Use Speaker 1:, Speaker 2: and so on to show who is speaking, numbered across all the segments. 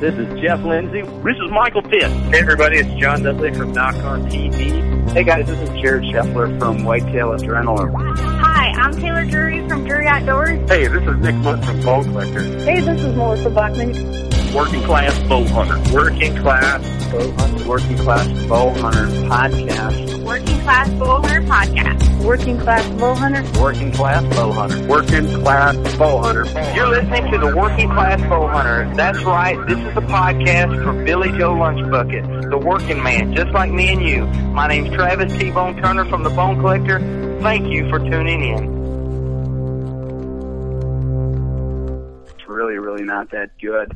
Speaker 1: This is Jeff Lindsay. This is Michael Pitt. Hey, everybody, it's John Dudley from Knock on TV. Hey, guys, this is Jared Scheffler from Whitetail Adrenaline.
Speaker 2: Hi, I'm Taylor Drury from Drury Outdoors.
Speaker 1: Hey, this is Nick Munt from Bow Collector.
Speaker 3: Hey, this is Melissa Bachman.
Speaker 1: Working Class Bow Hunter. Working Class Bow Hunter. Working Class Bow Hunter Podcast.
Speaker 2: Working Class Bowhunter Podcast.
Speaker 3: Working Class Bow Hunter.
Speaker 1: Working Class Bow Hunter. Working Class Bow Hunter. You're listening to the Working Class Bow Hunter. That's right. This is the podcast for Billy Joe Lunchbucket, the working man, just like me and you. My name's Travis T. Bone Turner from the Bone Collector. Thank you for tuning in.
Speaker 4: It's really, really not that good.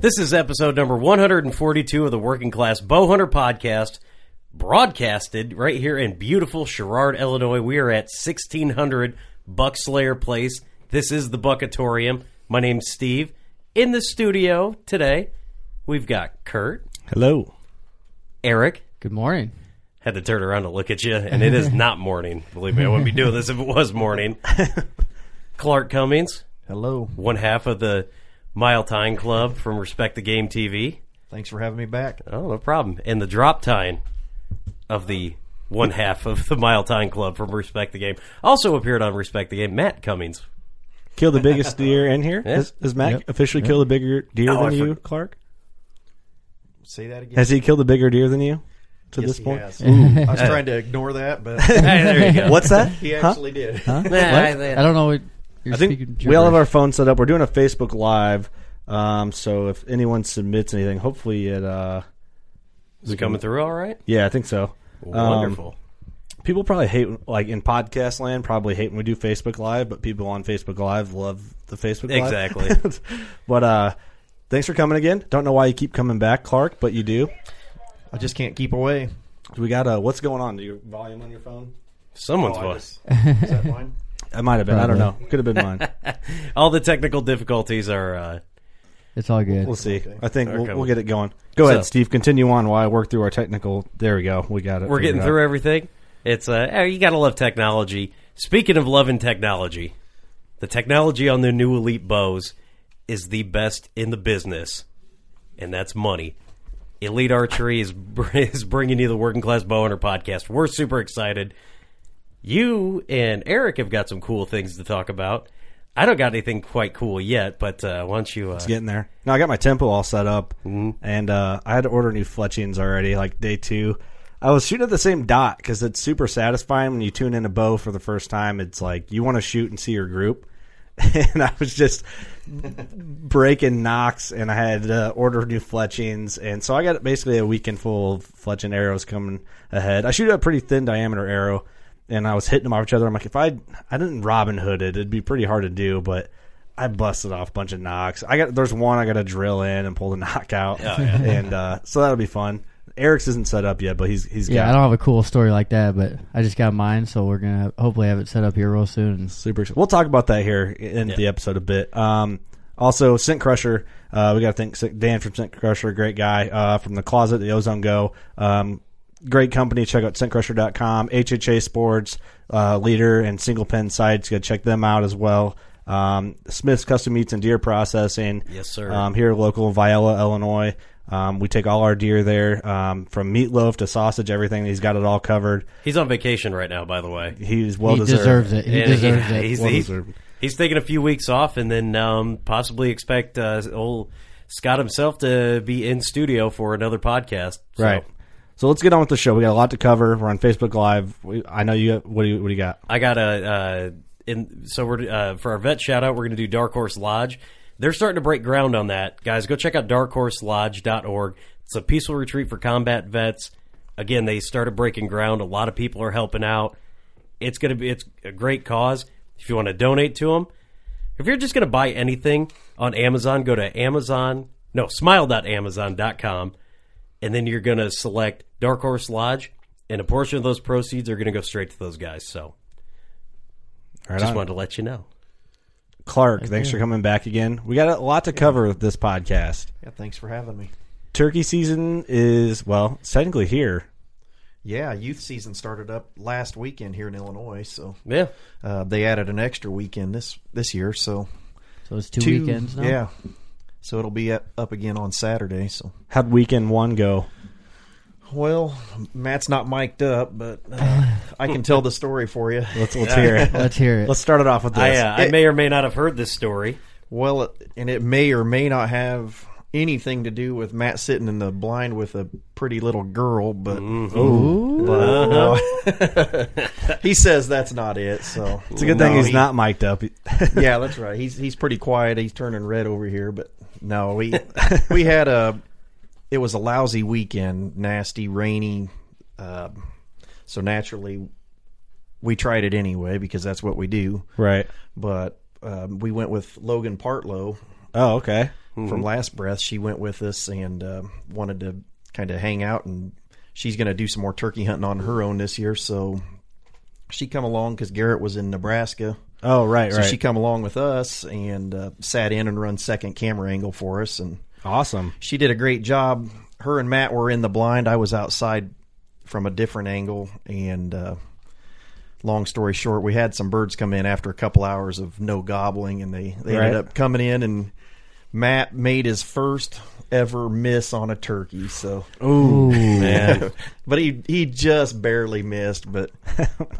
Speaker 5: This is episode number 142 of the Working Class Bowhunter Podcast, broadcasted right here in beautiful Sherrard, Illinois. We are at 1600 Buckslayer Place. This is the Buckatorium. My name's Steve. In the studio today, we've got Kurt.
Speaker 6: Hello.
Speaker 5: Eric.
Speaker 7: Good morning.
Speaker 5: Had to turn around to look at you, and it is not morning. Believe me, I wouldn't be doing this if it was morning. Clark Cummings,
Speaker 6: Hello.
Speaker 5: one half of the Mile Time Club from Respect the Game TV.
Speaker 6: Thanks for having me back.
Speaker 5: Oh, no problem. And the drop time of the one half of the Mile Time Club from Respect the Game also appeared on Respect the Game. Matt Cummings.
Speaker 6: Kill the biggest deer in here.
Speaker 5: Yeah.
Speaker 6: Has, has Mac
Speaker 7: Yep.
Speaker 6: officially killed a bigger deer
Speaker 5: Oh,
Speaker 6: than
Speaker 5: I
Speaker 6: you,
Speaker 5: for-
Speaker 6: Clark?
Speaker 8: Say that again.
Speaker 6: Has he killed a bigger deer than you to
Speaker 8: Yes,
Speaker 6: this
Speaker 8: he
Speaker 6: point?
Speaker 8: has. I was trying to ignore that, but
Speaker 5: Hey, there you go.
Speaker 6: What's that?
Speaker 8: he
Speaker 6: Huh?
Speaker 8: actually did.
Speaker 7: I don't know what you're
Speaker 6: I think
Speaker 7: speaking.
Speaker 6: we all have our
Speaker 7: gibberish.
Speaker 6: phones set up. We're doing a Facebook Live. Um, so if anyone submits anything, hopefully it. Uh,
Speaker 5: Is it coming through all right?
Speaker 6: yeah, I think so. Um,
Speaker 5: Wonderful.
Speaker 6: people probably hate like in podcast land probably hate when we do Facebook Live, but people on Facebook Live love the Facebook Live.
Speaker 5: Exactly.
Speaker 6: but uh, thanks for coming again. Don't know why you keep coming back, Clark, but you do.
Speaker 8: I just can't keep away.
Speaker 6: Do we got uh, what's going on? Do you volume on your phone?
Speaker 5: Someone's
Speaker 8: Oh, I
Speaker 5: voice.
Speaker 8: just- is that mine?
Speaker 6: It might have been. I don't
Speaker 7: Probably.
Speaker 6: know. Could have been mine.
Speaker 5: All the technical difficulties are. Uh,
Speaker 7: It's all good.
Speaker 6: We'll see. I think we'll,
Speaker 5: Okay.
Speaker 6: we'll get it going. Go
Speaker 5: So-
Speaker 6: ahead, Steve. Continue on while I work through our technical. There we go. We got it.
Speaker 5: we're getting
Speaker 6: figured
Speaker 5: through
Speaker 6: out.
Speaker 5: everything. It's uh, eh, you gotta love technology. Speaking of loving technology, the technology on the new Elite bows is the best in the business, and that's money. Elite Archery is br- is bringing you the Working Class Bowhunter podcast. We're super excited. You and Eric have got some cool things to talk about. I don't got anything quite cool yet, but uh, why don't you? Uh,
Speaker 6: It's getting there. Now I got my tempo all set up, and uh, I had to order new fletchings already. Like day two, I was shooting at the same dot because it's super satisfying when you tune in a bow for the first time. It's like you want to shoot and see your group, and I was just breaking knocks, and I had uh, ordered new fletchings, and so I got basically a weekend full of fletching arrows coming ahead. I shoot a pretty thin diameter arrow, and I was hitting them off each other. I'm like, if I I didn't Robin Hood it, it'd be pretty hard to do, but. I busted off a bunch of knocks. I got there's one I got to drill in and pull the knock out,
Speaker 7: yeah.
Speaker 6: and uh, so that'll be fun. Eric's isn't set up yet, but he's he's
Speaker 7: yeah,
Speaker 6: got
Speaker 7: I don't have a cool story like that, but I just got mine, so we're gonna have, hopefully have it set up here real soon.
Speaker 6: super. We'll talk about that here in the episode a bit. Um, also, Scent Crusher. Uh, we got to thank Scent- Dan from Scent Crusher, great guy uh, from the closet, the Ozone Go. Um, great company. Check out scentcrusher.com. HHA Sports, uh, leader and single pen sites. Go check them out as well. Um, Smith's Custom Meats and Deer Processing.
Speaker 5: Yes, sir.
Speaker 6: Um, here local in Viola, Illinois. Um, we take all our deer there, um, from meatloaf to sausage, everything. He's got it all covered.
Speaker 5: He's on vacation right now, by the way.
Speaker 6: He's well He deserved. deserves it. He
Speaker 5: And
Speaker 6: deserves it.
Speaker 5: He's,
Speaker 6: Well
Speaker 5: he's-
Speaker 6: deserved.
Speaker 5: he's taking a few weeks off, and then um, possibly expect uh, old Scott himself to be in studio for another podcast. So-
Speaker 6: Right. So let's get on with the show. We got a lot to cover. We're on Facebook Live. We, I know you. What do you? What do you got?
Speaker 5: I got a. Uh, in, so we're uh, for our vet shout out. We're going to do Dark Horse Lodge. They're starting to break ground on that, guys. Go check out darkhorselodge.org. It's a peaceful retreat for combat vets. Again, they started breaking ground. A lot of people are helping out. It's going to be it's a great cause. If you want to donate to them, if you're just going to buy anything on Amazon, go to Amazon, no, smile.amazon.com, and then you're going to select Dark Horse Lodge, and a portion of those proceeds are going to go straight to those guys. So
Speaker 6: Right
Speaker 5: just
Speaker 6: on.
Speaker 5: wanted to let you know.
Speaker 6: Clark,
Speaker 5: Thank
Speaker 6: thanks
Speaker 5: you.
Speaker 6: for coming back again. We got a lot to cover with this podcast.
Speaker 1: Yeah, thanks for having me.
Speaker 6: Turkey season is well, it's technically here.
Speaker 1: Yeah, youth season started up last weekend here in Illinois, so
Speaker 5: yeah,
Speaker 1: uh, they added an extra weekend this this year, so
Speaker 7: so it's two weekends now?
Speaker 1: Yeah, so it'll be up, up again on Saturday. So
Speaker 6: How'd weekend one go?
Speaker 1: well, Matt's not mic'd up, but uh, I can tell the story for you.
Speaker 6: Let's- let's hear it. Let's hear it. Let's start it off with
Speaker 5: I, uh, I
Speaker 1: It-
Speaker 5: may or may not have heard this story.
Speaker 1: Well, it- and it may or may not have anything to do with Matt sitting in the blind with a pretty little girl, but,
Speaker 5: Ooh.
Speaker 1: but,
Speaker 5: Uh-huh.
Speaker 1: no. uh, he says that's not it. So
Speaker 6: It's a good thing
Speaker 1: No,
Speaker 6: he's
Speaker 1: he-
Speaker 6: not mic'd up.
Speaker 1: yeah, that's right. He's he's pretty quiet. He's turning red over here, but no, we we had a it was a lousy weekend, nasty, rainy. Um, so naturally, we tried it anyway because that's what we do.
Speaker 6: Right.
Speaker 1: But um, we went with Logan Partlow.
Speaker 6: Oh, okay.
Speaker 1: From Last Breath, she went with us and um wanted to kind of hang out, and she's going to do some more turkey hunting on her own this year. So she come along because Garrett was in Nebraska.
Speaker 6: Oh, right,
Speaker 1: So
Speaker 6: right.
Speaker 1: she come along with us and uh, sat in and run second camera angle for us, and
Speaker 6: awesome.
Speaker 1: She did a great job. Her and Matt were in the blind. I was outside from a different angle, and uh, long story short, we had some birds come in after a couple hours of no gobbling, and they they
Speaker 6: Right.
Speaker 1: ended up coming in, and Matt made his first ever miss on a turkey. So,
Speaker 6: Ooh. Man.
Speaker 1: but he he just barely missed. But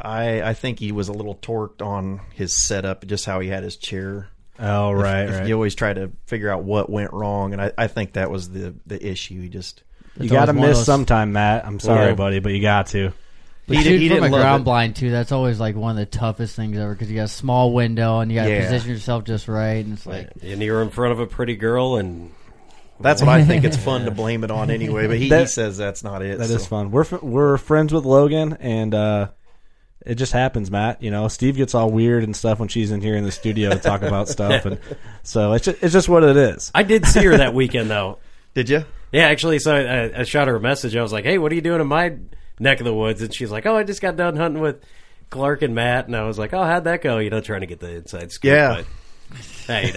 Speaker 1: I I think he was a little torqued on his setup, just how he had his chair.
Speaker 6: Oh,
Speaker 1: If-
Speaker 6: right,
Speaker 1: if
Speaker 6: right.
Speaker 1: You always try to figure out what went wrong, and I, I think that was the the issue. He just
Speaker 6: you got to miss sometime, Matt. I'm sorry, buddy, but you got to.
Speaker 7: But
Speaker 1: He did-
Speaker 7: shoot
Speaker 1: he
Speaker 7: from
Speaker 1: didn't
Speaker 7: a
Speaker 1: love
Speaker 7: ground
Speaker 1: it.
Speaker 7: blind too. That's always like one of the toughest things ever because you got a small window and you got to
Speaker 5: Yeah.
Speaker 7: position yourself just right, and it's like
Speaker 5: And you're in front of a pretty girl, and
Speaker 1: That's what I think. It's fun to blame it on anyway, but he, he
Speaker 6: That-
Speaker 1: says that's not it.
Speaker 6: That is
Speaker 1: so.
Speaker 6: fun. We're fr- we're friends with Logan, and uh, it just happens, Matt. You know, Steve gets all weird and stuff when she's in here in the studio to talk about stuff, and so it's just, it's just what it is.
Speaker 5: I did see her that weekend though.
Speaker 1: Did you?
Speaker 5: Yeah, actually. So I, I shot her a message. I was like, "Hey, what are you doing in my neck of the woods?" And she's like, "Oh, I just got done hunting with Clark and Matt." And I was like, "Oh, how'd that go?" You know, trying to get the inside scoop.
Speaker 6: Yeah.
Speaker 5: But, hey, you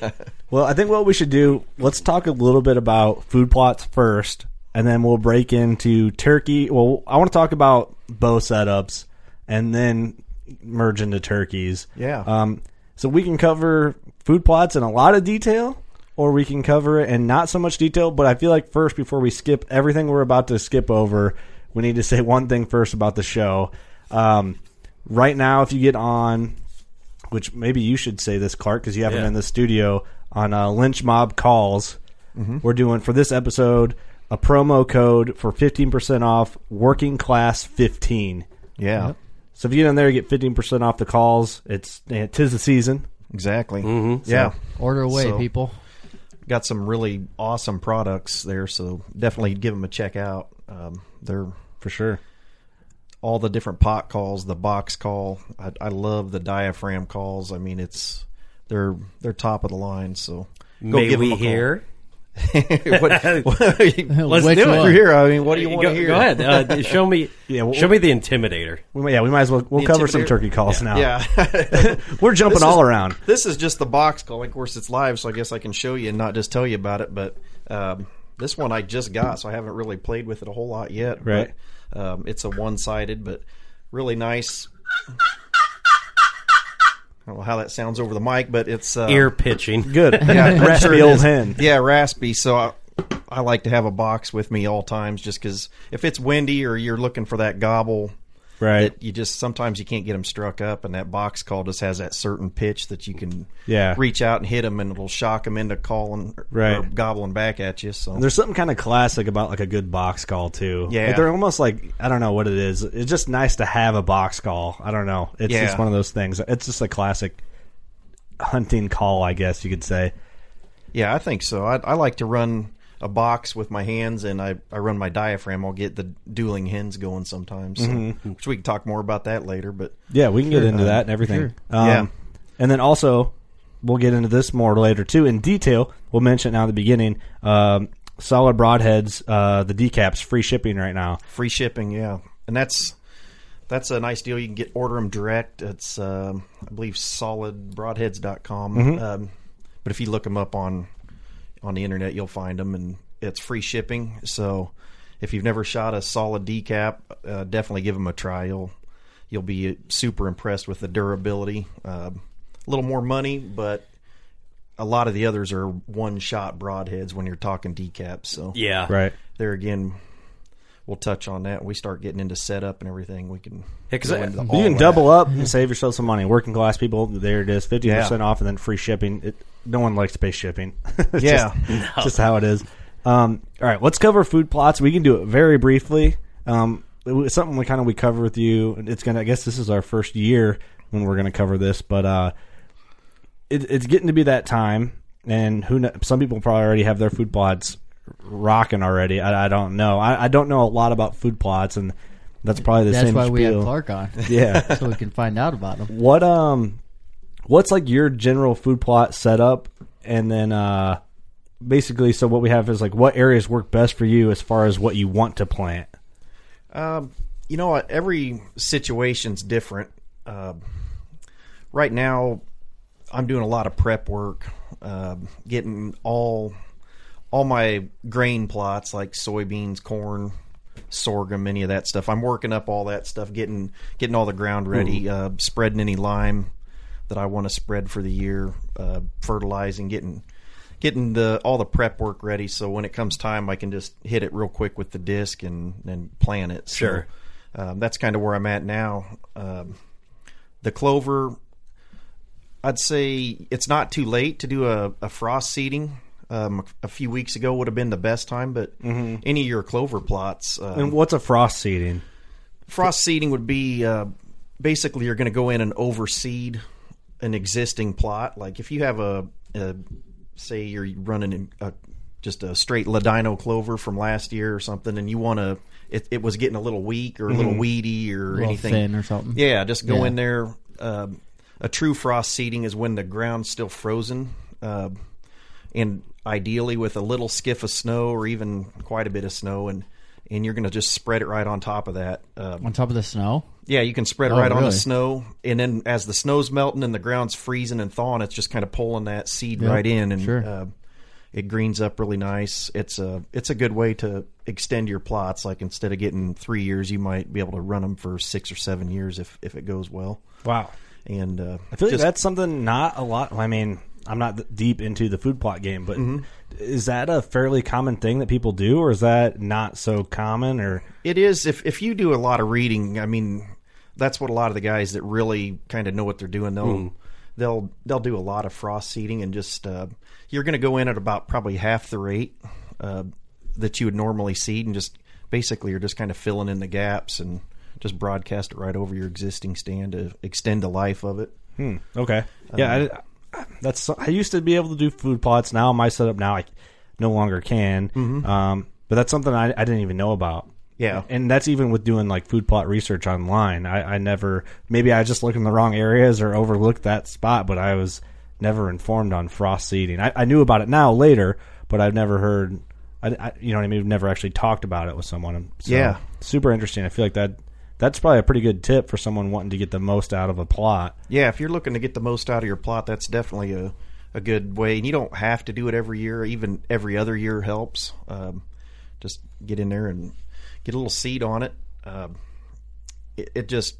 Speaker 5: know.
Speaker 6: Well, I think what we should do, let's talk a little bit about food plots first, and then we'll break into turkey. Well, I want to talk about bow setups and then merge into turkeys.
Speaker 1: Yeah.
Speaker 6: Um, so we can cover food plots in a lot of detail, or we can cover it in not so much detail. But I feel like first, before we skip everything we're about to skip over, we need to say one thing first about the show. Um, right now, if you get on, which maybe you should say this, Clark, because you haven't
Speaker 5: Yeah.
Speaker 6: been in the studio on uh, Lynch Mob Calls.
Speaker 5: Mhm.
Speaker 6: We're doing for this episode a promo code for fifteen percent off Working Class fifteen.
Speaker 1: Yeah.
Speaker 6: So if you get in there, you get fifteen percent off the calls. It's eh, tis the season. Exactly.
Speaker 5: Mhm.
Speaker 6: Yeah.
Speaker 7: So, order away, people.
Speaker 6: Got some really awesome products there, so definitely give them a check out. Um, they're
Speaker 9: for sure.
Speaker 6: All the different pot calls, the box call. I, I love the diaphragm calls. I mean, it's they're they're top of the line. So go
Speaker 5: May
Speaker 6: give
Speaker 5: we
Speaker 6: them a call.
Speaker 5: hear?
Speaker 6: what, what- let's
Speaker 5: Let's
Speaker 6: do
Speaker 5: do
Speaker 6: it.
Speaker 5: it.
Speaker 6: We're here. I mean, what do you want
Speaker 5: go,
Speaker 6: to hear?
Speaker 5: Go ahead. Uh, show me. yeah,
Speaker 9: we'll-
Speaker 5: show me the Intimidator.
Speaker 9: We may- yeah, we might as well. We'll
Speaker 6: The
Speaker 9: cover some
Speaker 6: intimidator-
Speaker 9: turkey calls now.
Speaker 6: Yeah,
Speaker 9: We're jumping
Speaker 6: This
Speaker 9: all
Speaker 6: is-
Speaker 9: around.
Speaker 6: This is just the box call. Of course, it's live, so I guess I can show you and not just tell you about it. But um, this one I just got, so I haven't really played with it a whole lot yet.
Speaker 9: Right.
Speaker 6: But, um, it's a one-sided, but really nice. I don't know how that sounds over the mic, but it's uh,
Speaker 5: Ear pitching.
Speaker 9: Good.
Speaker 6: yeah, I'm sure
Speaker 9: Raspy
Speaker 6: it
Speaker 9: old
Speaker 6: is.
Speaker 9: hen.
Speaker 6: Yeah, raspy. So I, I like to have a box with me all times, just because if it's windy or you're looking for that gobble,
Speaker 9: Right.
Speaker 6: that you just sometimes you can't get them struck up, and that box call just has that certain pitch that you can
Speaker 9: Yeah.
Speaker 6: reach out and hit them, and it'll shock them into calling or
Speaker 9: Right.
Speaker 6: gobbling back at you. So
Speaker 9: There's something kind of classic about like a good box call too.
Speaker 6: Yeah.
Speaker 9: Like, they're almost like I don't know what it is. It's just nice to have a box call. I don't know. It's
Speaker 6: Yeah.
Speaker 9: just one of those things. It's just a classic hunting call, I guess you could say.
Speaker 6: yeah, I think so. I, I like to run a box with my hands, and I, I run my diaphragm. I'll get the dueling hens going sometimes, so, which we can talk more about that later. But
Speaker 9: Mm-hmm. Yeah, we can get into that and everything. Um,
Speaker 6: Yeah.
Speaker 9: And then also, we'll get into this more later too in detail. We'll mention it now at the beginning. Um, solid broadheads, uh, the decaps, free shipping right now.
Speaker 6: free shipping yeah and that's that's a nice deal you can get order them direct it's um, i believe solidbroadheads.com um, but if you look them up on on the internet you'll find them and it's free shipping so if you've never shot a solid decap uh, definitely give them a try you'll you'll be super impressed with the durability Um a little more money but a lot of the others are one shot broadheads when you're talking decaps so
Speaker 5: Yeah.
Speaker 9: Right.
Speaker 6: there again, we'll touch on that. When we start getting into setup and everything, we can.
Speaker 5: Yeah, 'cause
Speaker 6: go
Speaker 5: I-
Speaker 6: into
Speaker 9: You
Speaker 6: all
Speaker 9: can
Speaker 6: that.
Speaker 9: double up and save yourself some money. Working class people, there it is, fifty percent
Speaker 6: Yeah.
Speaker 9: off, and then free shipping. It, no one likes to pay shipping. It's
Speaker 6: Yeah.
Speaker 9: just, just how it is. Um, all right, let's cover food plots. We can do it very briefly. Um, it was something we kind of we cover with you. and It's gonna. I guess this is our first year when we're gonna cover this, but uh, it, it's getting to be that time, and who kn- some people probably already have their food plots rocking already. I, I don't know. I, I don't know a lot about food plots, and that's probably the
Speaker 7: That's
Speaker 9: same.
Speaker 7: why we had
Speaker 9: spiel.
Speaker 7: Clark on,
Speaker 9: Yeah.
Speaker 7: so we can find out about them.
Speaker 9: What um, what's like your general food plot setup, and then uh, basically, so what we have is like what areas work best for you as far as what you want to plant.
Speaker 6: Um, you know, what? every situation's different. Uh, right now, I'm doing a lot of prep work, uh, getting all all my grain plots like soybeans, corn, sorghum, any of that stuff. I'm working up all that stuff, getting getting all the ground ready, uh, spreading any lime that I want to spread for the year, uh, fertilizing, getting getting the all the prep work ready. So when it comes time, I can just hit it real quick with the disc and and plant it. So,
Speaker 5: Sure.
Speaker 6: um, that's kind of where I'm at now. Um, the clover I'd say it's not too late to do a, a frost seeding. Um, a few weeks ago would have been the best time, but any of your clover plots, um,
Speaker 9: Mm-hmm. And what's a frost seeding?
Speaker 6: frost seeding would be uh, basically you're going to go in and overseed an existing plot. Like if you have a, a say you're running a, just a straight Ladino clover from last year or something, and you want to, it, it was getting a little weak or a
Speaker 9: Mm-hmm.
Speaker 6: little weedy or
Speaker 7: little
Speaker 6: anything
Speaker 7: thin or something.
Speaker 6: Yeah, just go
Speaker 7: Yeah.
Speaker 6: in there. Um, a true frost seeding is when the ground's still frozen, uh, and ideally with a little skiff of snow or even quite a bit of snow and. And you're going to just spread it right on top of that. Um,
Speaker 7: On top of the snow,
Speaker 6: yeah, you can spread it
Speaker 7: Oh,
Speaker 6: right on the
Speaker 7: really?
Speaker 6: snow, and then as the snow's melting and the ground's freezing and thawing, it's just kind of pulling that seed right in, and
Speaker 7: sure.
Speaker 6: uh, it greens up really nice. It's a it's a good way to extend your plots. Like instead of getting three years, you might be able to run them for six or seven years if if it goes well.
Speaker 9: Wow,
Speaker 6: And uh,
Speaker 9: I feel like
Speaker 6: just-
Speaker 9: that's something not a lot. I mean, I'm not th- deep into the food plot game, but
Speaker 6: Mm-hmm.
Speaker 9: is that a fairly common thing that people do, or is that not so common? Or
Speaker 6: It is if if you do a lot of reading. I mean, that's what a lot of the guys that really kind of know what they're doing. They'll
Speaker 9: Mm-hmm.
Speaker 6: they'll they'll do a lot of frost seeding and just uh, you're going to go in at about probably half the rate uh, that you would normally seed, and just basically you're just kind of filling in the gaps and just broadcast it right over your existing stand to extend the life of it.
Speaker 9: okay, Hmm. yeah, I, that's I used to be able to do food plots. Now my setup now I no longer can.
Speaker 6: Mhm.
Speaker 9: Um, but that's something I, I didn't even know about.
Speaker 6: Yeah.
Speaker 9: and that's even with doing like food plot research online. I, I never maybe I just looked in the wrong areas or overlooked that spot, but I was never informed on frost seeding. I, I knew about it now later, but I've never heard. I, I- you know what I mean? We've never actually talked about it with someone. So,
Speaker 6: Yeah.
Speaker 9: super interesting. I feel like that that's probably a pretty good tip for someone wanting to get the most out of a plot.
Speaker 6: Yeah, if you're looking to get the most out of your plot, that's definitely a, a good way. And you don't have to do it every year. Even every other year helps. Um, just get in there and get a little seed on it. Um, it, it just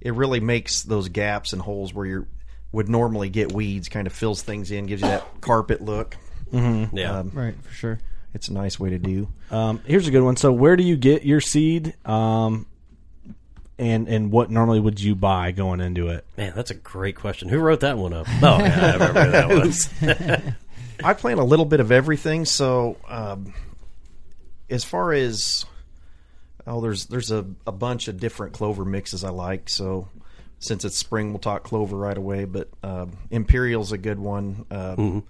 Speaker 6: it really makes those gaps and holes where you would normally get weeds kind of fills things in, gives you that carpet look.
Speaker 9: Mhm.
Speaker 5: Yeah.
Speaker 7: Right, for sure.
Speaker 6: It's a nice way to do.
Speaker 9: Um, here's a good one. So, where do you get your seed? Um, and and what normally would you buy going into it?
Speaker 5: Man, that's a great question. Who wrote that one up? Oh, yeah, I remember who that was.
Speaker 6: I plant a little bit of everything. So, um, as far as oh, there's there's a, a bunch of different clover mixes I like. So, since it's spring, we'll talk clover right away. But um, Imperial's a good one. Um,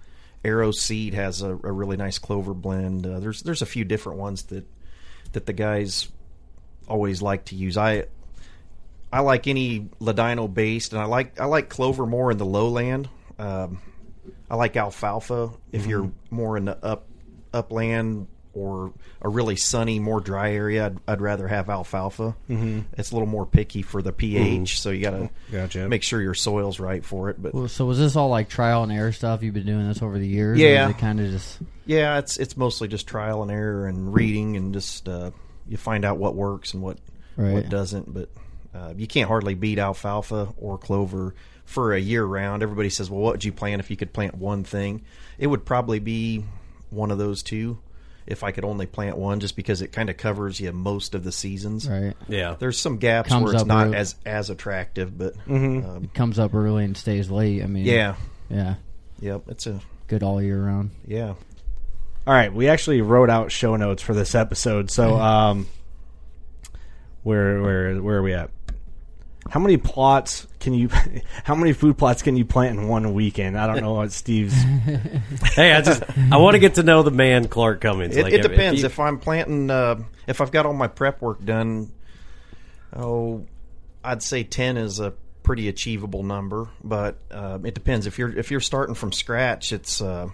Speaker 6: Arrow Seed has a, a really nice clover blend. Uh, there's there's a few different ones that that the guys always like to use. I I like any ladino based, and I like I like clover more in the lowland. Um, I like alfalfa if you're more in the up upland or a really sunny, more dry area. I'd, I'd rather have alfalfa.
Speaker 9: Mhm.
Speaker 6: It's a little more picky for the pH, so you got to
Speaker 9: Gotcha.
Speaker 6: make sure your soil's right for it. But
Speaker 7: Well, so was this all like trial and error stuff you've been doing this over the years?
Speaker 6: Yeah.
Speaker 7: kind of just
Speaker 6: yeah, it's it's mostly just trial and error and reading and just uh, you find out what works and what
Speaker 7: Right.
Speaker 6: what doesn't. But uh, you can't hardly beat alfalfa or clover for a year round. Everybody says, "Well, what would you plant if you could plant one thing?" It would probably be one of those two. If I could only plant one, just because it kind of covers you most of the seasons.
Speaker 7: right.
Speaker 5: Yeah.
Speaker 6: There's some gaps
Speaker 7: Comes
Speaker 6: where it's
Speaker 7: up
Speaker 6: not
Speaker 7: root.
Speaker 6: as as attractive, but um,
Speaker 7: It comes up early and stays late. I mean,
Speaker 6: yeah,
Speaker 7: yeah,
Speaker 6: yep, it's a
Speaker 7: good all year round.
Speaker 6: yeah.
Speaker 9: All right, we actually wrote out show notes for this episode. So, um, where where where are we at? How many plots can you? How many food plots can you plant in one weekend? I don't know what Steve's.
Speaker 5: Hey, I just I want to get to know the man Clark Cummings.
Speaker 6: It,
Speaker 5: Like,
Speaker 6: it
Speaker 5: if- if
Speaker 6: depends. If,
Speaker 5: you-
Speaker 6: I'm planting, uh, if I've got all my prep work done, oh, I'd say ten is a pretty achievable number. But um, it depends. If you're if you're starting from scratch, it's uh,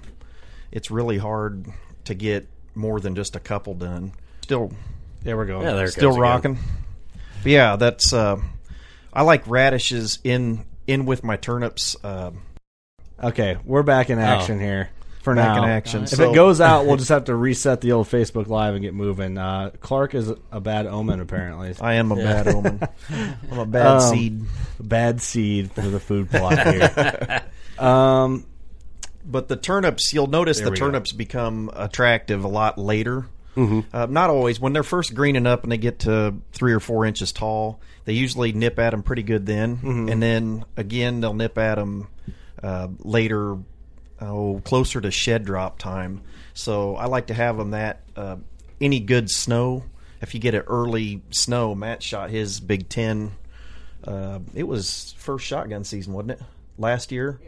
Speaker 6: it's really hard to get more than just a couple done. Still,
Speaker 9: There we go.
Speaker 5: Yeah, there it
Speaker 6: still
Speaker 5: goes again.
Speaker 6: rocking. But yeah, that's. Uh, I like radishes in in with my turnips. Uh,
Speaker 9: Okay, we're back
Speaker 5: oh,
Speaker 9: in action here. For
Speaker 6: Back
Speaker 9: now,
Speaker 6: in action.
Speaker 9: If
Speaker 6: So-
Speaker 9: it goes out, we'll just have to reset the old Facebook Live and get moving. Uh, Clark is a bad omen, apparently.
Speaker 6: I am a bad omen. I'm a bad
Speaker 9: Um,
Speaker 6: seed.
Speaker 9: Bad seed for the food plot here. um,
Speaker 6: But the turnips, you'll notice the turnips become attractive a lot later. Uh, not always. When they're first greening up and they get to three or four inches tall, they usually nip at them pretty good then. And then again, they'll nip at them uh, later, oh, closer to shed drop time. So I like to have them that uh, any good snow. If you get an early snow, Matt shot his Big Ten uh, it was first shotgun season, wasn't it? Last year,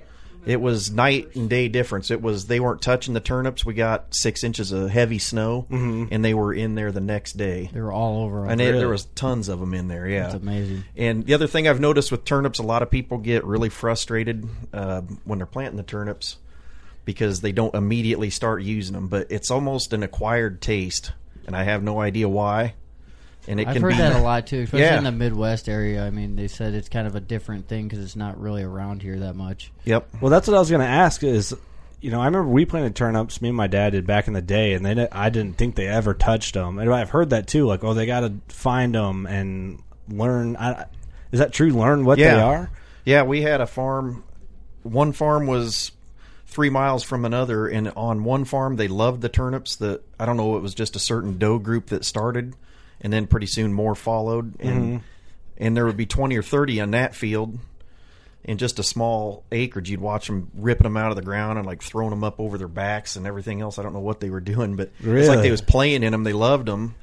Speaker 6: it was night and day difference. It was they weren't touching the turnips. We got six inches of heavy snow, and they were in there the next day.
Speaker 7: They were all over.
Speaker 6: And it, there was tons of them in there. Yeah,
Speaker 7: That's amazing.
Speaker 6: And the other thing I've noticed with turnips, a lot of people get really frustrated uh, when they're planting the turnips because they don't immediately start using them. But it's almost an acquired taste, and I have no idea why. And it
Speaker 7: I've
Speaker 6: can
Speaker 7: heard
Speaker 6: be,
Speaker 7: that a lot too, especially
Speaker 6: Yeah.
Speaker 7: in the Midwest area. I mean, they said it's kind of a different thing because it's not really around here that much.
Speaker 6: Yep.
Speaker 9: Well, that's what I was going to ask. Is you know, I remember we planted turnips. Me and my dad did back in the day, and they di- I didn't think they ever touched them. And I've heard that too. Like, oh, they got to find them and learn. I, is that true? Learn what they
Speaker 6: Yeah.
Speaker 9: are.
Speaker 6: Yeah, we had a farm. One farm was three miles from another, and on one farm they loved the turnips. That I don't know, it was just a certain doe group that started, and then pretty soon more followed,
Speaker 9: Mm-hmm.
Speaker 6: and and there would be twenty or thirty on that field. In just a small acreage, you'd watch them ripping them out of the ground and like throwing them up over their backs and everything else. I don't know what they were doing, but it's like
Speaker 9: Really?
Speaker 6: they was playing in them. They loved them.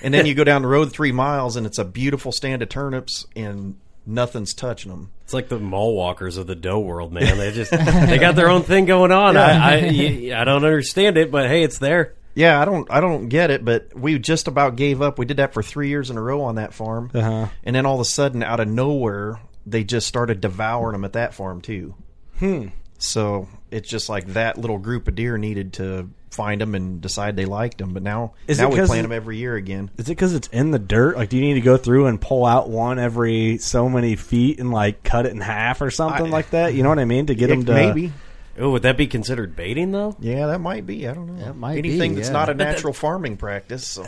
Speaker 6: And then you go down the road three miles, and it's a beautiful stand of turnips, and nothing's touching them.
Speaker 5: It's like the mall walkers of the dough world, man. They just they got their own thing going on. I, I y- I don't understand it, but hey, it's there.
Speaker 6: Yeah, I don't I don't get it, but we just about gave up. We did that for three years in a row on that farm,
Speaker 9: Uh-huh.
Speaker 6: and then all of a sudden, out of nowhere, they just started devouring them at that farm too.
Speaker 9: Hmm.
Speaker 6: So it's just like that little group of deer needed to find them and decide they liked them. But now,
Speaker 9: Is
Speaker 6: now
Speaker 9: it
Speaker 6: we
Speaker 9: 'cause-
Speaker 6: plant them every year again.
Speaker 9: Is it because it's in the dirt? Like, do you need to go through and pull out one every so many feet and like cut it in half or something
Speaker 6: I-
Speaker 9: like that? You know what I mean? To get
Speaker 6: It-
Speaker 9: them to
Speaker 6: maybe.
Speaker 5: Oh, would that be considered baiting though?
Speaker 6: Yeah, that might be. I don't know. That
Speaker 7: might
Speaker 6: Anything
Speaker 7: be,
Speaker 6: that's
Speaker 7: yeah.
Speaker 6: not a
Speaker 7: But
Speaker 6: natural farming practice. So.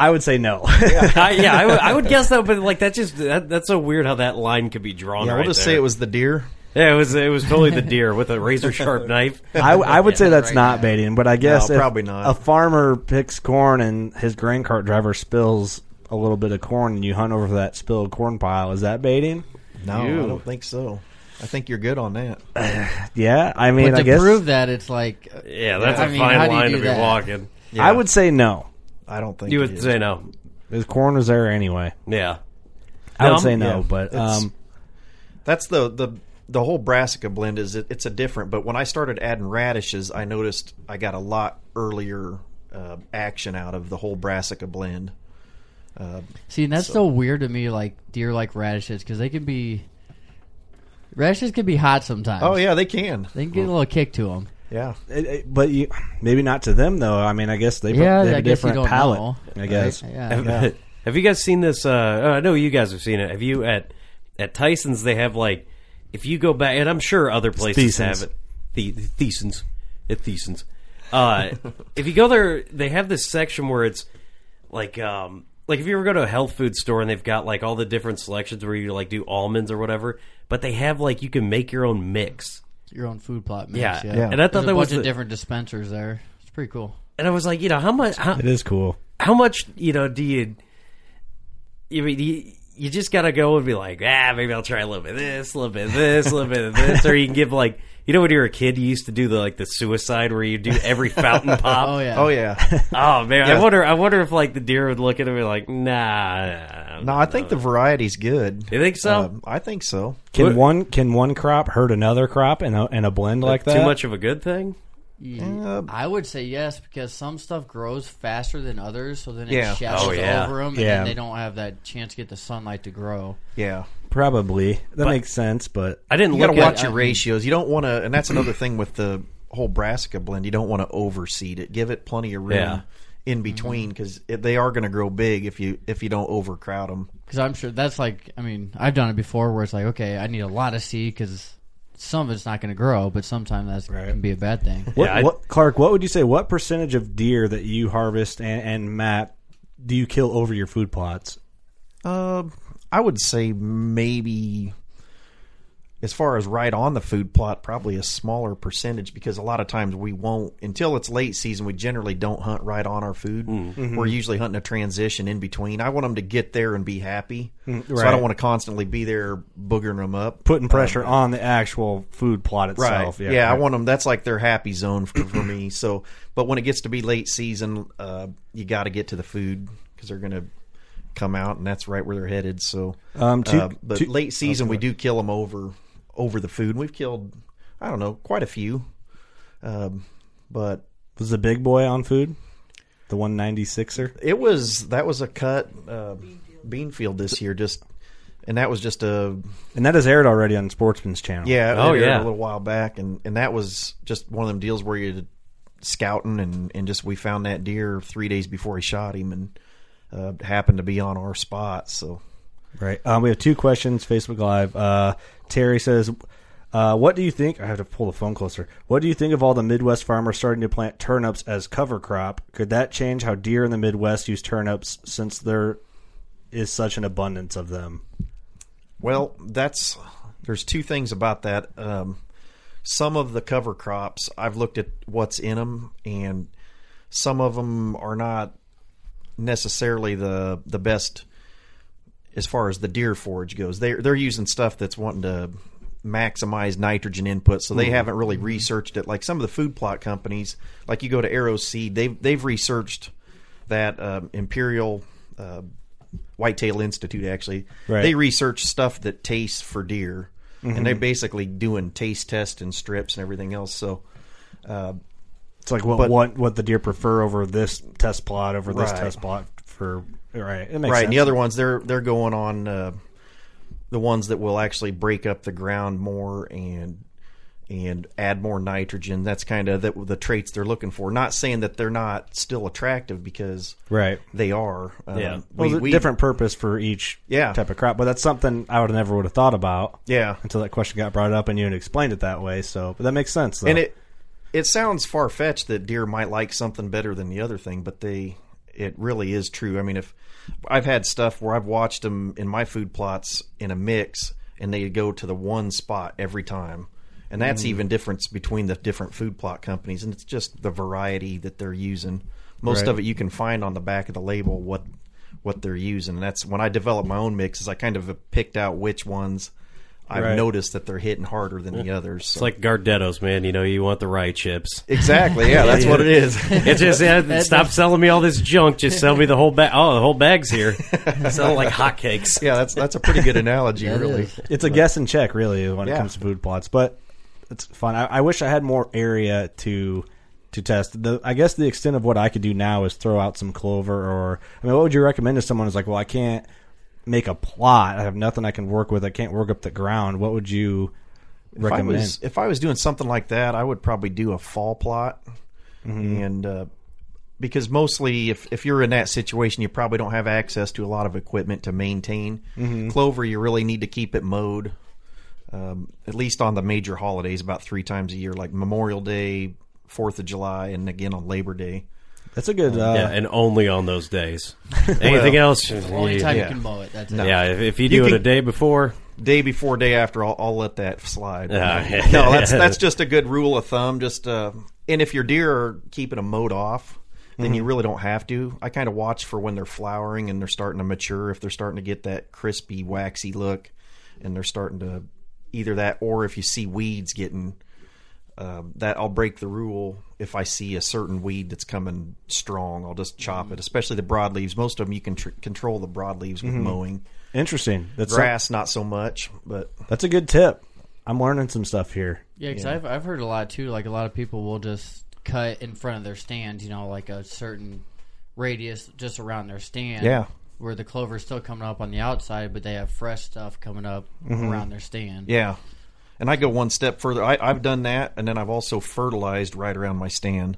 Speaker 9: I would say no.
Speaker 5: I, yeah, I would- I would guess that, but like that just that, that's so weird how that line could be drawn.
Speaker 6: yeah,
Speaker 5: right
Speaker 6: we'll just
Speaker 5: there.
Speaker 6: say it was the deer.
Speaker 5: Yeah, it was it was totally the deer with a razor sharp knife.
Speaker 9: I, I would say that's not baiting, but I guess
Speaker 6: No,
Speaker 9: if
Speaker 6: probably not.
Speaker 9: A farmer picks corn and his grain cart driver spills a little bit of corn, and you hunt over that spilled corn pile. Is that baiting?
Speaker 6: No, I don't think so. I think you're good on that.
Speaker 9: Yeah, I mean,
Speaker 7: But
Speaker 9: I
Speaker 7: to
Speaker 9: guess
Speaker 7: prove that, it's like uh,
Speaker 5: Yeah, that's
Speaker 7: I
Speaker 5: a
Speaker 7: mean, how
Speaker 5: fine
Speaker 7: do you
Speaker 5: line
Speaker 7: do
Speaker 5: to be
Speaker 7: that?
Speaker 5: walking.
Speaker 9: I would say no.
Speaker 6: I don't think
Speaker 5: You
Speaker 6: it
Speaker 5: would
Speaker 6: is.
Speaker 5: say no.
Speaker 9: His corn was there anyway.
Speaker 5: Yeah,
Speaker 9: I
Speaker 5: No,
Speaker 9: would say no,
Speaker 6: yeah,
Speaker 9: but
Speaker 6: it's-
Speaker 9: um,
Speaker 6: That's the the the whole brassica blend is it, it's a different. But when I started adding radishes, I noticed I got a lot earlier uh, action out of the whole brassica blend.
Speaker 7: See, and that's so, weird to me, like deer like radishes, because they can be radishes can be hot sometimes.
Speaker 6: Oh yeah, they can.
Speaker 7: they can get a little kick to them.
Speaker 6: Yeah,
Speaker 9: it- it- but you maybe not to them though. I mean, I guess they,
Speaker 7: Yeah,
Speaker 9: they have
Speaker 7: I
Speaker 9: a
Speaker 7: guess you
Speaker 9: different
Speaker 7: don't
Speaker 9: palate.
Speaker 7: know.
Speaker 9: I guess.
Speaker 7: Yeah,
Speaker 9: Yeah.
Speaker 5: Have you guys seen this? Uh, oh, I know you guys have seen it. Have you at at Tyson's? They have like if you go back, and I'm sure other places
Speaker 9: Thiessen.
Speaker 5: have it. The, Thiesen's at Thiesen's. Uh, if you go there, they have this section where it's like um like if you ever go to a health food store and they've got like all the different selections where you like do almonds or whatever, but they have like you can make your own mix.
Speaker 7: your own food plot mix.
Speaker 5: Yeah.
Speaker 7: Yeah,
Speaker 5: Yeah. And I thought
Speaker 7: There's a
Speaker 5: that was
Speaker 7: bunch of
Speaker 5: the-
Speaker 7: different dispensers there. It's pretty cool.
Speaker 5: And I was like, you know, how much how,
Speaker 9: It is cool.
Speaker 5: how much you know do you you mean you, you just gotta go and be like ah maybe i'll try a little bit of this a little bit of this a little bit of this or you can give like you know when you were a kid you used to do the like the suicide where you do every fountain pop
Speaker 7: Oh yeah.
Speaker 6: oh yeah.
Speaker 5: oh man i wonder i wonder if like the deer would look at him and be like nah, nah, nah.
Speaker 6: no, I think the variety's good.
Speaker 5: you think so
Speaker 6: Um, I think so.
Speaker 9: Can
Speaker 5: What-
Speaker 9: one can one crop hurt another crop in a, in a blend like that?
Speaker 5: too much of a good thing
Speaker 7: yeah. I would say yes because some stuff grows faster than others, so then it
Speaker 6: Yeah.
Speaker 7: shadows
Speaker 5: Oh, yeah.
Speaker 7: over them, and
Speaker 9: Yeah.
Speaker 7: then they don't have that chance to get the sunlight to grow.
Speaker 6: Yeah.
Speaker 9: Probably that makes sense, but
Speaker 5: i didn't
Speaker 6: You
Speaker 5: look
Speaker 6: got to watch
Speaker 5: at
Speaker 6: your ratios. You don't want to, and that's another thing with the whole brassica blend. You don't want to overseed it. Give it plenty of room
Speaker 5: Yeah.
Speaker 6: in between because they are going to grow big if you if you don't overcrowd them.
Speaker 7: Because I'm sure that's like, I mean, I've done it before where it's like, okay, I need a lot of seed because some of it's not going to grow, but sometimes that can be a bad thing.
Speaker 9: What,
Speaker 5: Yeah, I-
Speaker 9: what Clark? What would you say? What percentage of deer that you harvest and, and map do you kill over your food plots?
Speaker 6: Uh, I would say maybe as far as right on the food plot, probably a smaller percentage because a lot of times we won't until it's late season. We generally don't hunt right on our food. We're usually hunting a transition in between. I want them to get there and be happy, so I
Speaker 9: right.
Speaker 6: don't want to constantly be there boogering them up.
Speaker 9: Putting pressure on the actual food plot itself.
Speaker 6: Yeah, I want them. That's like their happy zone for, for me. So, but when it gets to be late season, uh, you got to get to the food because they're going to come out, and that's right where they're headed. So,
Speaker 9: Um, two-
Speaker 6: uh, but
Speaker 9: two-
Speaker 6: late season, we do kill them over over the food. And we've killed, I don't know, quite a few. Um, but
Speaker 9: Was the big boy on food? The one ninety sixer.
Speaker 6: it was that was a cut uh, Beanfield this year, just and that was just a
Speaker 9: And that is aired already on Sportsman's Channel.
Speaker 6: Yeah,
Speaker 5: Oh,
Speaker 6: oh yeah,
Speaker 5: yeah.
Speaker 6: a little while back, and and that was just one of them deals where you scouting and and just we found that deer three days before he shot him and uh, happened to be on our spot. So
Speaker 9: Right. Um, we have two questions. Facebook Live. Uh, Terry says, uh, "What do you think?" I have to pull the phone closer. What do you think of all the Midwest farmers starting to plant turnips as cover crop? Could that change how deer in the Midwest use turnips since there is such an abundance of them?
Speaker 6: well, that's there's two things about that. Um, some of the cover crops I've looked at what's in them, and some of them are not necessarily the the best as far as the deer forage goes. They're they're using stuff that's wanting to maximize nitrogen input, so they haven't really researched it. Like some of the food plot companies, like you go to Arrow Seed, they've they've researched that um, Imperial uh, Whitetail Institute actually.
Speaker 9: Right.
Speaker 6: They research stuff that tastes for deer,
Speaker 9: Mhm.
Speaker 6: and they're basically doing taste tests and strips and everything else. So uh,
Speaker 9: It's like what
Speaker 6: But-
Speaker 9: what what the deer prefer over this test plot over this
Speaker 6: Right.
Speaker 9: test plot for right. It makes
Speaker 6: right.
Speaker 9: sense.
Speaker 6: And the other ones, they're they're going on uh, the ones that will actually break up the ground more and and add more nitrogen. That's kind of the, the traits they're looking for. Not saying that they're not still attractive because
Speaker 9: Right.
Speaker 6: they are. Um,
Speaker 9: yeah,
Speaker 6: we-
Speaker 9: well, there's a
Speaker 6: we-
Speaker 9: different purpose for each
Speaker 6: Yeah.
Speaker 9: type of crop, but that's something I would never would have thought about.
Speaker 6: Yeah.
Speaker 9: until that question got brought up and you had explained it that way. So, but that makes sense. Though.
Speaker 6: And it it sounds far fetched that deer might like something better than the other thing, but they it really is true. I mean, if I've had stuff where I've watched them in my food plots in a mix, and they go to the one spot every time, and that's
Speaker 9: Mm.
Speaker 6: even difference between the different food plot companies, and it's just the variety that they're using. Most
Speaker 9: Right.
Speaker 6: of it you can find on the back of the label what what they're using. And that's when I developed my own mixes, I kind of picked out which ones I've
Speaker 5: Right.
Speaker 6: noticed that they're hitting harder than the others.
Speaker 5: It's
Speaker 6: so.
Speaker 5: like Gardettos, man. You know, you want the rye chips.
Speaker 6: Exactly, yeah, that's what it is.
Speaker 5: It's just yeah, stop selling me all this junk. Just sell me the whole bag. Oh, the whole bag's here. Sell it like hotcakes.
Speaker 6: Yeah, that's that's a pretty good analogy,
Speaker 9: That
Speaker 6: really.
Speaker 9: is. It's a guess and check, really, when it
Speaker 6: Yeah.
Speaker 9: comes to food plots. But it's fun. I, I wish I had more area to to test. The I guess the extent of what I could do now is throw out some clover. Or I mean, what would you recommend to someone who's like, well, I can't make a plot. I have nothing I can work with. I can't work up the ground. What would you
Speaker 6: If I,
Speaker 9: recommend?
Speaker 6: was, if I was doing something like that, I would probably do a fall plot,
Speaker 9: Mhm.
Speaker 6: and uh, because mostly if if you're in that situation, you probably don't have access to a lot of equipment to maintain
Speaker 9: Mhm.
Speaker 6: clover. You really need to keep it mowed, um, at least on the major holidays, about three times a year, like Memorial Day, Fourth of July, and again on Labor Day.
Speaker 9: That's a good. Uh,
Speaker 5: yeah, and only on those days. Anything else?
Speaker 7: only time you can mow it, that's it.
Speaker 5: Yeah, if, if you do it a day before,
Speaker 6: day before, day after, I'll, I'll let that slide.
Speaker 5: Ah,
Speaker 6: no,
Speaker 5: yeah.
Speaker 6: that's that's just a good rule of thumb. Just uh, and if your deer are keeping a mowed off, then you
Speaker 9: Mhm.
Speaker 6: really don't have to. I kind of watch for when they're flowering and they're starting to mature. If they're starting to get that crispy, waxy look, and they're starting to either that or if you see weeds getting. Uh, that I'll break the rule if I see a certain weed that's coming strong. I'll just chop it, especially the broadleaves. Most of them you can tr- control the broadleaves with
Speaker 9: Mhm.
Speaker 6: mowing.
Speaker 9: Interesting. That's some-
Speaker 6: Grass, not so much, but
Speaker 9: that's a good tip. I'm learning some stuff here.
Speaker 7: Yeah, because I've I've heard a lot too. Like a lot of people will just cut in front of their stand, you know, like a certain radius just around their stand.
Speaker 6: Yeah.
Speaker 7: Where the clover's still coming up on the outside, but they have fresh stuff coming up
Speaker 6: Mhm.
Speaker 7: around their stand.
Speaker 6: Yeah. And I go one step further. I, I've done that, and then I've also fertilized right around my stand.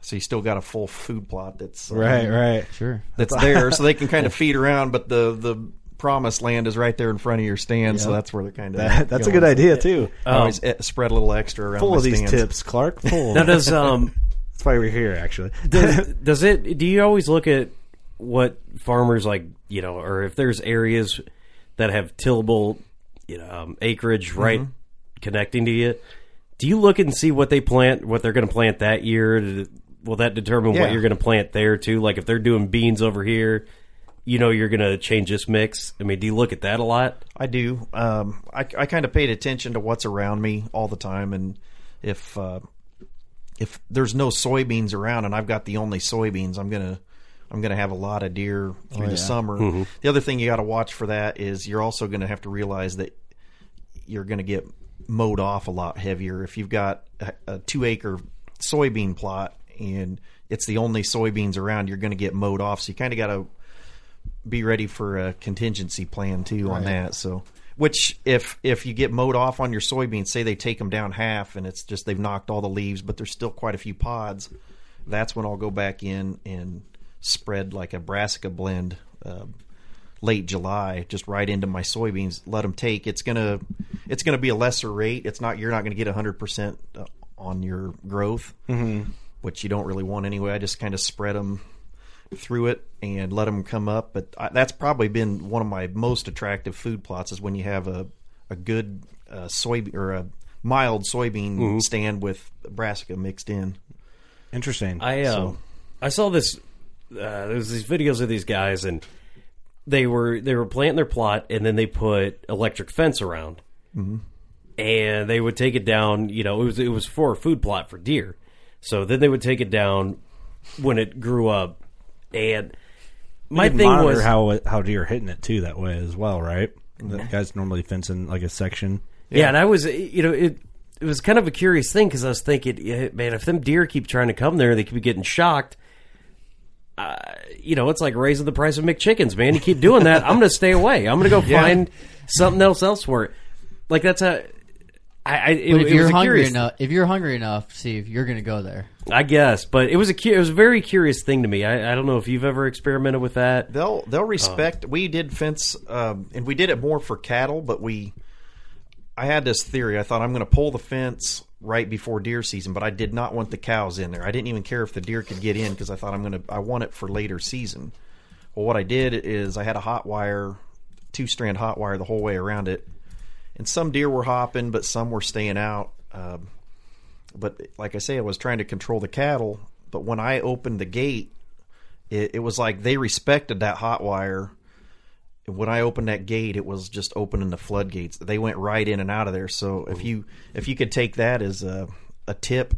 Speaker 6: So you still got a full food plot that's uh,
Speaker 9: Right,
Speaker 5: Mm-hmm.
Speaker 9: right.
Speaker 7: Sure.
Speaker 6: that's there, so they can kind of feed around. But the the promised land is right there in front of your stand, so
Speaker 9: Yeah.
Speaker 6: that's where they're kind of.
Speaker 9: That- that's a good idea, too.
Speaker 6: I always eh, spread a little extra around.
Speaker 9: Full
Speaker 6: my
Speaker 9: of these
Speaker 6: stands.
Speaker 9: tips, Clark. Full.
Speaker 5: Now, does, um,
Speaker 9: that's why we're here, actually.
Speaker 5: does, does it? Do you always look at what farmers like? You know, or if there's areas that have tillable, you know, um, acreage right
Speaker 6: Mhm.
Speaker 5: connecting to it. Do you look and see what they plant, what they're going to plant that year? Did it- Will that determine
Speaker 6: Yeah.
Speaker 5: what you're going to plant there too? Like if they're doing beans over here, you know, you're going to change this mix. I mean, do you look at that a lot?
Speaker 6: I do. Um, I, I kind of paid attention to what's around me all the time, and if uh, if there's no soybeans around, and I've got the only soybeans, I'm gonna I'm gonna have a lot of deer through
Speaker 9: Oh, yeah.
Speaker 6: the summer.
Speaker 5: Mhm.
Speaker 6: The other thing you got to watch for that is you're also gonna have to realize that you're gonna get mowed off a lot heavier if you've got a, a two acre soybean plot and it's the only soybeans around. You're gonna get mowed off, so you kind of got to be ready for a contingency plan too
Speaker 9: Right.
Speaker 6: on that. So, which if if you get mowed off on your soybeans, say they take them down half, and it's just they've knocked all the leaves, but there's still quite a few pods. That's when I'll go back in and spread like a brassica blend um, late July, just right into my soybeans. Let them take. It's gonna it's gonna be a lesser rate. It's not you're not gonna get hundred percent uh, on your growth
Speaker 9: Mhm.
Speaker 6: which you don't really want anyway. I just kind of spread them through it and let them come up. But I, that's probably been one of my most attractive food plots is when you have a a good uh, soy or a mild soybean
Speaker 5: Mhm.
Speaker 6: stand with brassica mixed in.
Speaker 9: Interesting.
Speaker 5: I uh,
Speaker 6: So-
Speaker 5: I saw this. Uh, there was these videos of these guys, and they were they were planting their plot, and then they put electric fence around,
Speaker 6: Mhm.
Speaker 5: and they would take it down. You know, it was it was for a food plot for deer, so then they would take it down when it grew up, and my
Speaker 9: can
Speaker 5: thing
Speaker 9: monitor
Speaker 5: was
Speaker 9: how how deer are hitting it too that way as well, right? The
Speaker 5: Mm-hmm.
Speaker 9: guys normally fencing like a section.
Speaker 5: Yeah, and I was, you know, it it was kind of a curious thing because I was thinking, yeah, man, if them deer keep trying to come there, they keep getting shocked. Uh, you know, it's like raising the price of McChickens, man. You keep doing that, I'm going to stay away. I'm going to go
Speaker 7: Yeah.
Speaker 5: find something else elsewhere. Like that's a, I, I it,
Speaker 7: But if
Speaker 5: it
Speaker 7: you're
Speaker 5: was a
Speaker 7: hungry
Speaker 5: curious,
Speaker 7: enough, if you're hungry enough, Steve, you're gonna go there.
Speaker 5: I guess, but it was a cu- it was a very curious thing to me. I, I don't know if you've ever experimented with that.
Speaker 6: They'll they'll respect. we did fence, um, and we did it more for cattle. But we, I had this theory. I thought I'm going to pull the fence right before deer season, but I did not want the cows in there. I didn't even care if the deer could get in because I thought I'm going to. I want it for later season. Well, what I did is I had a hot wire, two strand hot wire the whole way around it, and some deer were hopping, but some were staying out. Um, but like I say, I was trying to control the cattle. But when I opened the gate, it, it was like they respected that hot wire. And When I opened that gate, it was just opening the floodgates. They went right in and out of there. So if you if you could take that as a, a tip,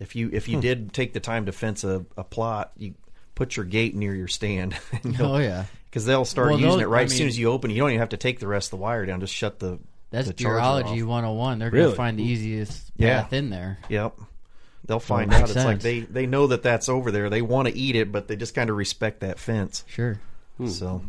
Speaker 6: if you if you
Speaker 7: Hmm.
Speaker 6: did take the time to fence a, a plot, you put your gate near your stand.
Speaker 7: Oh, yeah.
Speaker 6: because they'll start
Speaker 7: Well,
Speaker 6: using
Speaker 7: those-
Speaker 6: it right
Speaker 7: I
Speaker 6: as soon
Speaker 7: mean-
Speaker 6: as you open. it. You don't even have to take the rest of the wire down. Just shut the
Speaker 7: That's
Speaker 6: the charger
Speaker 7: deerology
Speaker 6: off.
Speaker 7: 101. They're gonna find the easiest
Speaker 6: Yeah.
Speaker 7: path in there.
Speaker 6: Yep. They'll find
Speaker 7: makes
Speaker 6: out. It's like
Speaker 7: sense.
Speaker 6: they, they know that that's over there. They want to eat it, but they just kind of respect that fence.
Speaker 7: Sure.
Speaker 6: So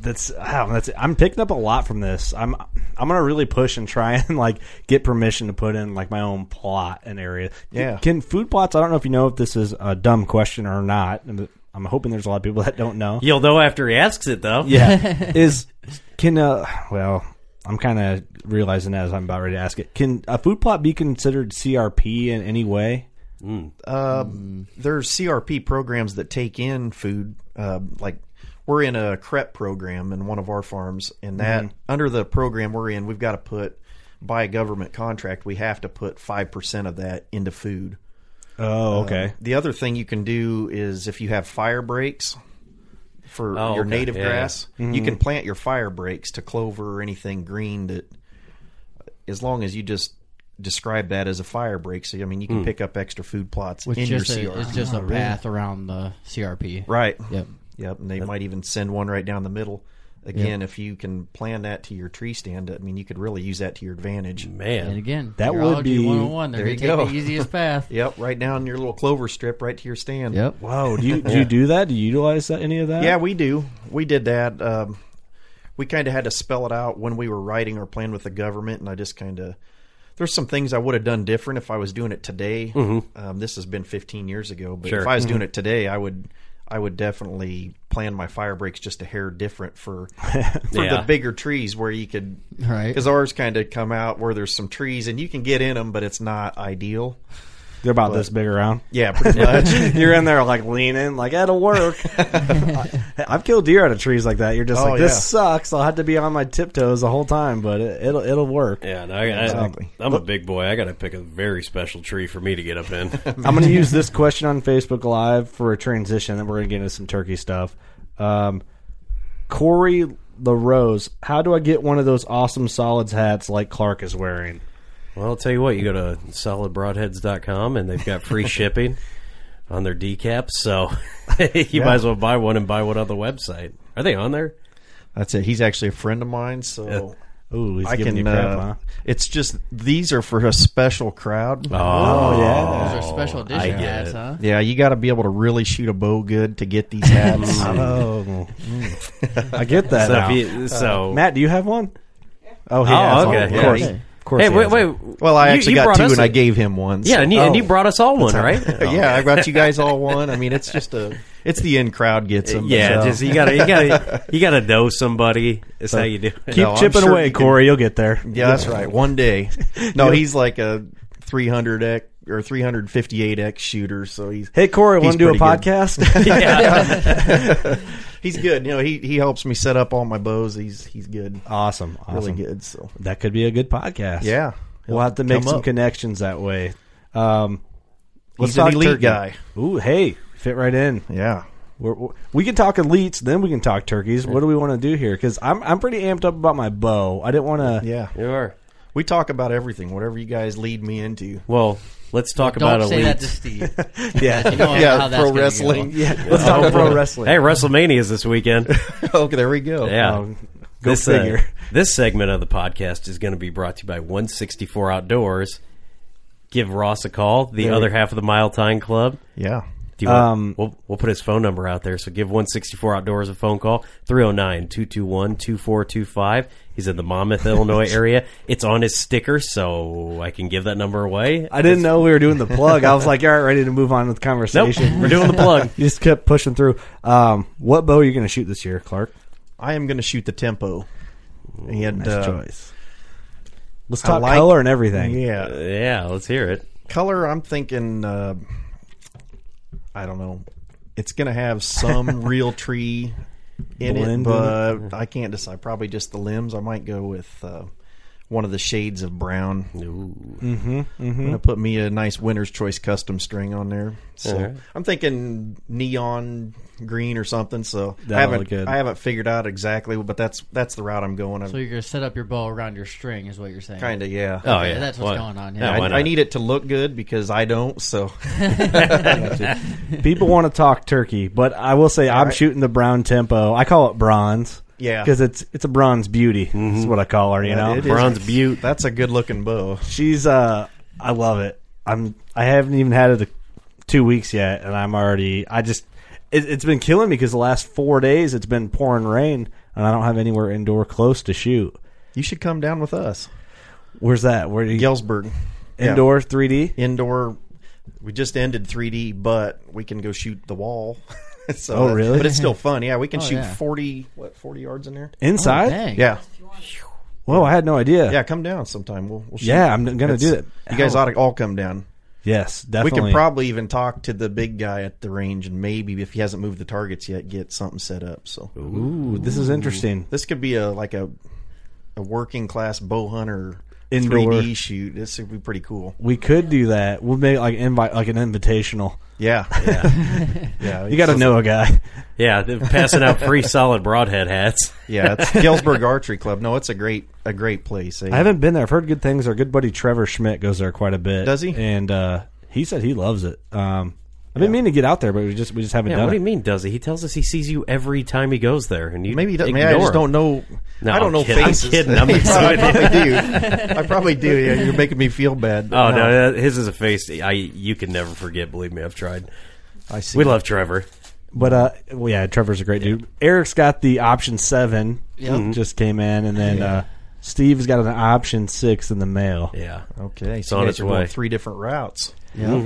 Speaker 9: that's wow, that's I'm picking up a lot from this. I'm I'm gonna really push and try and like get permission to put in like my own plot and area.
Speaker 6: Yeah.
Speaker 9: Can food plots? I don't know if you know if this is a dumb question or not. I'm hoping there's a lot of people that don't know.
Speaker 5: You'll know after he asks it, though.
Speaker 9: Yeah. is can uh well I'm kind of realizing that as I'm about ready to ask it. Can a food plot be considered CRP in any way?
Speaker 6: uh, there's CRP programs that take in food. Uh, like we're in a CREP program in one of our farms, and that
Speaker 7: Mm-hmm.
Speaker 9: Mhm.
Speaker 6: under the program we're in, we've got to put by a government contract, we have to put five percent of that into food.
Speaker 9: Oh, okay.
Speaker 6: Uh, the other thing you can do is if you have fire breaks for
Speaker 5: Oh,
Speaker 6: your
Speaker 5: okay.
Speaker 6: native
Speaker 5: Yeah,
Speaker 6: grass,
Speaker 5: yeah.
Speaker 6: you
Speaker 5: Mhm.
Speaker 7: Mm-hmm.
Speaker 6: can plant your fire breaks to clover or anything green that, as long as you just describe that as a fire break. So I mean, you can
Speaker 7: Hmm.
Speaker 6: pick up extra food plots
Speaker 7: Which
Speaker 6: in your
Speaker 7: just a,
Speaker 6: CRP.
Speaker 7: it's just a path around the CRP.
Speaker 6: Right.
Speaker 7: Yep.
Speaker 6: Yep. And they might even send one right down the middle. Again, if you can plan that to your tree stand, I mean, you could really use that to your advantage.
Speaker 5: Man.
Speaker 7: And again, That would be- 101. They're
Speaker 6: There
Speaker 7: gonna
Speaker 6: you
Speaker 7: take the easiest path.
Speaker 6: yep, right down your little clover strip, right to your stand.
Speaker 7: Yep.
Speaker 9: Wow. oh, Do you do you do that? Do you utilize that, any of that?
Speaker 6: Yeah, we do. We did that. Um, we kind of had to spell it out when we were writing our plan with the government, and I just kind of there's some things I would have done different if I was doing it today.
Speaker 5: Mhm.
Speaker 6: Um, this has been 15 years ago, but
Speaker 5: Sure.
Speaker 6: if I was doing
Speaker 5: Mhm.
Speaker 6: it today, I would I would definitely plan my fire breaks just a hair different for for
Speaker 5: Yeah.
Speaker 6: the bigger trees where you could
Speaker 7: Right.
Speaker 6: because ours kind of come out where there's some trees and you can get in them, but it's not ideal.
Speaker 9: They're about
Speaker 6: But-
Speaker 9: this big around.
Speaker 6: Yeah, pretty much.
Speaker 9: You're in there like leaning, like it'll work. I, have killed deer out of trees like that. You're just
Speaker 6: Oh,
Speaker 9: like, this
Speaker 6: yeah.
Speaker 9: sucks. I'll have to be on my tiptoes the whole time, but it, it'll it'll work.
Speaker 5: Yeah, no, I, I, I'm a big boy. I got to pick a very special tree for me to get up in.
Speaker 9: I'm going to use this question on Facebook Live for a transition, then we're going to get into some turkey stuff. Um, Corey LaRose, how do I get one of those awesome solids hats like Clark is wearing?
Speaker 5: Well, I'll tell you what, you go to solidbroadheads.com and they've got free shipping on their decaps, so you
Speaker 6: Yeah.
Speaker 5: might as well buy one and buy one on the website. Are they on there?
Speaker 6: That's it. He's actually a friend of mine, so
Speaker 9: Yeah. Ooh, he's
Speaker 6: I
Speaker 9: giving
Speaker 6: can.
Speaker 9: you crap,
Speaker 6: uh,
Speaker 9: huh?
Speaker 6: It's just these are for a special crowd.
Speaker 5: Oh,
Speaker 9: yeah.
Speaker 7: Those are special edition hats, huh?
Speaker 6: Yeah, you got to be able to really shoot a bow good to get these hats.
Speaker 5: Mm.
Speaker 9: Oh, I get that.
Speaker 5: So if
Speaker 9: now.
Speaker 6: Uh,
Speaker 5: you- so-
Speaker 9: Matt, do you have one? Oh, he has
Speaker 5: oh,
Speaker 9: one.
Speaker 5: okay.
Speaker 9: Of
Speaker 5: yeah.
Speaker 9: course,
Speaker 5: Okay.
Speaker 9: of course.
Speaker 5: Hey,
Speaker 9: he
Speaker 5: wait,
Speaker 9: has
Speaker 5: wait.
Speaker 9: one.
Speaker 6: well, I
Speaker 5: You-
Speaker 6: actually
Speaker 5: you
Speaker 6: got
Speaker 5: brought
Speaker 6: two,
Speaker 5: us
Speaker 6: and
Speaker 5: a-
Speaker 6: I gave him one.
Speaker 5: Yeah,
Speaker 6: so-
Speaker 5: and you, and
Speaker 6: Oh.
Speaker 5: you Oh. brought us all one,
Speaker 6: That's how-
Speaker 5: right?
Speaker 6: yeah, I brought you guys all one. I mean, it's just a. It's the in crowd gets them.
Speaker 5: Yeah,
Speaker 6: so.
Speaker 5: just you gotta you gotta you gotta know somebody. Is how you do. It.
Speaker 9: Keep
Speaker 6: No, I'm
Speaker 9: chipping
Speaker 6: sure
Speaker 9: away,
Speaker 6: you can-
Speaker 9: Corey. You'll get there.
Speaker 6: Yeah, that's right. One day. No, he's like a 300 x or 358 x shooter. So he's
Speaker 9: Hey, Corey,
Speaker 6: he's
Speaker 9: want to do a
Speaker 6: pretty good.
Speaker 9: podcast?
Speaker 5: yeah,
Speaker 6: He's good. You know, he he helps me set up all my bows. He's he's good,
Speaker 5: Oh,
Speaker 9: awesome, awesome.
Speaker 6: really good. So
Speaker 9: That could be a good podcast.
Speaker 6: yeah,
Speaker 9: we'll have to make
Speaker 6: Come
Speaker 9: some
Speaker 6: up.
Speaker 9: connections that way. Um,
Speaker 6: He's an elite
Speaker 9: turkey.
Speaker 6: guy.
Speaker 9: Ooh, hey, fit right in.
Speaker 6: Yeah.
Speaker 9: We're, we're- we can talk elites, then we can talk turkeys. What do we want to do here? Because I'm I'm pretty amped up about my bow. I didn't want to.
Speaker 6: Yeah.
Speaker 5: you are.
Speaker 6: We talk about everything, whatever you guys lead me into.
Speaker 5: Well, let's talk
Speaker 7: Don't about say elite. that to Steve.
Speaker 6: yeah,
Speaker 7: You don't know how
Speaker 6: yeah,
Speaker 7: that's
Speaker 6: pro
Speaker 7: gonna go.
Speaker 6: wrestling.
Speaker 7: Yeah,
Speaker 6: let's
Speaker 5: Oh,
Speaker 6: talk about pro
Speaker 5: boy.
Speaker 6: wrestling.
Speaker 5: Hey, WrestleMania is this weekend.
Speaker 6: okay, there we go.
Speaker 5: Yeah.
Speaker 6: Um, go
Speaker 5: this, uh,
Speaker 6: figure.
Speaker 5: this segment of the podcast is going to be brought to you by 164 Outdoors. Give Ross a call, the
Speaker 6: There we-
Speaker 5: other half of the Mile Time Club.
Speaker 6: yeah,
Speaker 5: Do you want,
Speaker 9: Um,
Speaker 5: we'll, we'll put his phone number out there. So give 164 Outdoors a phone call, 309 221 2425. He's in the Monmouth, Illinois area. It's on his sticker, so I can give that number away.
Speaker 9: I didn't know we were doing the plug. I was like, all right, ready to move on with
Speaker 5: Nope,
Speaker 9: conversation.
Speaker 5: we're doing the plug.
Speaker 9: You just kept pushing through. Um, what bow are you going to shoot this year, Clark?
Speaker 6: I am going to shoot the tempo. And
Speaker 9: Nice
Speaker 6: uh,
Speaker 9: choice. Let's
Speaker 6: I
Speaker 9: talk
Speaker 6: like-
Speaker 9: color and everything.
Speaker 6: Yeah,
Speaker 5: Yeah, let's hear it.
Speaker 6: color i'm thinking uh, i don't know it's gonna have some real tree in
Speaker 9: Blend in it?
Speaker 6: it but i can't decide probably just the limbs i might go with uh, one of the shades of brown Mm. i'm gonna put me a nice winner's choice custom string on there so
Speaker 5: Alright.
Speaker 6: i'm thinking neon green or something so i
Speaker 9: That'll
Speaker 6: haven't
Speaker 9: look good.
Speaker 6: i haven't figured out exactly but that's that's the route i'm going
Speaker 7: So you're gonna set up your bow around your string, is what you're saying?
Speaker 6: kind of yeah
Speaker 5: Oh,
Speaker 7: Okay,
Speaker 5: yeah.
Speaker 7: that's what's
Speaker 5: Why-
Speaker 7: going on here.
Speaker 5: Yeah,
Speaker 6: I,
Speaker 5: why not?
Speaker 6: I need it to look good because i don't so
Speaker 9: People want to talk turkey, but I will say I'm shooting the brown tempo. I call it bronze.
Speaker 6: Yeah. Mm-hmm.
Speaker 9: because it's it's a bronze beauty. That's what I call her. You know,
Speaker 6: It is-
Speaker 5: Bronze Butte.
Speaker 6: That's a good looking bow.
Speaker 9: she's uh, I love it. I'm I haven't even had it a, two weeks yet, and I'm already I just it, it's been killing me because the last four days it's been pouring rain, and I don't have anywhere indoor close to shoot.
Speaker 6: You should come down with us,
Speaker 9: Where's that? Where do you
Speaker 6: Galesburg.
Speaker 9: indoor 3D?
Speaker 6: Yeah. indoor. We just ended 3D, but we can go shoot the wall. so
Speaker 9: Oh, really?
Speaker 6: But it's still fun. Yeah, we can shoot
Speaker 7: Oh, yeah.
Speaker 6: 40 what 40 yards in there.
Speaker 9: Inside?
Speaker 7: Oh, dang.
Speaker 6: Yeah,
Speaker 9: Whoa, I had no idea.
Speaker 6: yeah. Come down sometime. We'll, we'll shoot.
Speaker 9: Yeah, I'm gonna do that.
Speaker 6: You guys
Speaker 9: How-
Speaker 6: ought to all come down.
Speaker 9: Yes, definitely.
Speaker 6: We can probably even talk to the big guy at the range, and maybe if he hasn't moved the targets yet, get something set up. So
Speaker 9: Ooh, this is interesting.
Speaker 6: this could be a like a a working class bow hunter
Speaker 9: Indoor.
Speaker 6: 3D shoot. This would be pretty cool.
Speaker 9: We could do that. We'll make like invite, like an invitational.
Speaker 6: Yeah, yeah. yeah
Speaker 9: You got to know a guy.
Speaker 5: Yeah, they're passing out free solid broadhead hats.
Speaker 6: Yeah, it's Galesburg Archery Club. No, it's a great a great place. eh?
Speaker 9: I haven't been there. I've heard good things. Our good buddy Trevor Schmidt goes there quite a bit.
Speaker 6: Does he?
Speaker 9: And uh, he said he loves it. Um, I've been meaning to get out there, but we just we just haven't
Speaker 5: Yeah,
Speaker 9: done
Speaker 5: what do
Speaker 9: it.
Speaker 5: you mean? Does he? He tells us he sees you every time he goes there, and you
Speaker 6: maybe he does, maybe
Speaker 5: ignore
Speaker 6: I just
Speaker 5: him.
Speaker 6: don't know.
Speaker 5: No,
Speaker 6: I don't
Speaker 5: I'm
Speaker 6: know
Speaker 5: kidding. I'm
Speaker 6: faces.
Speaker 5: kidding. I'm
Speaker 6: Yeah, I
Speaker 5: excited.
Speaker 6: probably do. I probably do. Yeah, you're making me feel bad.
Speaker 5: Oh
Speaker 6: Uh-huh.
Speaker 5: no, that- his is a face I you can never forget. Believe me, I've tried.
Speaker 6: I see.
Speaker 5: We love Trevor.
Speaker 9: But uh, well, yeah, Trevor's a great dude. Eric's got the option seven.
Speaker 7: Yep.
Speaker 9: just came in, and then uh, Steve's got an option six in the mail.
Speaker 5: Yeah,
Speaker 6: Okay,
Speaker 5: It's
Speaker 6: so
Speaker 5: on
Speaker 6: you
Speaker 5: its
Speaker 6: guys are
Speaker 5: way.
Speaker 6: going three different routes. Mm-hmm.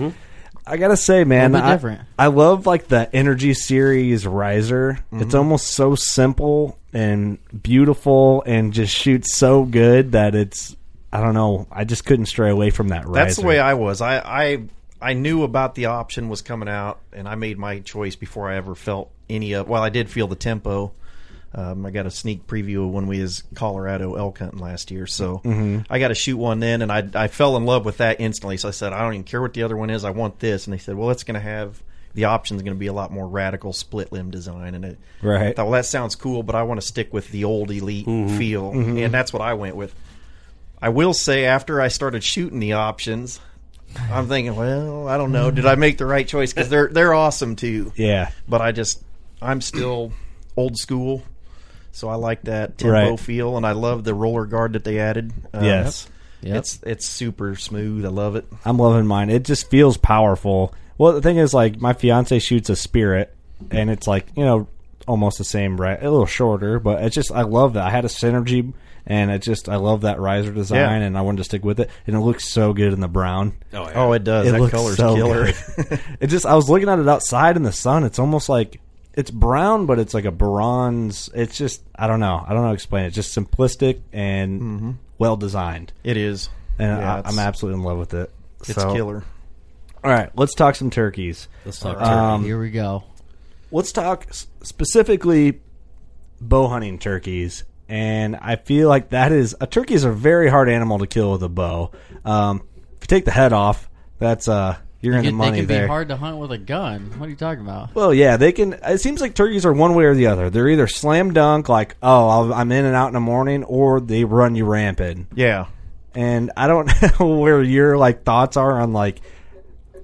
Speaker 9: I gotta say, man,
Speaker 7: Little bit
Speaker 9: I,
Speaker 7: different.
Speaker 9: I love like the Energy Series riser.
Speaker 6: Mm-hmm.
Speaker 9: It's almost so simple and beautiful, and just shoots so good that it's. I don't know. I just couldn't stray away from that riser.
Speaker 6: That's the way I was. I, I I knew about the option was coming out, and I made my choice before I ever felt any of. Well, I did feel the tempo. Um, I got a sneak preview of when we was Colorado elk hunting last year, so I got to shoot one then, and I I fell in love with that instantly. So I said, I don't even care what the other one is, I want this. And they said, well, it's going to have the option's going to be a lot more radical split limb design, and it
Speaker 9: Right. Mm-hmm.
Speaker 6: I thought, well, that sounds cool, but I want to stick with the old elite feel, and that's what I went with. I will say, after I started shooting the options, I'm thinking, well, I don't know, did I make the right choice? Because they're they're awesome too.
Speaker 9: Yeah.
Speaker 6: But I just, I'm still old school, so I like that tempo
Speaker 9: Right.
Speaker 6: feel, and I love the roller guard that they added. Um,
Speaker 9: yes.
Speaker 7: Yep.
Speaker 6: it's it's super smooth. I love it.
Speaker 9: I'm loving mine. It just feels powerful. Well, the thing is, like, my fiance shoots a spirit, and it's like you know almost the same, right? A little shorter, but it's just I love that. I had a synergy, and it just I love that riser design,
Speaker 6: Yeah.
Speaker 9: and I wanted to stick with it, and it looks so good in the brown.
Speaker 5: Oh, yeah.
Speaker 6: Oh, it does.
Speaker 9: It
Speaker 6: that
Speaker 9: looks
Speaker 6: color's
Speaker 9: so
Speaker 6: killer.
Speaker 9: good. it just I was looking at it outside in the sun. It's almost like it's brown, but it's like a bronze. It's just I don't know. I don't know how to explain it. It's just simplistic and well designed,
Speaker 6: it is.
Speaker 9: and
Speaker 6: Mm-hmm. Yeah,
Speaker 9: I,
Speaker 6: it's-
Speaker 9: I'm absolutely in love with it.
Speaker 6: It's
Speaker 9: So-
Speaker 6: killer.
Speaker 9: all right, let's talk some turkeys.
Speaker 5: Let's talk turkey.
Speaker 9: Um,
Speaker 7: Here we go.
Speaker 9: let's talk s- specifically bow hunting turkeys. And I feel like that is a turkey is a very hard animal to kill with a bow. Um, if you take the head off, that's uh, you're in
Speaker 7: It,
Speaker 9: the
Speaker 7: they
Speaker 9: money
Speaker 7: can
Speaker 9: there.
Speaker 7: be hard to hunt with a gun. What are you talking about?
Speaker 9: Well, yeah, they can. It seems like turkeys are one way or the other. They're either slam dunk, like oh, I'll, I'm in and out in the morning, or they run you rampant.
Speaker 6: Yeah.
Speaker 9: and I don't know where your like thoughts are on like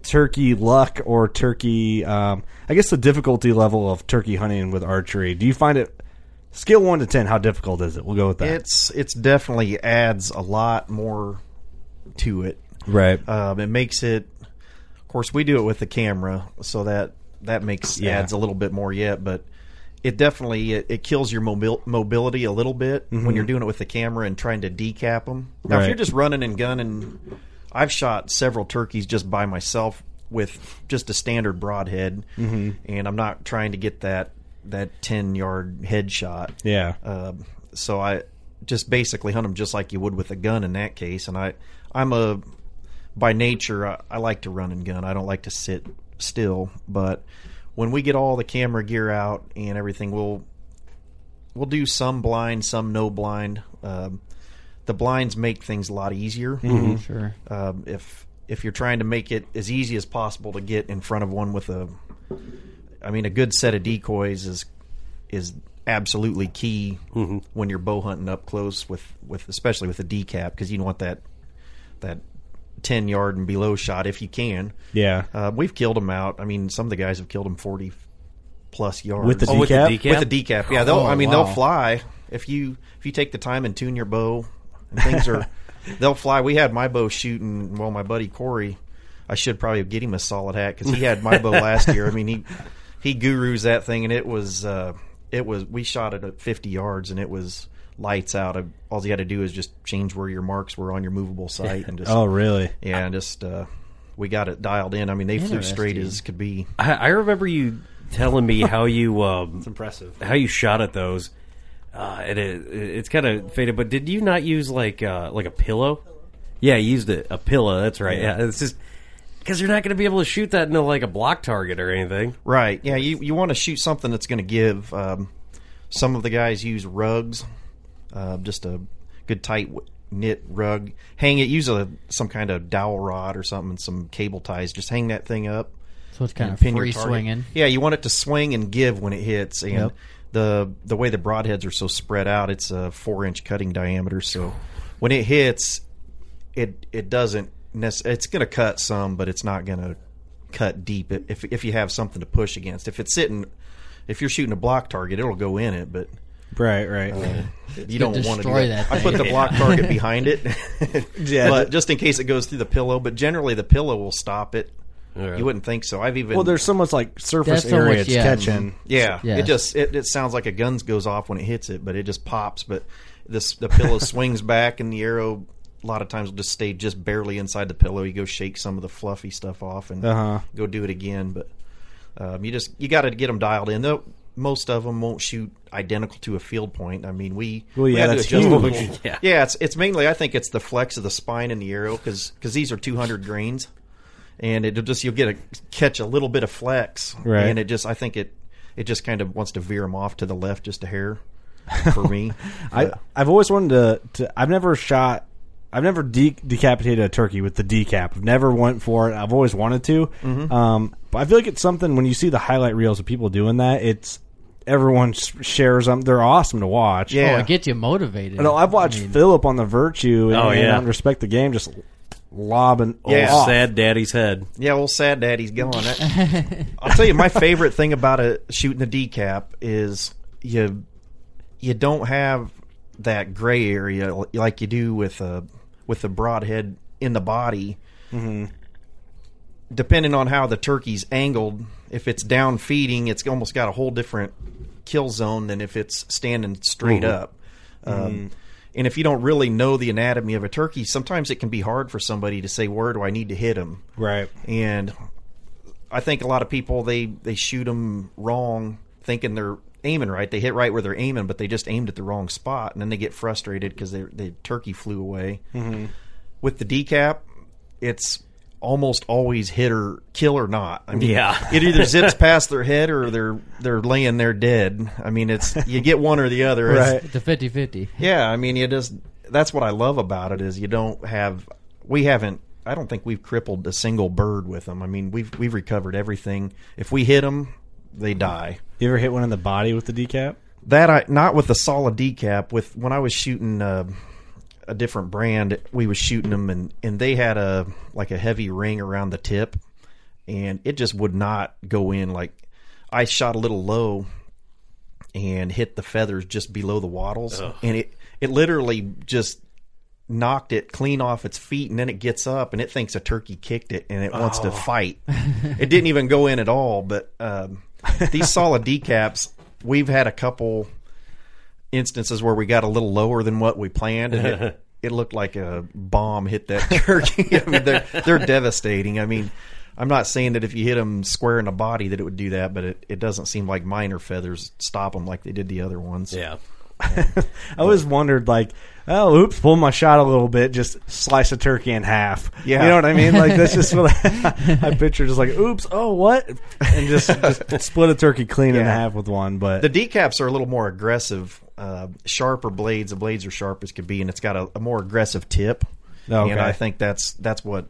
Speaker 9: turkey luck or turkey. Um, I guess the difficulty level of turkey hunting with archery. Do you find it scale one to ten? How difficult is it? We'll go with that.
Speaker 6: It's it's definitely adds a lot more to it.
Speaker 9: Right.
Speaker 6: Um, it makes it. Of course, we do it with the camera, so that that makes
Speaker 9: Yeah.
Speaker 6: adds a little bit more yet, but. It definitely it, it kills your mobil- mobility a little bit when
Speaker 9: Mhm.
Speaker 6: you're doing it with the camera and trying to decap them. Now, if
Speaker 9: Right.
Speaker 6: you're just running and gunning, I've shot several turkeys just by myself with just a standard broadhead,
Speaker 9: Mhm.
Speaker 6: and I'm not trying to get that that ten yard headshot.
Speaker 9: Yeah.
Speaker 6: Um, so I just basically hunt them just like you would with a gun in that case. And I, I'm a by nature I, I like to run and gun. I don't like to sit still. But when we get all the camera gear out and everything, we'll we'll do some blind, some no blind. Um, the blinds make things a lot easier.
Speaker 7: Mhm, Sure.
Speaker 6: Um, if if you're trying to make it as easy as possible to get in front of one with a, I mean, a good set of decoys is is absolutely key
Speaker 9: Mm-hmm.
Speaker 6: when you're bow hunting up close with with especially with a decap because you don't want that that ten yard and below shot if you can.
Speaker 9: Yeah.
Speaker 6: Uh, we've killed them out. I mean, some of the guys have killed them forty plus yards
Speaker 9: With the Oh, with the decap?
Speaker 6: With the decap, yeah. They'll,
Speaker 9: Oh,
Speaker 6: I mean,
Speaker 9: wow.
Speaker 6: they'll fly if you if you take the time and tune your bow. And things are, they'll fly. We had my bow shooting. Well, my buddy Corey, I should probably get him a solid hat because he had my bow last year. I mean, he he gurus that thing, and it was uh, it was we shot it at fifty yards, and it was lights out. All you had to do is just change where your marks were on your movable sight, and just
Speaker 9: Oh, really?
Speaker 6: yeah, and just uh, we got it dialed in. I mean, they flew straight
Speaker 7: Interesting.
Speaker 6: as could be.
Speaker 5: I, I remember you telling me how you um, it's
Speaker 9: impressive.
Speaker 5: how you shot at those. Uh, and it, it's kind of faded, but did you not use like uh, like a pillow? Yeah, you used a, a pillow. That's right. Yeah,
Speaker 6: Yeah.
Speaker 5: it's just because you're not going to be able to shoot that into like a block target or anything.
Speaker 6: Right. Yeah. You you want to shoot something that's going to give. Um, some of the guys use rugs, uh, just a good tight w- knit rug. Hang it. Use a some kind of dowel rod or something, and some cable ties. Just hang that thing up.
Speaker 7: So it's kind
Speaker 6: and
Speaker 7: of
Speaker 6: pin your
Speaker 7: free
Speaker 6: target.
Speaker 7: swinging.
Speaker 6: Yeah, you want it to swing and give when it hits, and
Speaker 7: Yep.
Speaker 6: the the way the broadheads are so spread out, it's a four inch cutting diameter. So when it hits, it it doesn't. Nec- it's going to cut some, but it's not going to cut deep i- if if you have something to push against. If it's sitting, if you're shooting a block target, it'll go in it, but.
Speaker 9: Right. Right.
Speaker 6: You
Speaker 7: gonna
Speaker 6: don't want to do
Speaker 7: destroy
Speaker 6: that.
Speaker 7: that
Speaker 6: I put
Speaker 7: thing.
Speaker 6: the block target behind it,
Speaker 9: Yeah.
Speaker 6: but just in case it goes through the pillow. But generally, the pillow will stop it.
Speaker 5: Yeah.
Speaker 6: You wouldn't think so. I've even
Speaker 9: Well, there's so much like surface
Speaker 7: That's so
Speaker 9: area
Speaker 7: much-
Speaker 9: it's
Speaker 7: yeah.
Speaker 9: catching.
Speaker 6: yeah,
Speaker 7: Yeah.
Speaker 6: it just it, it sounds like a gun goes off when it hits it, but it just pops. But this the pillow swings back, and the arrow a lot of times will just stay just barely inside the pillow. You go shake some of the fluffy stuff off and
Speaker 9: Uh-huh.
Speaker 6: go do it again. But um, you just you got to get them dialed in. Though most of them won't shoot identical to a field point. I mean, we
Speaker 9: Well,
Speaker 6: we
Speaker 9: yeah,
Speaker 6: had to
Speaker 9: that's
Speaker 6: adjust a
Speaker 9: huge.
Speaker 6: little-
Speaker 5: Yeah.
Speaker 6: yeah, it's it's mainly I think it's the flex of the spine and the arrow because these are 200 grains. And it'll just you'll get a catch a little bit of flex,
Speaker 9: Right.
Speaker 6: And it just I think it it just kind of wants to veer him off to the left just a hair for me.
Speaker 9: I
Speaker 6: But-
Speaker 9: I've always wanted to, to I've never shot I've never de- decapitated a turkey with the decap. I've never went for it. I've always wanted to. Um, but I feel like it's something when you see the highlight reels of people doing that, it's everyone sh- shares them. They're awesome to watch.
Speaker 6: Yeah.
Speaker 7: Oh, it gets you motivated.
Speaker 9: No, I've watched Philip on the Virtue and,
Speaker 5: Oh, yeah.
Speaker 9: and on Respect the Game just lobbing
Speaker 6: Yeah.
Speaker 9: off.
Speaker 5: Sad daddy's head.
Speaker 6: yeah, old sad daddy's gone. That- I'll tell you my favorite thing about a shooting a decap is you you don't have that gray area like you do with a with the broadhead in the body. Depending on how the turkey's angled, if it's down feeding, it's almost got a whole different kill zone than if it's standing straight up. Um, And if you don't really know the anatomy of a turkey, sometimes it can be hard for somebody to say, "Where do I need to hit him?"
Speaker 9: Right.
Speaker 6: and I think a lot of people they they shoot them wrong, thinking they're aiming right. They hit right where they're aiming, but they just aimed at the wrong spot, and then they get frustrated because the turkey flew away. With the decap, it's almost always hit or kill or not. I mean,
Speaker 5: Yeah.
Speaker 6: it either zips past their head or they're they're laying there dead. I mean, it's you get one or the other. It's-
Speaker 9: Right.
Speaker 7: It's a 50-50.
Speaker 6: yeah, I mean, you just that's what I love about it is you don't have we haven't I don't think we've crippled a single bird with them. I mean, we've we've recovered everything. If we hit them, they die.
Speaker 9: You ever hit one in the body with the decap?
Speaker 6: That I not with a solid decap. With when I was shooting uh, a different brand. We was shooting them, and and they had a like a heavy ring around the tip, and it just would not go in. Like I shot a little low, and hit the feathers just below the wattles,
Speaker 5: Ugh.
Speaker 6: and it it literally just knocked it clean off its feet and then it gets up and it thinks a turkey kicked it and it wants
Speaker 5: Oh.
Speaker 6: to fight it didn't even go in at all but um, these solid decaps we've had a couple instances where we got a little lower than what we planned, and it, it looked like a bomb hit that turkey. I mean, they're they're devastating. I mean, I'm not saying that if you hit them square in the body that it would do that, but it, it doesn't seem like minor feathers stop them like they did the other ones.
Speaker 5: Yeah.
Speaker 9: I always wondered, like, oh, oops, pull my shot a little bit, just slice a turkey in half.
Speaker 6: Yeah.
Speaker 9: you know what I mean. Like that's just what I, I picture. Just like, oops, oh, what? And just, just split a turkey clean in
Speaker 6: Yeah.
Speaker 9: half with one. But
Speaker 6: The decaps are a little more aggressive, uh, sharper blades. The blades are sharp as could be, and it's got a, a more aggressive tip.
Speaker 9: Okay.
Speaker 6: And I think that's that's what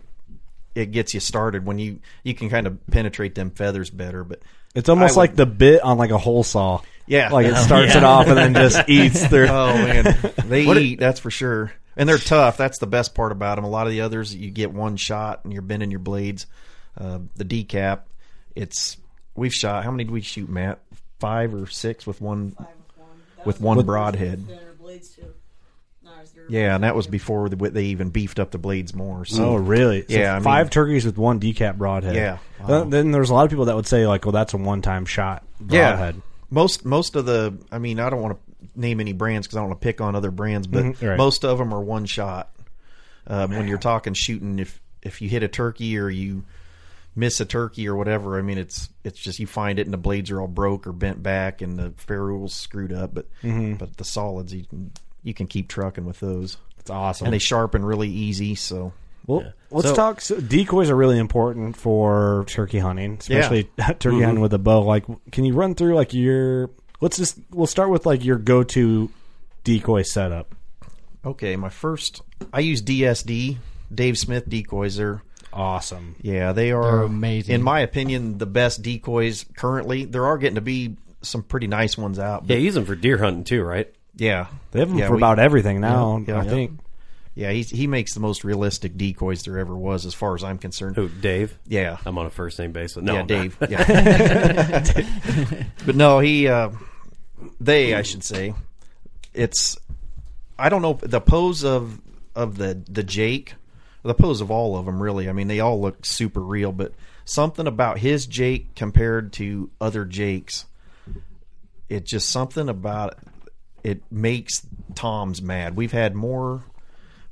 Speaker 6: it gets you started when you you can kind of penetrate them feathers better. But
Speaker 9: it's almost
Speaker 6: I would-
Speaker 9: like the bit on like a hole saw.
Speaker 6: Yeah.
Speaker 9: like it
Speaker 6: Oh,
Speaker 9: starts
Speaker 6: yeah.
Speaker 9: it off and then just eats through.
Speaker 6: Oh man, they
Speaker 9: What it-
Speaker 6: eat. that's for sure. And they're tough. That's the best part about them. A lot of the others, you get one shot and you're bending your blades. Uh, the decap, it's we've shot. How many did we shoot, Matt? Five or six with one with one broadhead. Yeah, and that was before the, they even beefed up the blades more. So
Speaker 9: oh, really? So
Speaker 6: Yeah, I mean-
Speaker 9: five turkeys with one decap broadhead.
Speaker 6: Yeah.
Speaker 9: Then, then there's a lot of people that would say like, well, that's a one-time shot broadhead.
Speaker 6: Yeah. Most most of the I mean, I don't want to name any brands because I don't want to pick on other brands, but
Speaker 9: Mhm, right.
Speaker 6: most of them are one shot. Um, when you're talking shooting, if if you hit a turkey or you miss a turkey or whatever, I mean, it's it's just you find it and the blades are all broke or bent back and the ferrules screwed up, but
Speaker 9: Mhm.
Speaker 6: but the solids you can you can keep trucking with those.
Speaker 9: It's awesome.
Speaker 6: And they sharpen really easy, so
Speaker 9: Well, let's
Speaker 6: So-
Speaker 9: talk. So decoys are really important for turkey hunting, especially turkey
Speaker 6: Mhm.
Speaker 9: hunting with a bow. Like, can you run through like your? Let's just we'll start with like your go-to decoy setup.
Speaker 6: Okay, my first I use DSD, Dave Smith decoys. They're
Speaker 9: Awesome.
Speaker 6: Yeah, they are
Speaker 7: They're amazing.
Speaker 6: In my opinion, the best decoys currently. There are getting to be some pretty nice ones out.
Speaker 5: Yeah,
Speaker 6: But
Speaker 5: use them for deer hunting too, right?
Speaker 6: yeah,
Speaker 9: They have them
Speaker 6: Yeah,
Speaker 9: for
Speaker 6: we-
Speaker 9: about everything now.
Speaker 6: Yeah,
Speaker 9: I
Speaker 6: yeah.
Speaker 9: think.
Speaker 6: yeah. He he makes the most realistic decoys there ever was, as far as I'm concerned.
Speaker 5: Who, Dave?
Speaker 6: Yeah,
Speaker 5: I'm on a first name basis. No,
Speaker 6: yeah,
Speaker 5: I'm not.
Speaker 6: Dave. Yeah. but no, he, uh, they, I should say, it's. I don't know the pose of of the the Jake, the pose of all of them. Really, I mean, they all look super real, but something about his Jake compared to other Jakes, it just something about it makes Tom's mad. We've had more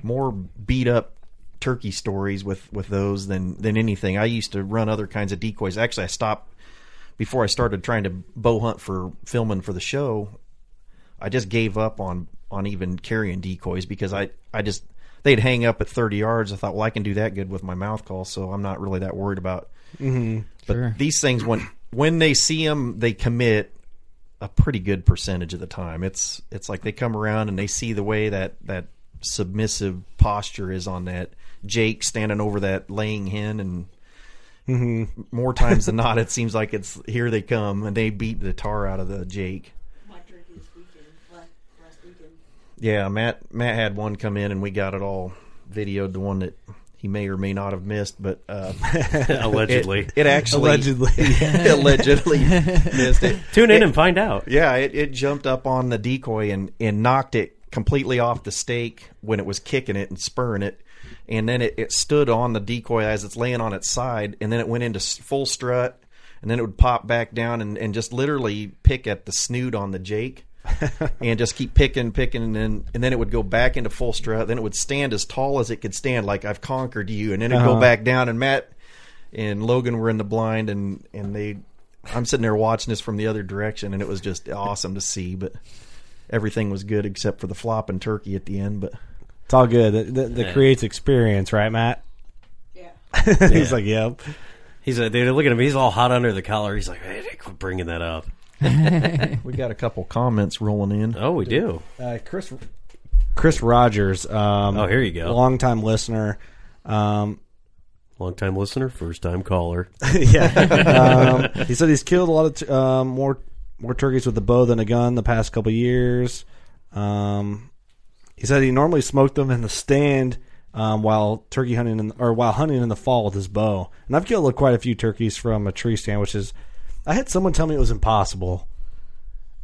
Speaker 6: more beat up turkey stories with with those than than anything. I used to run other kinds of decoys. Actually, I stopped before I started trying to bow hunt for filming for the show. I just gave up on on even carrying decoys because I I just they'd hang up at 30 yards. I thought, well, I can do that good with my mouth call, so I'm not really that worried about. But
Speaker 7: Sure.
Speaker 6: these things when when they see them, they commit a pretty good percentage of the time. It's it's like they come around and they see the way that that submissive posture is on that Jake standing over that laying hen, and more times than not, it seems like it's here they come and they beat the tar out of the Jake. Yeah, Matt Matt had one come in and we got it all videoed. The one that he may or may not have missed, but uh,
Speaker 5: Allegedly.
Speaker 6: it, it actually
Speaker 9: Allegedly.
Speaker 6: allegedly missed it.
Speaker 5: Tune in and find out.
Speaker 6: Yeah, it, it jumped up on the decoy and, and knocked it completely off the stake when it was kicking it and spurring it. And then it, it stood on the decoy as it's laying on its side. And then it went into s- full strut. And then it would pop back down and, and just literally pick at the snoot on the Jake. and just keep picking, picking, and then and then it would go back into full strut. Then it would stand as tall as it could stand, like I've conquered you. And then it'd go back down. And Matt and Logan were in the blind, and and they, I'm sitting there watching this from the other direction, and it was just awesome to see. But everything was good except for the flopping turkey at the end. But
Speaker 9: It's all good. That, that, that
Speaker 5: Yeah.
Speaker 9: creates experience, right, Matt? Yeah. He's like, yep.
Speaker 5: He's a dude. Look at him. He's all hot under the collar. He's like, hey, quit bringing that up.
Speaker 6: we got a couple comments rolling in.
Speaker 5: Oh, we do.
Speaker 9: Uh, Chris Chris Rogers. Um,
Speaker 5: Oh, here you go.
Speaker 9: Longtime listener. Um,
Speaker 5: Long time listener, first time caller.
Speaker 9: yeah. Um, he said he's killed a lot of t- um, more more turkeys with a bow than a gun the past couple years. Um, He said he normally smoked them in the stand um, while turkey hunting in, or while hunting in the fall with his bow. And I've killed quite a few turkeys from a tree stand, which is I had someone tell me it was impossible.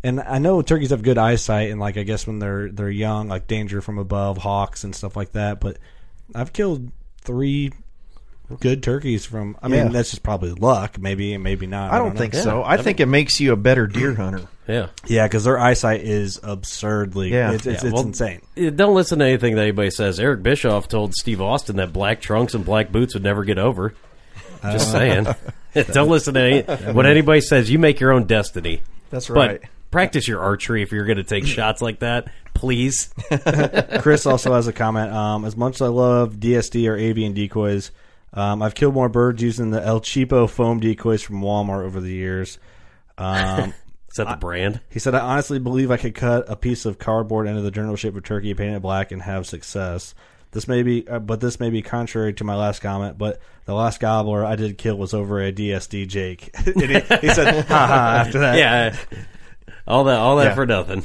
Speaker 9: And I know turkeys have good eyesight, and like I guess when they're they're young, like danger from above, hawks and stuff like that. But I've killed three good turkeys from. I mean,
Speaker 6: Yeah.
Speaker 9: that's just probably luck, maybe and maybe not.
Speaker 6: I don't,
Speaker 9: know.
Speaker 6: think so. I think it makes you a better deer hunter.
Speaker 5: Yeah.
Speaker 9: Yeah, because their eyesight is absurdly.
Speaker 6: Yeah.
Speaker 9: it's, it's,
Speaker 5: Yeah,
Speaker 9: it's
Speaker 5: well,
Speaker 9: insane.
Speaker 5: yeah, Don't listen to anything that anybody says. Eric Bischoff told Steve Austin that black trunks and black boots would never get over. Just
Speaker 6: Oh.
Speaker 5: saying. don't listen to any, what anybody says. You make your own destiny.
Speaker 6: That's right.
Speaker 5: But practice your archery if you're going to take shots like that, please.
Speaker 9: Chris also has a comment. Um, as much as I love DSD or avian decoys, um, I've killed more birds using the El Cheapo foam decoys from Walmart over the years. Um,
Speaker 5: Is that the brand?
Speaker 9: He said, I honestly believe I could cut a piece of cardboard into the journal shape of turkey, paint it black, and have success. This may be, uh, but this may be contrary to my last comment. But the last gobbler I did kill was over a DSD Jake. And he, he said, "Ha ha!" After that,
Speaker 5: yeah. All that, all that
Speaker 9: Yeah.
Speaker 5: for nothing.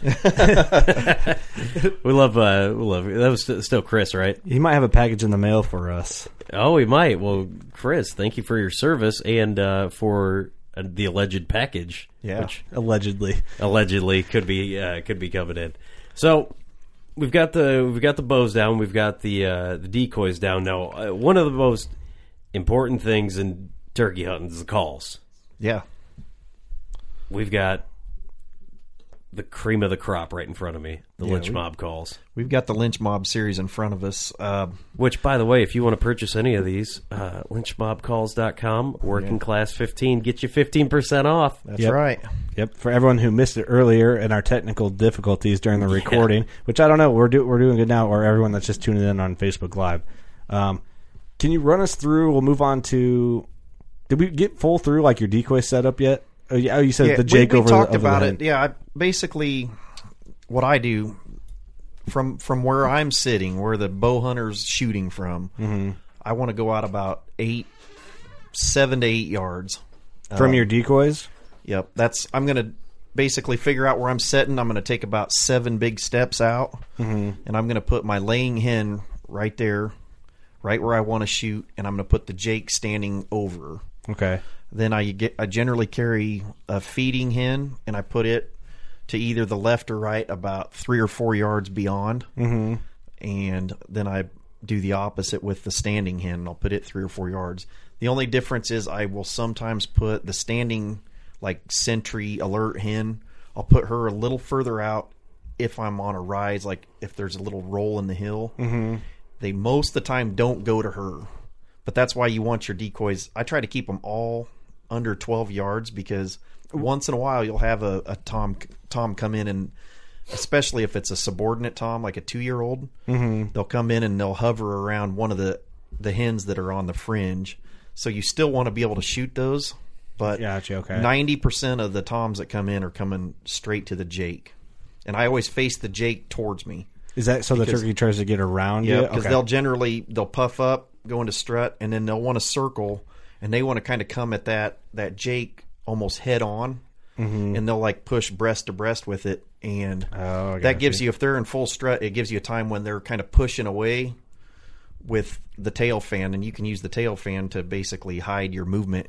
Speaker 5: we love, uh, we love. That was st- still Chris, right?
Speaker 9: he might have a package in the mail for us.
Speaker 5: Oh, we might. Well, Chris, thank you for your service and uh, for uh, the alleged package.
Speaker 9: Yeah,
Speaker 5: which
Speaker 9: allegedly.
Speaker 5: allegedly could be uh, could be coming in. So we've got the we've got the bows down. We've got the uh, the decoys down. Now, uh, one of the most important things in turkey hunting is the calls.
Speaker 6: Yeah.
Speaker 5: We've got the cream of the crop right in front of me. The
Speaker 6: Yeah,
Speaker 5: lynch
Speaker 6: we-
Speaker 5: mob calls.
Speaker 6: We've got the lynch mob series in front of us. Uh,
Speaker 5: Which, by the way, if you want to purchase any of these, uh, lynchmobcalls.com, working class 15, get you 15% off.
Speaker 6: that's right.
Speaker 9: Yep. For everyone who missed it earlier and our technical difficulties during the recording, which I don't know, we're do, we're doing good now, or everyone that's just tuning in on Facebook Live. Um, can you run us through? We'll move on to. Did we get full through like your decoy setup yet? Oh, yeah, oh, you said
Speaker 6: Yeah,
Speaker 9: the Jake
Speaker 6: we, we
Speaker 9: over.
Speaker 6: talked
Speaker 9: the, over
Speaker 6: about
Speaker 9: the
Speaker 6: it. Yeah, I, basically, what I do from from where I'm sitting, where the bow hunter's shooting from,
Speaker 9: Mm-hmm.
Speaker 6: I want to go out about eight, seven to eight yards.
Speaker 9: head.
Speaker 6: um,
Speaker 9: from your decoys.
Speaker 6: Yep, that's I'm gonna basically figure out where I'm sitting. I'm gonna take about seven big steps out,
Speaker 9: Mm-hmm.
Speaker 6: and I'm gonna put my laying hen right there, right where I want to shoot, and I'm gonna put the Jake standing over.
Speaker 9: Okay.
Speaker 6: Then I get I generally carry a feeding hen and I put it to either the left or right about three or four yards beyond, mm-hmm. and then I do the opposite with the standing hen. and I'll put it three or four yards. The only difference is I will sometimes put the standing like sentry alert hen. I'll put her a little further out if I'm on a rise, like if there's a little roll in the hill. Mm-hmm. They most of the time don't go to her but that's why you want your decoys. I try to keep them all under 12 yards because once in a while you'll have a, a tom tom come in and especially if it's a subordinate tom like a two year old
Speaker 9: Mm-hmm.
Speaker 6: they'll come in and they'll hover around one of the the hens that are on the fringe so you still want to be able to shoot those but
Speaker 9: Gotcha, okay.
Speaker 6: 90% of the toms that come in are coming straight to the jake and i always face the jake towards me
Speaker 9: Is that so?
Speaker 6: Because-
Speaker 9: the turkey tries to get around
Speaker 6: yeah,
Speaker 9: you.
Speaker 6: because
Speaker 9: Okay.
Speaker 6: they'll generally they'll puff up, go into strut, and then they'll want to circle, and they want to kind of come at that that Jake almost head on,
Speaker 9: Mm-hmm.
Speaker 6: and they'll like push breast to breast with it, and
Speaker 9: Oh, I
Speaker 6: that
Speaker 9: got
Speaker 6: gives you if they're in full strut, it gives you a time when they're kind of pushing away with the tail fan, and you can use the tail fan to basically hide your movement.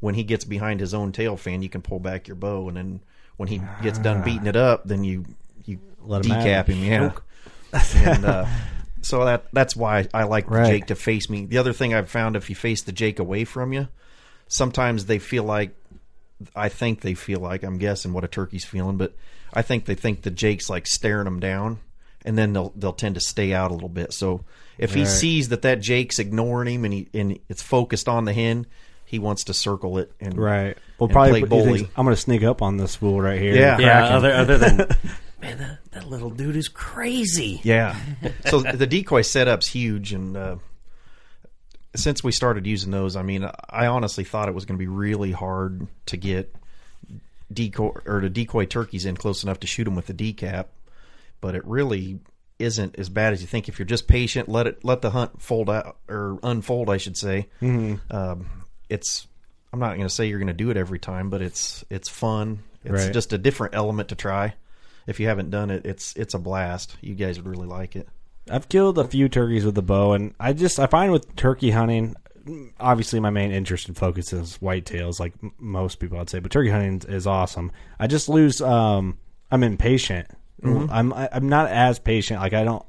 Speaker 6: When he gets behind his own tail fan, you can pull back your bow, and then when he gets done beating it up, then you you
Speaker 9: Ah. Let him have
Speaker 6: decap
Speaker 9: it.
Speaker 6: him. Yeah and uh, so that that's why I like
Speaker 9: Right.
Speaker 6: Jake to face me. The other thing I've found if you face the Jake away from you, sometimes they feel like I think they feel like I'm guessing what a turkey's feeling, but I think they think the Jake's like staring them down, and then they'll they'll tend to stay out a little bit. So if he sees that that Jake's ignoring him and he and it's focused on the hen, he wants to circle it and
Speaker 9: right. Well,
Speaker 6: and
Speaker 9: probably
Speaker 6: play
Speaker 9: put, he thinks,
Speaker 6: bully.
Speaker 9: I'm going to sneak up on this fool right here.
Speaker 6: Yeah.
Speaker 9: and
Speaker 5: Yeah,
Speaker 9: crack him."
Speaker 5: other, other than, man, that, that little dude is crazy.
Speaker 6: Yeah. so the decoy setup's huge, and uh, since we started using those, I mean, I honestly thought it was going to be really hard to get decoy or to decoy turkeys in close enough to shoot them with the decap, but it really isn't as bad as you think if you're just patient. Let it let the hunt fold out or unfold, I should say. Um, it's I'm not going to say you're going to do it every time, but it's it's fun. It's
Speaker 9: Right.
Speaker 6: just a different element to try If you haven't done it, it's it's a blast. You guys would really like it.
Speaker 9: I've killed a few turkeys with a bow, and I just I find with turkey hunting, obviously my main interest and focus is whitetails, like m- most people I'd say. But turkey hunting is awesome. I just lose. Um, I'm impatient.
Speaker 6: Mhm.
Speaker 9: I'm I- I'm not as patient. Like I don't.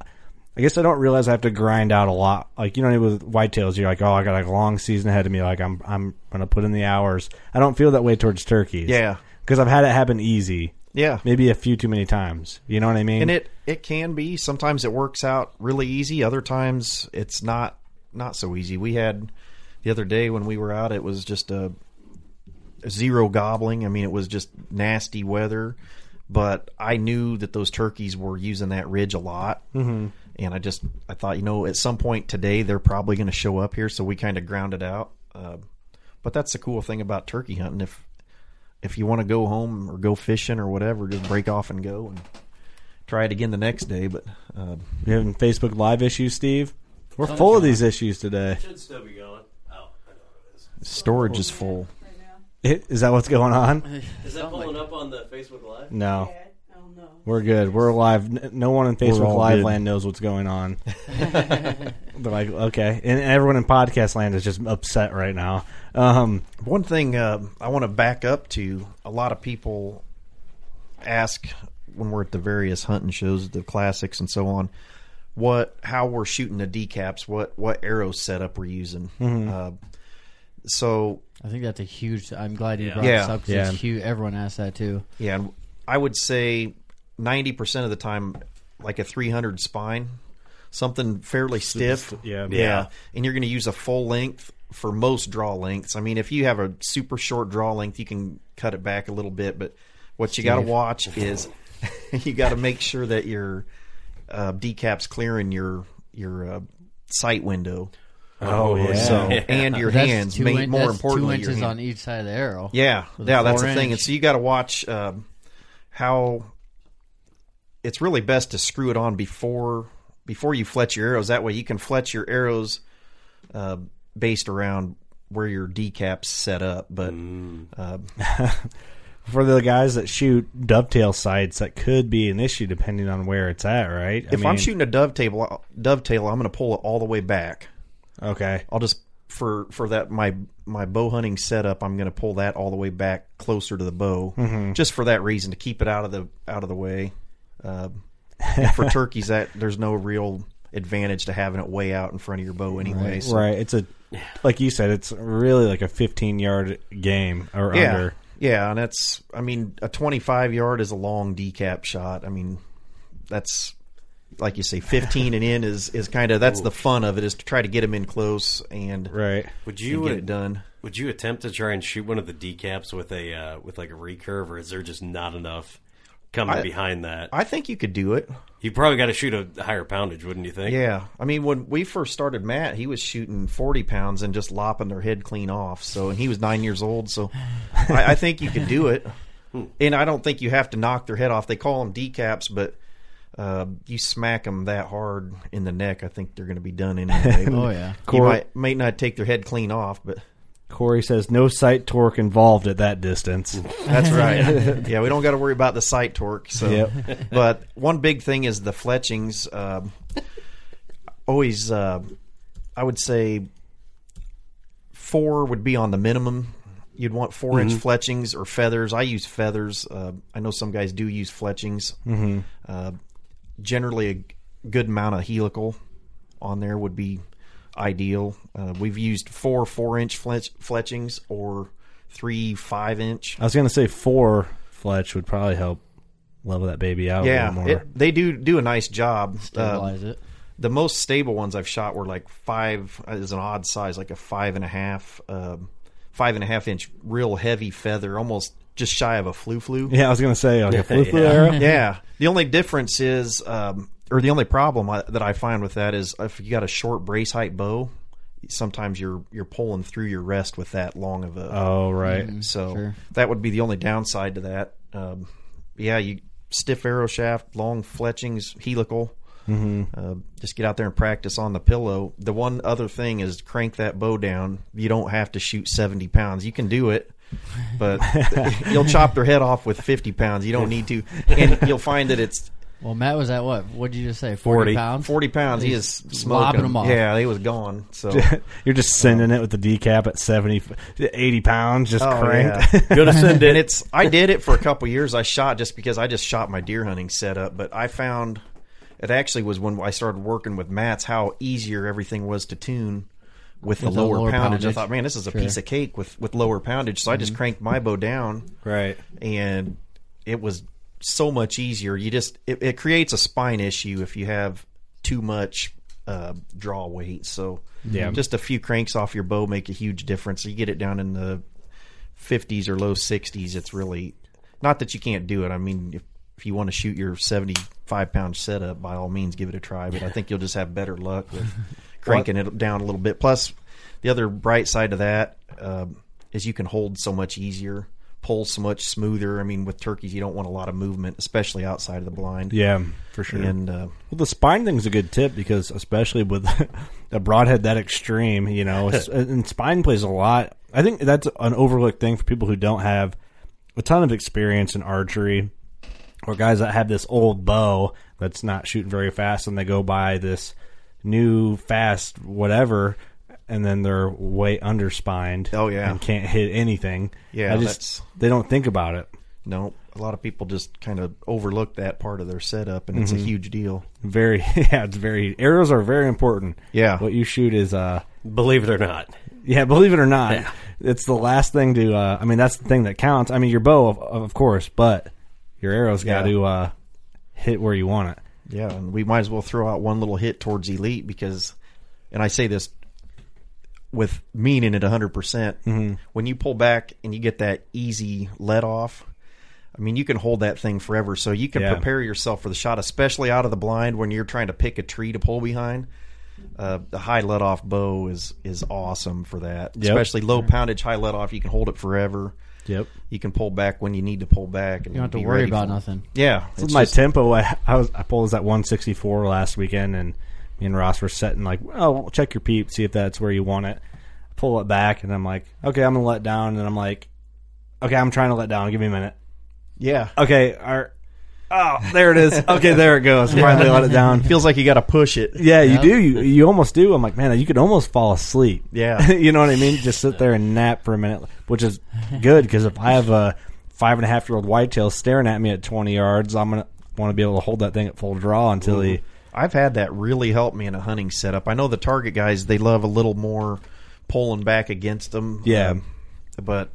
Speaker 9: I guess I don't realize I have to grind out a lot. Like you know, with whitetails, you're like, oh, I got like, a long season ahead of me. Like I'm I'm gonna put in the hours. I don't feel that way towards turkeys.
Speaker 6: Yeah.
Speaker 9: because I've had it happen easy.
Speaker 6: Yeah.
Speaker 9: maybe a few too many times. You know what I mean?
Speaker 6: And it it can be sometimes it works out really easy. Other times it's not not so easy. We had the other day when we were out, it was just a zero gobbling. I mean, it was just nasty weather. But I knew that those turkeys were using that ridge a lot.
Speaker 9: Mhm.
Speaker 6: And I just I thought, you know, at some point today they're probably going to show up here, so we kind of ground it out. Uh, but that's the cool thing about turkey hunting. If if you want to go home or go fishing or whatever, just break off and go and try it again the next day. But uh,
Speaker 9: You having Facebook Live issues, Steve? We're
Speaker 5: Something's
Speaker 9: full of
Speaker 5: wrong.
Speaker 9: these issues today.
Speaker 5: Should still be going. Oh,
Speaker 6: storage is full.
Speaker 9: It- Is that what's going on?
Speaker 5: is that pulling up on the Facebook Live?
Speaker 9: No. We're good. We're live. N- No one in
Speaker 6: We're
Speaker 9: Facebook
Speaker 6: all
Speaker 9: Live
Speaker 6: good.
Speaker 9: land knows what's going on. They're like, okay. And everyone in podcast land is just upset right now. Um,
Speaker 6: One thing uh, I want to back up to a lot of people ask when we're at the various hunting shows, the classics and so on, what how we're shooting the decaps, what what arrow setup we're using.
Speaker 7: Mhm.
Speaker 6: Uh, so
Speaker 7: I think that's a huge. I'm glad you brought
Speaker 6: Yeah.
Speaker 7: this up because
Speaker 6: Yeah.
Speaker 7: it's huge. Everyone asks that too.
Speaker 6: Yeah, and I would say ninety percent of the time, like a three hundred spine, something fairly stiff.
Speaker 9: sti- yeah.
Speaker 6: yeah, and you're going to use a full length for most draw lengths. I mean, if you have a super short draw length, you can cut it back a little bit. But what you got to
Speaker 7: Steve.
Speaker 6: watch is you got to make sure that your uh, decap's clearing your your uh, sight window.
Speaker 9: Oh, yeah.
Speaker 6: So
Speaker 9: Yeah.
Speaker 6: and your
Speaker 7: That's
Speaker 6: hands,
Speaker 7: two
Speaker 6: ma-
Speaker 7: in-
Speaker 6: more
Speaker 7: that's
Speaker 6: importantly,
Speaker 7: two
Speaker 6: your
Speaker 7: inches on
Speaker 6: hand.
Speaker 7: each side of the arrow.
Speaker 6: Yeah,
Speaker 7: With a
Speaker 6: yeah, that's
Speaker 7: four
Speaker 6: the thing.
Speaker 7: inch.
Speaker 6: And so you got to watch um, how it's really best to screw it on before before you fletch your arrows. That way, you can fletch your arrows uh, based around where your decap's set up. But uh,
Speaker 9: for the guys that shoot dovetail sites, that could be an issue depending on where it's at, right? I
Speaker 6: if I'm
Speaker 9: mean-
Speaker 6: shooting a dovetail, dovetail, I'm going to pull it all the way back.
Speaker 9: Okay.
Speaker 6: I'll just for for that my my bow hunting setup. I'm going to pull that all the way back closer to the bow,
Speaker 9: Mhm.
Speaker 6: just for that reason to keep it out of the out of the way. Um, and for turkeys, that there's no real advantage to having it way out in front of your bow anyway.
Speaker 9: Right,
Speaker 6: so-
Speaker 9: right. It's a, like you said, it's really like a 15 yard game or
Speaker 6: Yeah.
Speaker 9: under.
Speaker 6: Yeah, and that's I mean a 25 yard is a long decap shot. I mean that's like you say 15 and in is is kind of that's the fun of it is to try to get them in close and
Speaker 9: Right.
Speaker 5: Would you
Speaker 6: and get
Speaker 5: uh,
Speaker 6: it done.
Speaker 5: Would you attempt to try and shoot one of the decaps with a uh, with like a recurve, or is there just not enough coming
Speaker 6: I-
Speaker 5: behind that?
Speaker 6: I think you could do it.
Speaker 5: you probably got to shoot a higher poundage, wouldn't you think?
Speaker 6: Yeah, I mean, when we first started Matt, he was shooting forty pounds and just lopping their head clean off. So, and he was nine years old. So, I, I think you can do it,
Speaker 7: Hmm.
Speaker 6: and I don't think you have to knock their head off. They call them decaps, but uh, you smack them that hard in the neck, I think they're going to be done anyway.
Speaker 7: Oh, yeah.
Speaker 6: you
Speaker 9: Cor-
Speaker 6: might may not take their head clean off, but
Speaker 9: Corey says no sight torque involved at that distance.
Speaker 6: That's right. yeah, we don't got to worry about the sight torque. So,
Speaker 9: Yep.
Speaker 6: but one big thing is the fletchings. Um, always, uh, I would say four would be on the minimum. You'd want 4 inch fletchings or feathers. I use feathers. Uh, I know some guys do use fletchings.
Speaker 9: Mhm.
Speaker 6: Uh, generally, a g- good amount of helical on there would be ideal. Uh, we've used four four inch fletch- fletchings or three five inch.
Speaker 9: I was gonna say four fletch would probably help level that baby out a
Speaker 6: yeah,
Speaker 9: little more.
Speaker 6: it- they do do a nice job. Uh,
Speaker 7: Stabilize it.
Speaker 6: the most stable ones I've shot were like five uh, is an odd size, like a five and a half, um, five and a half inch, real heavy feather, almost just shy of a flu flu.
Speaker 9: yeah, I was gonna say like a flu flu
Speaker 5: Yeah.
Speaker 9: arrow.
Speaker 6: yeah. The only difference is, um, or the only problem I, that I find with that is if you got a short brace height bow, sometimes you're you're pulling through your rest with that long of a.
Speaker 9: Oh right.
Speaker 6: So
Speaker 7: sure.
Speaker 6: that would be the only downside to that. Um, yeah, you stiff arrow shaft, long fletchings, helical. Uh, just get out there and practice on the pillow. The one other thing is crank that bow down. You don't have to shoot seventy pounds. You can do it. But you'll chop their head off with 50 pounds. You don't need to. And you'll find that it's
Speaker 7: Well, Matt was at what? What did you just say? 40,
Speaker 6: 40
Speaker 7: pounds?
Speaker 6: 40 pounds. He
Speaker 7: He's
Speaker 6: is
Speaker 7: lobbing
Speaker 6: smoking.
Speaker 7: them off.
Speaker 6: Yeah, he was gone. So
Speaker 9: You're just sending it with the decap at 70, 80 pounds, just
Speaker 6: Oh,
Speaker 9: cranked.
Speaker 6: yeah. And it's I did it for a couple years. I shot just because I just shot my deer hunting setup, but I found it actually was when I started working with Matt's how easier everything was to tune with, the, lower, poundage. Mm-hmm. I thought, man, this is a
Speaker 9: Sure.
Speaker 6: piece of cake with with lower poundage. So I just
Speaker 9: Mhm.
Speaker 6: cranked my bow down,
Speaker 9: Right.
Speaker 6: and it was so much easier. You just it, it creates a spine issue if you have too much uh, draw weight. So
Speaker 9: Yeah.
Speaker 6: just a few cranks off your bow make a huge difference. You get it down in the 50s or low 60s. It's really not that you can't do it. I mean, if, if you want to shoot your 75 pound setup, by all means, give it a try. But I think you'll just have better luck with cranking it down a little bit. Plus, the other bright side to that um, is you can hold so much easier, pull so much smoother. I mean, with turkeys, you don't want a lot of movement, especially outside of the blind.
Speaker 9: Yeah, for sure.
Speaker 6: And uh,
Speaker 9: well, the spine thing's a good tip because, especially with a broadhead that extreme, you know, it's- and spine plays a lot. I think that's an overlooked thing for people who don't have a ton of experience in archery or guys that have this old bow that's not shooting very fast and they go buy this new fast whatever and then they're way underspined oh
Speaker 6: yeah.
Speaker 9: and can't hit anything
Speaker 6: Yeah,
Speaker 9: I just
Speaker 6: that's-
Speaker 9: they don't think about it
Speaker 6: no, a lot of people just kind of overlook that part of their setup, and it's a
Speaker 9: Mhm.
Speaker 6: huge deal.
Speaker 9: Very, yeah, it's very. Arrows are very important.
Speaker 6: Yeah.
Speaker 9: what you shoot is, uh,
Speaker 5: believe it or not.
Speaker 9: yeah, believe it or not, it's the last thing to. Uh, I mean, that's the thing that counts. I mean, your bow, of, of course, but your arrows got
Speaker 6: Yeah.
Speaker 9: to uh, hit where you want it.
Speaker 6: Yeah, and we might as well throw out one little hit towards elite because, and I say this with meaning it 100%. percent
Speaker 9: Mhm.
Speaker 6: When you pull back and you get that easy let off, I mean, you can hold that thing forever. So you can
Speaker 9: Yeah.
Speaker 6: prepare yourself for the shot, especially out of the blind when you're trying to pick a tree to pull behind. Uh, the high let off bow is is awesome for that,
Speaker 9: Yep.
Speaker 6: especially low poundage high let off. You can hold it forever.
Speaker 9: Yep.
Speaker 6: You can pull back when you need to pull back. And
Speaker 7: You don't have to
Speaker 6: be
Speaker 7: worry
Speaker 6: ready
Speaker 7: about
Speaker 6: for-
Speaker 7: nothing.
Speaker 6: Yeah,
Speaker 9: This is
Speaker 6: it's
Speaker 9: my
Speaker 6: just-
Speaker 9: tempo. I, I was I pulled this at 164 last weekend, and me and Ross were setting like, oh, we'll check your peep, see if that's where you want it. Pull it back, and I'm like, okay, I'm gonna let down, and I'm like, okay, I'm trying to let down. Give me a minute.
Speaker 6: Yeah.
Speaker 9: Okay. Our, oh, there it is. Okay, there it goes. Finally let it down.
Speaker 6: Feels like you got to push it.
Speaker 9: Yeah, you do. You you almost do. I'm like, man, you could almost fall asleep.
Speaker 6: Yeah.
Speaker 9: you know what I mean. Just sit there and nap for a minute, which is good because if I have a five and a half year old whitetail staring at me at 20 yards, I'm gonna want to be able to hold that thing at full draw until he.
Speaker 6: I've had that really help me in a hunting setup. I know the target guys they love a little more pulling back against them.
Speaker 9: Yeah.
Speaker 6: Um, but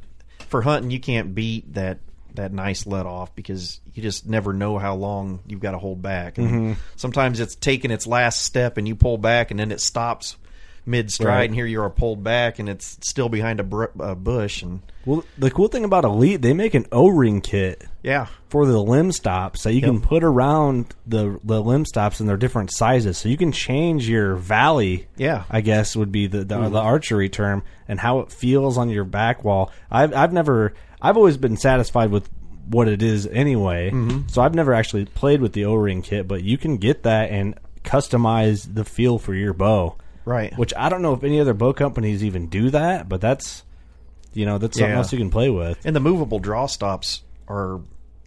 Speaker 6: for hunting you can't beat that that nice let off because you just never know how long you've got to hold back. And
Speaker 9: Mhm.
Speaker 6: Sometimes it's taking its last step and you pull back and then it stops mid stride
Speaker 9: Right.
Speaker 6: and here you are pulled back and it's still behind a, br- a bush and
Speaker 9: Well, the cool thing about Elite, they make an O-ring kit.
Speaker 6: Yeah.
Speaker 9: For the limb stops, so you can
Speaker 6: Yep.
Speaker 9: put around the the limb stops in their different sizes, so you can change your valley.
Speaker 6: Yeah.
Speaker 9: I guess would be the the,
Speaker 6: Mhm.
Speaker 9: the archery term and how it feels on your back wall. I've I've never I've always been satisfied with what it is anyway.
Speaker 6: Mhm.
Speaker 9: So I've never actually played with the O-ring kit, but you can get that and customize the feel for your bow.
Speaker 6: Right.
Speaker 9: Which I don't know if any other bow companies even do that, but that's you know, that's something
Speaker 6: Yeah.
Speaker 9: else you can play with.
Speaker 6: And the movable draw stops are,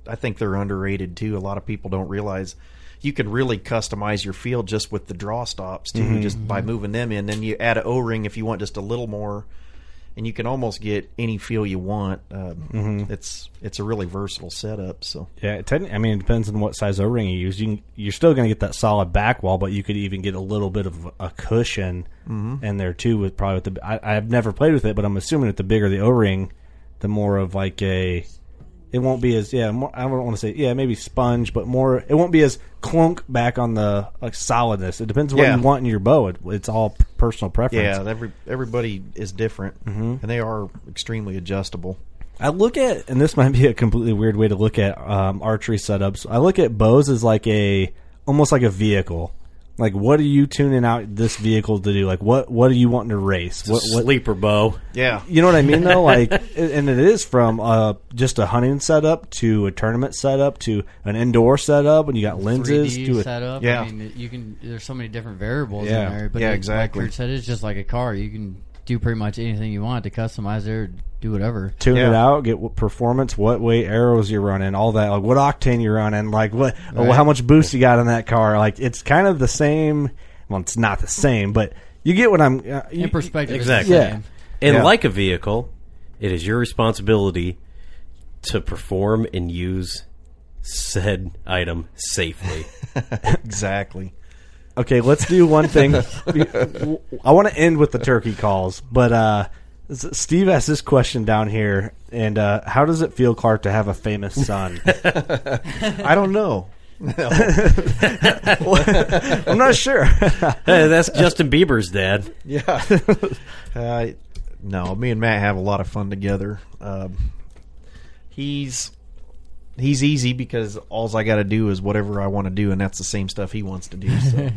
Speaker 6: I think they're underrated too. A lot of people don't realize you can really customize your field just with the draw stops too,
Speaker 9: Mhm.
Speaker 6: just by moving them in. Then you add an O ring if you want just a little more, and you can almost get any feel you want. Um,
Speaker 9: Mhm.
Speaker 6: It's it's a really versatile setup. So
Speaker 9: Yeah, techni- I mean, it depends on what size O ring you use. You can, you're still going to get that solid back wall, but you could even get a little bit of a cushion
Speaker 6: Mhm.
Speaker 9: in there too. With probably with the, I, I've never played with it, but I'm assuming that the bigger the O ring, the more of like a, it won't be as yeah. More, I don't want to say yeah, maybe sponge, but more. It won't be as clunk back on the like solidness. It depends what
Speaker 6: Yeah.
Speaker 9: you want in your bow. It, it's all personal preference.
Speaker 6: yeah, Mm-hmm. every everybody is different,
Speaker 9: Mhm.
Speaker 6: and they are extremely adjustable.
Speaker 9: I look at, and this might be a completely weird way to look at um, archery setups. I look at bows as like a, almost like a vehicle. Like, what are you tuning out this vehicle to do? Like, what what are you wanting to race?
Speaker 5: It's a
Speaker 9: what, what
Speaker 5: sleeper bow.
Speaker 6: Yeah.
Speaker 9: you know what I mean though. Like, and it is from uh, just a hunting setup to a tournament setup to an indoor setup, and you got lenses
Speaker 7: 3D
Speaker 9: to a
Speaker 7: setup.
Speaker 9: Yeah,
Speaker 7: I mean, you can. There's so many different variables
Speaker 9: Yeah.
Speaker 7: in there, but
Speaker 9: Yeah,
Speaker 7: it-
Speaker 9: exactly.
Speaker 7: Like Kurt said, it's just like a car. You can do pretty much anything you want to customize it or do whatever.
Speaker 9: tune it out, get what performance, what weight arrows you're running, all that, like what octane you're running, like what,
Speaker 7: Right.
Speaker 9: how much boost you got in that car. Like it's kind of the same. Well, it's not the same, but you get what I'm. Uh, you-
Speaker 7: In perspective, it's the
Speaker 5: Exactly.
Speaker 9: Yeah.
Speaker 5: And
Speaker 9: Yeah.
Speaker 5: like a vehicle, it is your responsibility to perform and use said item safely.
Speaker 6: exactly.
Speaker 9: Okay, let's do one thing. I want to end with the turkey calls, but uh, S- Steve asked this question down here, and uh, how does it feel, Clark, to have a famous son?
Speaker 6: I don't know.
Speaker 9: I'm not sure.
Speaker 5: Hey, that's Justin Bieber's dad.
Speaker 6: Yeah. uh, no, me and Matt have a lot of fun together. Um, he's he's easy because alls I got to do is whatever I want to do, and that's the same stuff he wants to do.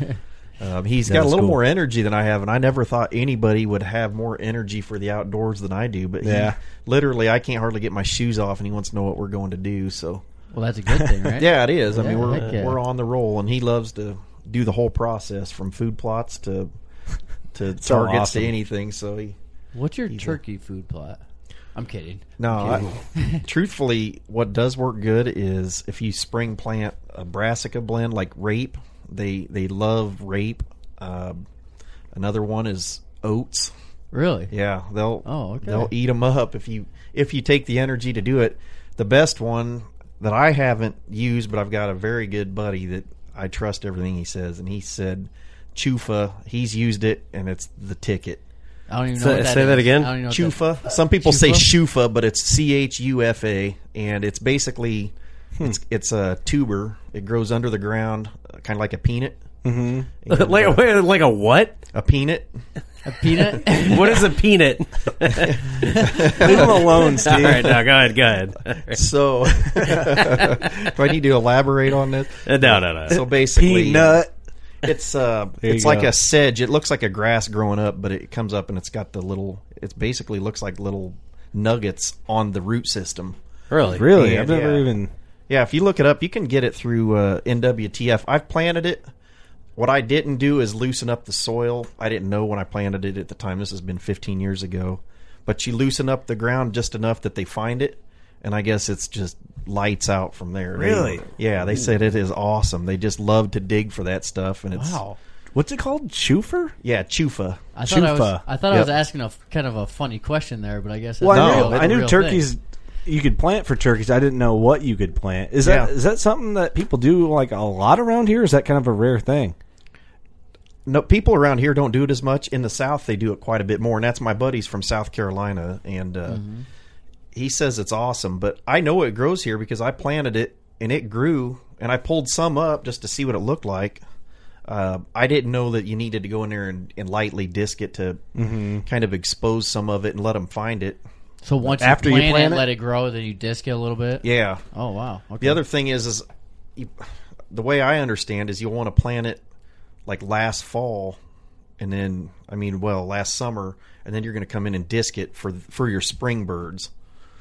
Speaker 6: So. Um, he's got a
Speaker 9: that's
Speaker 6: little
Speaker 9: cool.
Speaker 6: more energy than I have, and I never thought anybody would have more energy for the outdoors than I do. But he-
Speaker 9: Yeah.
Speaker 6: literally, I can't hardly get my shoes off, and he wants to know what we're going to do. So
Speaker 7: Well, that's a good thing, right?
Speaker 6: yeah, it is. I mean,
Speaker 7: Yeah,
Speaker 6: we're
Speaker 7: heck yeah.
Speaker 6: we're on the roll, and he loves to do the whole process from food plots to to targets
Speaker 9: so awesome.
Speaker 6: to anything. So he
Speaker 7: What's your turkey food plot? I'm kidding.
Speaker 6: no, I, truthfully, what does work good is if you spring plant a brassica blend like rape. They they love rape. Um another one is oats.
Speaker 7: Really?
Speaker 6: Yeah, they'll
Speaker 7: Oh, okay.
Speaker 6: they'll eat them up if you if you take the energy to do it. The best one that I haven't used, but I've got a very good buddy that I trust everything he says, and he said chufa. He's used it, and it's the ticket.
Speaker 7: I don't even know.
Speaker 5: Say-
Speaker 7: what that
Speaker 5: say that
Speaker 7: is.
Speaker 5: again?
Speaker 7: I don't even know what that-
Speaker 6: Chufa. Some people say shufa, but it's C H U F A, and it's basically
Speaker 7: Hmm.
Speaker 6: it's it's a tuber. It grows under the ground, kind of like a peanut. Mm-hmm.
Speaker 5: like, wait, like a what?
Speaker 6: a peanut.
Speaker 7: a peanut.
Speaker 5: What is a peanut?
Speaker 9: Leave him alone, Steve.
Speaker 5: All right, no, go ahead, go ahead.
Speaker 6: So, do I need to elaborate on this?
Speaker 5: Uh, No, no, no.
Speaker 6: So basically,
Speaker 9: Peanut.
Speaker 6: It's uh,
Speaker 9: you
Speaker 6: it's like
Speaker 9: go.
Speaker 6: a sedge. It looks like a grass growing up, but it comes up and it's got the little. It basically looks like little nuggets on the root system.
Speaker 5: really,
Speaker 9: Really?
Speaker 6: Yeah,
Speaker 9: I've never
Speaker 6: yeah.
Speaker 9: even.
Speaker 6: Yeah, if you look it up, you can get it through uh, NWTF. I've planted it. What I didn't do is loosen up the soil. I didn't know when I planted it at the time. This has been 15 years ago. But you loosen up the ground just enough that they find it. And I guess it's just lights out from there. They-
Speaker 9: Really?
Speaker 6: yeah, they said it is awesome. They just love to dig for that stuff. And it's,
Speaker 7: Wow.
Speaker 9: What's it called? Chufer?
Speaker 6: yeah, chufa.
Speaker 7: I thought I was.
Speaker 9: Chufa.
Speaker 7: I thought I
Speaker 6: Yep.
Speaker 7: was asking a f- kind of a funny question there, but I guess.
Speaker 9: Well,
Speaker 7: that's
Speaker 9: I
Speaker 7: a
Speaker 9: knew,
Speaker 7: real-
Speaker 9: I knew
Speaker 7: real
Speaker 9: turkeys.
Speaker 7: thing.
Speaker 9: You could plant for turkeys. I didn't know what you could plant. Is that
Speaker 6: Yeah.
Speaker 9: is that something that people do like a lot around here? Or is that kind of a rare thing?
Speaker 6: No, people around here don't do it as much. In the South, they do it quite a bit more, and that's my buddies from South Carolina, and uh, he says it's awesome. But I know it grows here because I planted it and it grew, and I pulled some up just to see what it looked like. Uh, I didn't know that you needed to go in there and, and lightly disc it to kind of expose some of it and let them find it.
Speaker 7: So once
Speaker 6: After
Speaker 7: you
Speaker 6: you
Speaker 7: plant,
Speaker 6: plant
Speaker 7: it,
Speaker 6: it-
Speaker 7: let it grow, then you disc it a little bit.
Speaker 6: Yeah,
Speaker 7: Oh wow. Okay.
Speaker 6: the other thing is, is you, the way I understand is you'll want to plant it like last fall, and then I mean, well, last summer, and then you're going to come in and disc it for for your spring birds.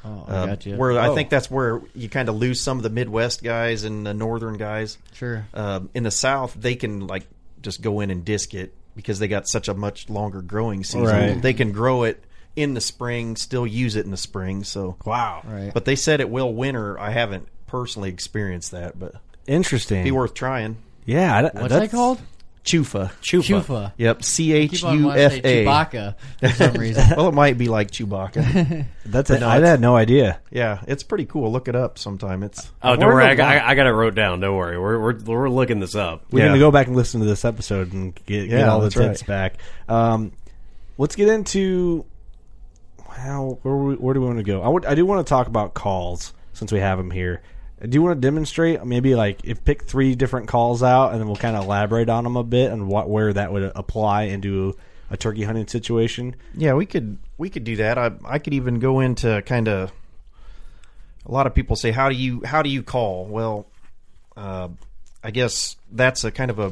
Speaker 7: Oh, I
Speaker 6: Uh,
Speaker 7: got you.
Speaker 6: Where I think that's where you kind of lose some of the Midwest guys and the Northern guys.
Speaker 7: Sure.
Speaker 6: Um, in the South, they can like just go in and disc it because they got such a much longer growing season.
Speaker 9: Right.
Speaker 6: They can grow it in the spring, still use it in the spring. So
Speaker 9: Wow,
Speaker 7: Right.
Speaker 6: but they said it will winter. I haven't personally experienced that, but
Speaker 9: interesting.
Speaker 6: be worth trying.
Speaker 9: yeah, I-
Speaker 7: What's
Speaker 9: that's-
Speaker 7: that called?
Speaker 6: Chufa.
Speaker 5: Chufa.
Speaker 7: Chufa.
Speaker 6: Yep. C
Speaker 7: I
Speaker 6: H
Speaker 7: keep on
Speaker 6: U
Speaker 7: wanting to say
Speaker 6: F A.
Speaker 7: Chewbacca for some reason.
Speaker 6: Well, it might be like Chewbacca.
Speaker 9: That's a, I had no idea.
Speaker 6: yeah, it's pretty cool. Look it up sometime. It's
Speaker 5: Oh, don't
Speaker 9: Word
Speaker 5: worry.
Speaker 9: of
Speaker 5: I, got-
Speaker 9: mouth.
Speaker 5: I, I got it wrote down. Don't worry. We're we're, we're looking this up.
Speaker 9: We're
Speaker 6: Yeah.
Speaker 9: gonna go back and listen to this episode and get, get
Speaker 6: Yeah,
Speaker 9: all the
Speaker 6: that's right.
Speaker 9: tips back. Um, let's get into how where, we, where do we want to go? I would I do want to talk about calls since we have them here. I do want to demonstrate maybe like if pick three different calls out and then we'll kind of elaborate on them a bit and what where that would apply into a turkey hunting situation.
Speaker 6: yeah, we could we could do that. I I could even go into kind of a lot of people say how do you how do you call? Well, uh, I guess that's a kind of a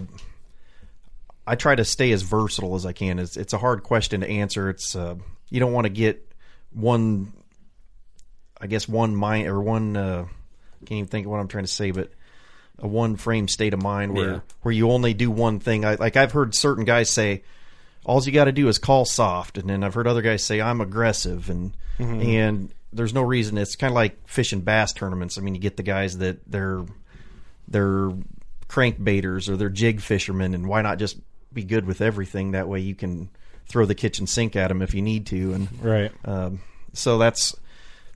Speaker 6: I try to stay as versatile as I can. It's it's a hard question to answer. It's uh, you don't want to get one I guess one mind or one uh, can't even think of what I'm trying to say, but a one frame state of mind where
Speaker 5: Yeah.
Speaker 6: where you only do one thing. I, like I've heard certain guys say, all you got to do is call soft, and then I've heard other guys say I'm aggressive, and
Speaker 9: Mhm.
Speaker 6: and there's no reason. It's kind of like fish and bass tournaments. I mean, you get the guys that they're they're crank baiters or they're jig fishermen, and why not just be good with everything? That way you can throw the kitchen sink at them if you need to, and
Speaker 9: Right.
Speaker 6: Um, so that's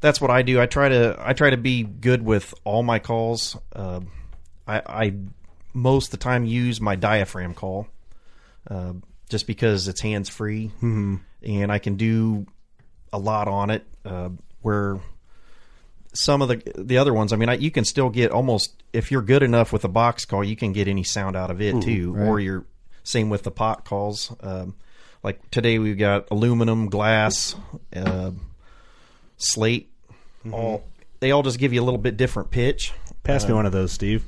Speaker 6: that's what I do. I try to I try to be good with all my calls. Uh, I, I most of the time use my diaphragm call, uh, just because it's hands free
Speaker 9: Mhm.
Speaker 6: and I can do a lot on it. Uh, where some of the the other ones, I mean, I, you can still get almost if you're good enough with a box call, you can get any sound out of it
Speaker 9: Mhm,
Speaker 6: too.
Speaker 9: right.
Speaker 6: Or you're same with the pot calls. Um, like today, we've got aluminum, glass, uh, slate.
Speaker 5: Mm-hmm.
Speaker 6: All they all just give you a little bit different pitch.
Speaker 9: Pass me
Speaker 6: Uh,
Speaker 9: one of those, Steve.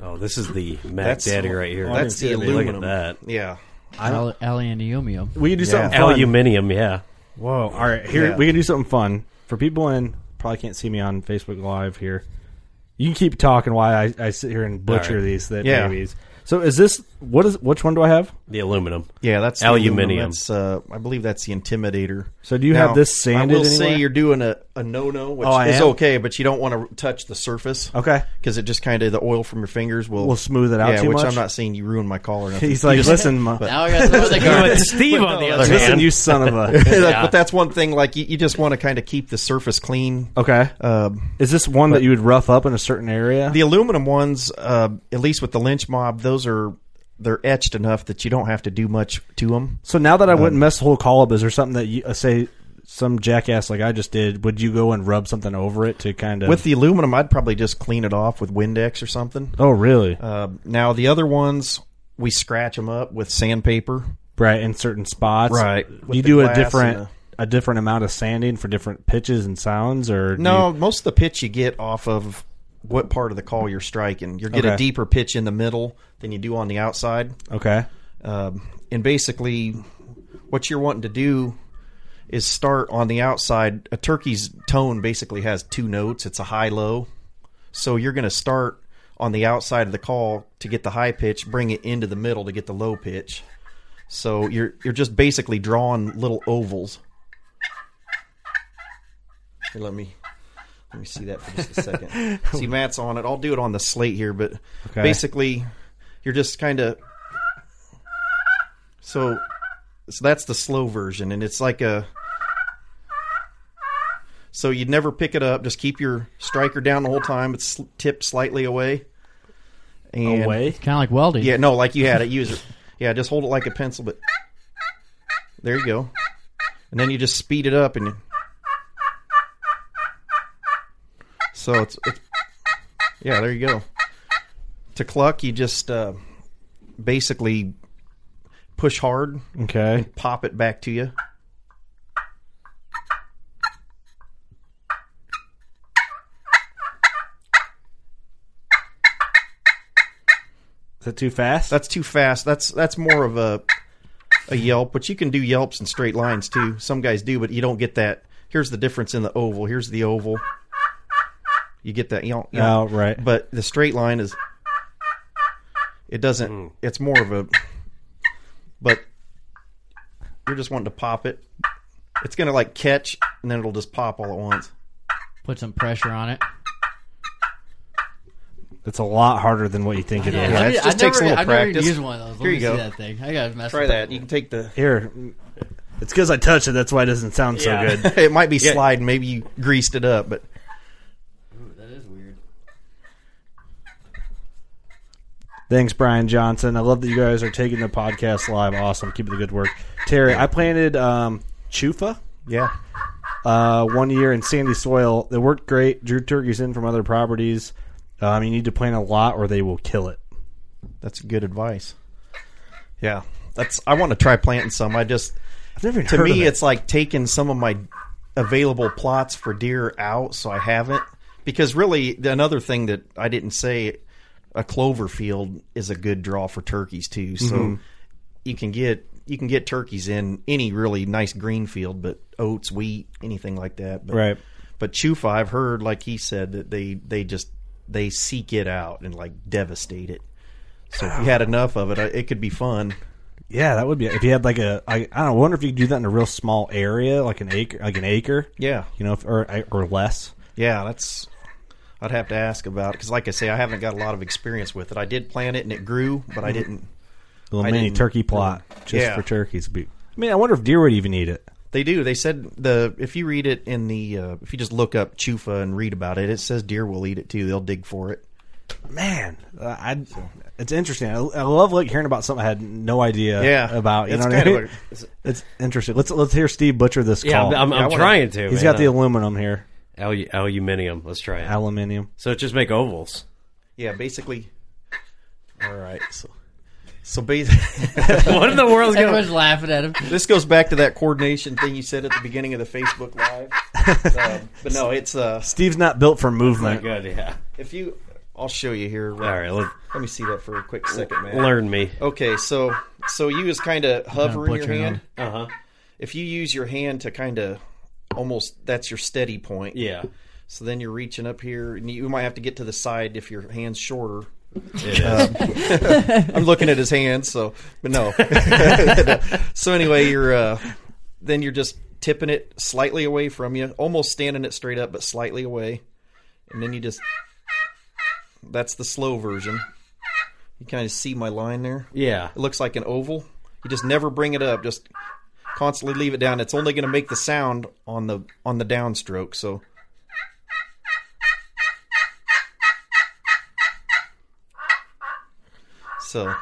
Speaker 5: Oh, this is the Mac
Speaker 6: That's-
Speaker 5: Daddy right here.
Speaker 6: that's the
Speaker 5: Look
Speaker 6: aluminum.
Speaker 5: at that.
Speaker 6: Yeah.
Speaker 7: Al- Aluminium.
Speaker 9: We can do something fun.
Speaker 5: Aluminium, yeah.
Speaker 9: Whoa! All right, here
Speaker 6: Yeah.
Speaker 9: we can do something fun for people in probably can't see me on Facebook Live here. You can keep talking while I, I sit here and butcher
Speaker 5: All right.
Speaker 9: these that
Speaker 6: Yeah.
Speaker 9: babies. So is this what is which one do I have?
Speaker 5: The aluminum.
Speaker 6: Yeah, that's the
Speaker 5: aluminium.
Speaker 6: That's, uh, I believe that's the Intimidator.
Speaker 9: So do you have this sanded
Speaker 6: I will say
Speaker 9: anywhere?
Speaker 6: you're doing a, a no no, which
Speaker 9: Oh, I
Speaker 6: is
Speaker 9: am?
Speaker 6: okay, but you don't want to touch the surface.
Speaker 9: Okay.
Speaker 6: because it just kind of the oil from your fingers will
Speaker 9: Will smooth it out
Speaker 6: Yeah,
Speaker 9: too
Speaker 6: which
Speaker 9: much?
Speaker 6: I'm not saying you ruin my collar.
Speaker 9: He's like, "Listen, Ma-
Speaker 7: Now I got to throw the
Speaker 5: But
Speaker 7: garbage.
Speaker 5: Steve, on the other
Speaker 9: Listen,
Speaker 5: hand,
Speaker 9: you son of a.
Speaker 6: but that's one thing. Like you, you just want to kind of keep the surface clean.
Speaker 9: Okay,
Speaker 6: Um,
Speaker 9: is this one that you would rough up in a certain area?
Speaker 6: the aluminum ones, uh, at least with the lynch mob, those are they're etched enough that you don't have to do much to them.
Speaker 9: so now that I wouldn't mess the whole call up, is there something that you uh, say some jackass like I just did? Would you go and rub something over it to kind of
Speaker 6: With the aluminum, I'd probably just clean it off with Windex or something.
Speaker 9: Oh, really?
Speaker 6: Uh, now the other ones, we scratch them up with sandpaper.
Speaker 9: right in certain spots.
Speaker 6: Right.
Speaker 9: you
Speaker 6: With the
Speaker 9: do a
Speaker 6: glass
Speaker 9: different
Speaker 6: and
Speaker 9: a different amount of sanding for different pitches and sounds, or do
Speaker 6: No,
Speaker 9: you-
Speaker 6: most of the pitch you get off of what part of the call you're striking. You get a
Speaker 9: Okay.
Speaker 6: deeper pitch in the middle than you do on the outside.
Speaker 9: okay,
Speaker 6: Um, and basically, what you're wanting to do is start on the outside. A turkey's tone basically has two notes. It's a high low. So you're going to start on the outside of the call to get the high pitch, bring it into the middle to get the low pitch. So you're you're just basically drawing little ovals. Here, let me let me see that for just a second. see, Matt's on it. I'll do it on the slate here, but
Speaker 9: Okay.
Speaker 6: basically, you're just kind of so so that's the slow version, and it's like a. So you'd never pick it up. Just keep your striker down the whole time. It's sl- tipped slightly away. And
Speaker 9: away.
Speaker 7: Kind of like welding.
Speaker 6: Yeah, no, like you had it. Use it. Yeah, just hold it like a pencil. But there you go. And then you just speed it up, and you, so it's, it's yeah. There you go. To cluck, you just uh, basically push hard
Speaker 9: Okay,
Speaker 6: pop it back to you.
Speaker 9: is that too fast?
Speaker 6: That's too fast. That's that's more of a a yelp, but you can do yelps and straight lines too. Some guys do, but you don't get that. Here's the difference in the oval. Here's the oval. You get that yelp.
Speaker 9: oh
Speaker 6: yelp.
Speaker 9: right.
Speaker 6: But the straight line is it doesn't it's more of a but you're just wanting to pop it. It's going to like catch and then it'll just pop all at once.
Speaker 7: Put some pressure on it.
Speaker 9: It's a lot harder than what you think it is.
Speaker 6: Yeah,
Speaker 7: I,
Speaker 6: it
Speaker 7: mean,
Speaker 6: just
Speaker 7: I
Speaker 6: takes
Speaker 7: never,
Speaker 6: a little
Speaker 7: I've never
Speaker 6: practice.
Speaker 7: used one of those. Let
Speaker 6: Here
Speaker 7: me
Speaker 6: you
Speaker 7: see
Speaker 6: go.
Speaker 7: that thing. I gotta mess
Speaker 6: Try
Speaker 7: with
Speaker 6: that. You can take the
Speaker 9: Here, it's because I touched it. That's why it doesn't sound so
Speaker 5: Yeah.
Speaker 9: good.
Speaker 6: it might be sliding, maybe you greased it up, but
Speaker 7: That is weird.
Speaker 9: Thanks, Brian Johnson. I love that you guys are taking the podcast live. Awesome. Keep up the good work, Terry. I planted um, chufa.
Speaker 6: yeah.
Speaker 9: uh, one year in sandy soil. They worked great. Drew turkeys in from other properties. Um, you need to plant a lot, or they will kill it.
Speaker 6: That's good advice. Yeah, that's. I want to try planting some. I just
Speaker 9: I've never even
Speaker 6: to
Speaker 9: heard
Speaker 6: me,
Speaker 9: of it.
Speaker 6: it's like taking some of my available plots for deer out, so I haven't. Because really, the- another thing that I didn't say, a clover field is a good draw for turkeys too. So
Speaker 9: Mm-hmm.
Speaker 6: you can get you can get turkeys in any really nice green field, but oats, wheat, anything like that. But,
Speaker 9: Right.
Speaker 6: But chufa, I've heard, like he said, that they they just they uh, seek it out and like devastate it. So if you had enough of it, I- it could be fun.
Speaker 9: Yeah, that would be if you had like a I, I don't know, wonder if you could do that in a real small area, like an acre, like an acre.
Speaker 6: Yeah.
Speaker 9: you know, if- or or less.
Speaker 6: Yeah, that's. I'd have to ask about because, like I say, I haven't got a lot of experience with it. I did plant it and it grew, but I didn't.
Speaker 9: A little
Speaker 6: I
Speaker 9: mini
Speaker 6: didn't
Speaker 9: turkey
Speaker 6: really-
Speaker 9: plot just
Speaker 6: Yeah.
Speaker 9: for turkeys. Be- I mean, I wonder if deer would even eat it.
Speaker 6: They do. They said the if you read it in the uh, if you just look up chufa and read about it, it says deer will eat it too. They'll dig for it.
Speaker 9: Man, uh, I it's interesting. I, I love like hearing about something I had no idea
Speaker 6: Yeah.
Speaker 9: about. You
Speaker 6: It's
Speaker 9: know what I
Speaker 6: kind
Speaker 9: mean?
Speaker 6: of a-
Speaker 9: it's interesting. Let's let's hear Steve butcher this
Speaker 5: Yeah,
Speaker 9: call.
Speaker 5: I'm- I'm- I'm trying to,
Speaker 9: He's
Speaker 5: man.
Speaker 9: got the aluminum here.
Speaker 5: Alu- aluminium. Let's try it.
Speaker 9: Aluminium.
Speaker 5: So just make ovals.
Speaker 6: Yeah, basically. All right, so so basically,
Speaker 5: What in the world's going
Speaker 7: Everyone's laughing at him.
Speaker 6: this goes back to that coordination thing you said at the beginning of the Facebook Live. Um, but no, it's uh,
Speaker 9: Steve's not built for movement.
Speaker 5: Good, yeah.
Speaker 6: if you, I'll show you here. All
Speaker 5: right, let-
Speaker 6: let, me see that for a quick second, man.
Speaker 5: Learn me.
Speaker 6: Okay, so so you is kind of hovering your
Speaker 7: butchering
Speaker 6: hand.
Speaker 7: him.
Speaker 5: Uh huh.
Speaker 6: If you use your hand to kind of almost that's your steady point.
Speaker 5: Yeah.
Speaker 6: So then you're reaching up here, and you might have to get to the side if your hand's shorter. Um,
Speaker 5: It is.
Speaker 6: I'm looking at his hands, so but no. so anyway, you're uh, then you're just tipping it slightly away from you, almost standing it straight up, but slightly away, and then you just that's the slow version. You kind of see my line there.
Speaker 5: yeah.
Speaker 6: It looks like an oval. You just never bring it up. Just constantly leave it down. It's only going to make the sound on the on the downstroke. So So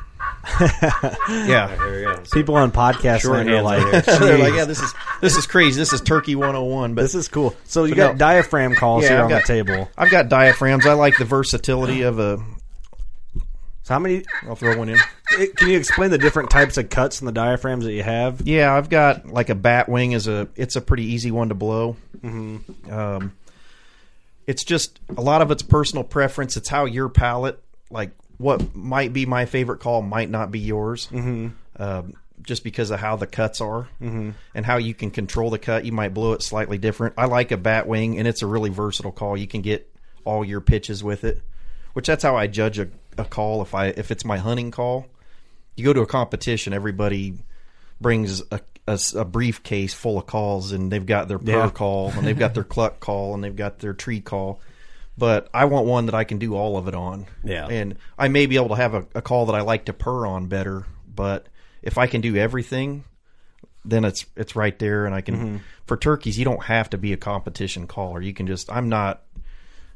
Speaker 6: Yeah.
Speaker 5: There we go. So-
Speaker 9: People on podcasts
Speaker 5: Sure,
Speaker 9: are
Speaker 5: hands
Speaker 9: like,
Speaker 5: on it.
Speaker 6: They're like,
Speaker 9: "Jeez,
Speaker 6: yeah, this is this is crazy. This is Turkey 101, but
Speaker 9: this is cool. So you
Speaker 6: But
Speaker 9: got
Speaker 6: no.
Speaker 9: diaphragm calls
Speaker 6: Yeah,
Speaker 9: here
Speaker 6: I've
Speaker 9: on
Speaker 6: got-
Speaker 9: the table.
Speaker 6: I've got diaphragms. I like the versatility of a
Speaker 9: So how many?
Speaker 6: I'll throw one in.
Speaker 9: it- Can you explain the different types of cuts in the diaphragms that you have?
Speaker 6: Yeah, I've got like a bat wing is a it's a pretty easy one to blow. Um, it's just a lot of it's personal preference. It's how your palate like what might be my favorite call might not be yours. Mm-hmm. Um, just because of how the cuts are and how you can control the cut, you might blow it slightly different. I like a bat wing, and it's a really versatile call. You can get all your pitches with it, which that's how I judge a, a call. If I if it's my hunting call, you go to a competition, everybody brings a, a s- a briefcase full of calls, and they've got their purr
Speaker 9: Yeah.
Speaker 6: call, and they've got their cluck call, and they've got their tree call. But I want one that I can do all of it on.
Speaker 5: Yeah.
Speaker 6: And I may be able to have a, a call that I like to purr on better, but if I can do everything, then it's it's right there, and I can. For turkeys, you don't have to be a competition caller. You can just. I'm not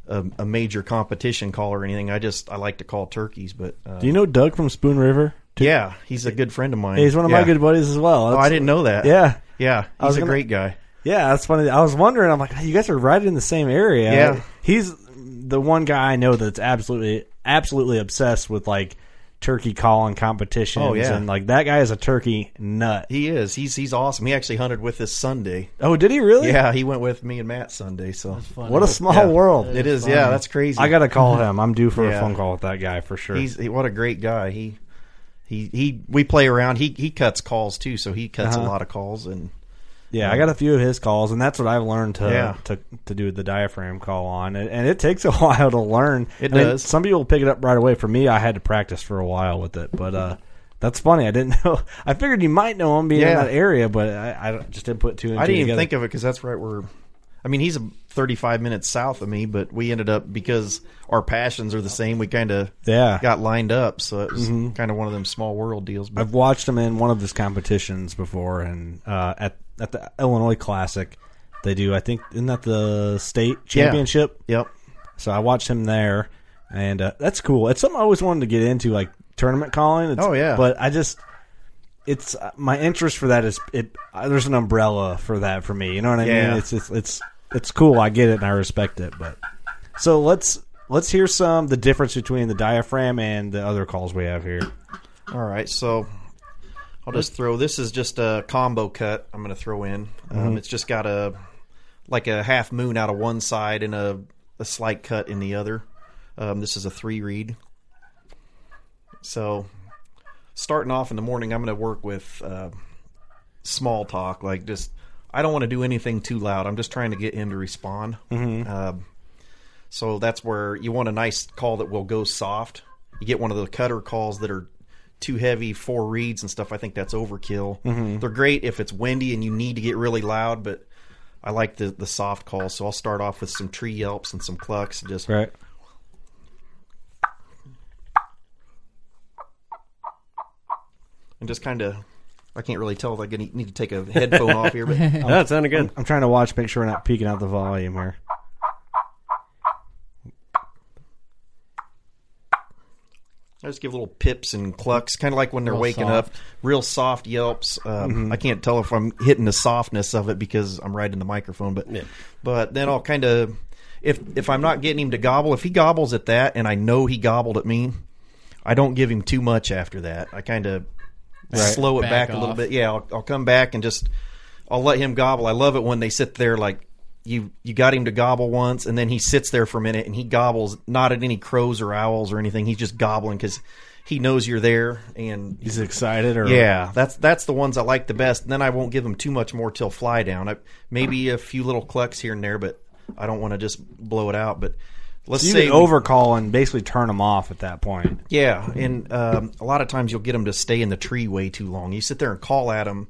Speaker 6: a, a major competition caller or anything. I just I like to call turkeys, but uh,
Speaker 9: Do you know Doug from Spoon River?
Speaker 6: yeah, he's a good friend of mine.
Speaker 9: He's one of my
Speaker 6: Yeah.
Speaker 9: good buddies as well.
Speaker 6: Oh, I
Speaker 9: That's-
Speaker 6: didn't know that.
Speaker 9: Yeah.
Speaker 6: yeah, he's
Speaker 9: was
Speaker 6: a
Speaker 9: gonna-
Speaker 6: great guy.
Speaker 9: Yeah, that's funny. I was wondering. I'm like, "Hey, you guys are right in the same area.
Speaker 6: Yeah.
Speaker 9: he's the one guy I know that's absolutely, absolutely obsessed with like turkey calling competitions.
Speaker 6: Oh, yeah.
Speaker 9: and like that guy is a turkey nut.
Speaker 6: He is. He's he's awesome. He actually hunted with us Sunday.
Speaker 9: Oh, did he really?
Speaker 6: Yeah, he went with me and Matt Sunday. So
Speaker 9: What a small
Speaker 6: Yeah.
Speaker 9: world.
Speaker 6: it is. Yeah, that's crazy.
Speaker 9: I gotta call him. I'm due for a
Speaker 6: Yeah.
Speaker 9: phone call with that guy for sure.
Speaker 6: He's he, what a great guy. He he he. We play around. He he cuts calls too, so he cuts a
Speaker 9: Uh-huh.
Speaker 6: lot of calls and.
Speaker 9: yeah, I got a few of his calls, and that's what I've learned to
Speaker 6: Yeah.
Speaker 9: to, to do the diaphragm call on, and, and it takes a while to learn.
Speaker 6: It
Speaker 9: I mean,
Speaker 6: does.
Speaker 9: some people pick it up right away. For me, I had to practice for a while with it, but uh, that's funny. I didn't know. I figured you might know him being
Speaker 6: Yeah.
Speaker 9: in that area, but I, I don't- just didn't put two. And
Speaker 6: I
Speaker 9: two
Speaker 6: didn't even
Speaker 9: together.
Speaker 6: think of it because that's right where. I mean, he's a 35 minutes south of me, but we ended up because our passions are the same. We kind of
Speaker 9: Yeah. Mm-hmm.
Speaker 6: got lined up, so it was kind of one of them small world deals. But
Speaker 9: I've watched him in one of his competitions before, and uh, at at the Illinois Classic, they do. I think isn't that the state
Speaker 6: Yeah.
Speaker 9: championship?
Speaker 6: yep,
Speaker 9: So I watched him there, and uh, that's cool. It's something I always wanted to get into, like tournament calling. It's,
Speaker 6: Oh, yeah.
Speaker 9: but I just it's uh, my interest for that is it. Uh, there's an umbrella for that for me. You know what I
Speaker 6: Yeah.
Speaker 9: mean? It's, it's it's it's cool. I get it and I respect it. But so let's let's hear some the difference between the diaphragm and the other calls we have here.
Speaker 6: All right, so I'll just throw. This is just a combo cut. I'm going to throw in.
Speaker 9: Mm-hmm.
Speaker 6: Um, it's just got a like a half moon out of one side and a, a slight cut in the other. Um, this is a three read. So starting off in the morning, I'm going to work with uh, small talk. Like just, I don't want to do anything too loud. I'm just trying to get him to respond. Um, so that's where you want a nice call that will go soft. You get one of the cutter calls that are too heavy, four reeds and stuff, I think that's overkill.
Speaker 9: Mhm.
Speaker 6: They're great if it's windy and you need to get really loud, but I like the the soft calls. So I'll start off with some tree yelps and some clucks. and Just
Speaker 9: right.
Speaker 6: And just kind of, I can't really tell if I gonna need to take a headphone off here, but
Speaker 9: that sounded
Speaker 5: Um,
Speaker 9: good. I'm, I'm trying to watch, make sure we're not peeking out the volume here.
Speaker 6: I just give little pips and clucks, kind of like when they're
Speaker 9: Real
Speaker 6: waking
Speaker 9: soft.
Speaker 6: up. Real soft yelps. Um,
Speaker 9: Mhm.
Speaker 6: I can't tell if I'm hitting the softness of it because I'm right in the microphone, but but then I'll kind of if if I'm not getting him to gobble, if he gobbles at that and I know he gobbled at me, I don't give him too much after that. I kind of
Speaker 9: Right.
Speaker 6: slow it
Speaker 9: Back
Speaker 6: back, a little
Speaker 9: off.
Speaker 6: bit. Yeah, I'll, I'll come back and just I'll let him gobble. I love it when they sit there like you you got him to gobble once, and then he sits there for a minute and he gobbles not at any crows or owls or anything. He's just gobbling because he knows you're there and
Speaker 9: he's excited. Or
Speaker 6: yeah, that's that's the ones I like the best. And then I won't give them too much more till fly down. I, maybe a few little clucks here and there, but I don't want to just blow it out. But let's
Speaker 9: So you
Speaker 6: say
Speaker 9: can overcall and basically turn them off at that point.
Speaker 6: yeah, and um, a lot of times you'll get them to stay in the tree way too long. You sit there and call at them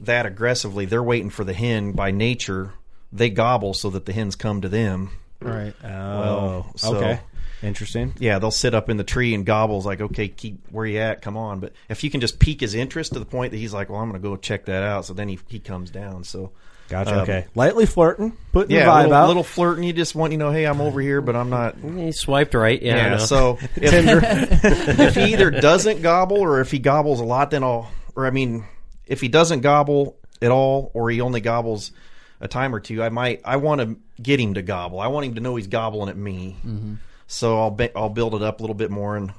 Speaker 6: that aggressively; they're waiting for the hen. By nature, they gobble so that the hens come to them.
Speaker 7: Right.
Speaker 9: Oh,
Speaker 6: Well, so-
Speaker 9: okay. Interesting.
Speaker 6: Yeah, they'll sit up in the tree and gobbles like, "Okay, keep where you at, come on." But if you can just pique his interest to the point that he's like, "Well, I'm going to go check that out," so then he he comes down. So
Speaker 9: Gotcha.
Speaker 6: um,
Speaker 9: okay. Lightly flirting, putting
Speaker 6: yeah,
Speaker 9: the vibe
Speaker 6: little,
Speaker 9: out.
Speaker 6: little flirting. You just want, you know, hey, I'm over here, but I'm not.
Speaker 5: He swiped right. Yeah. I know.
Speaker 6: so if,
Speaker 5: Tinder.
Speaker 6: if he either doesn't gobble or if he gobbles a lot, then I'll. Or I mean, if he doesn't gobble at all, or he only gobbles a time or two, I might. I want to get him to gobble. I want him to know he's gobbling at me.
Speaker 5: Mm-hmm.
Speaker 7: Mhm.
Speaker 6: So I'll be, I'll build it up a little bit more and.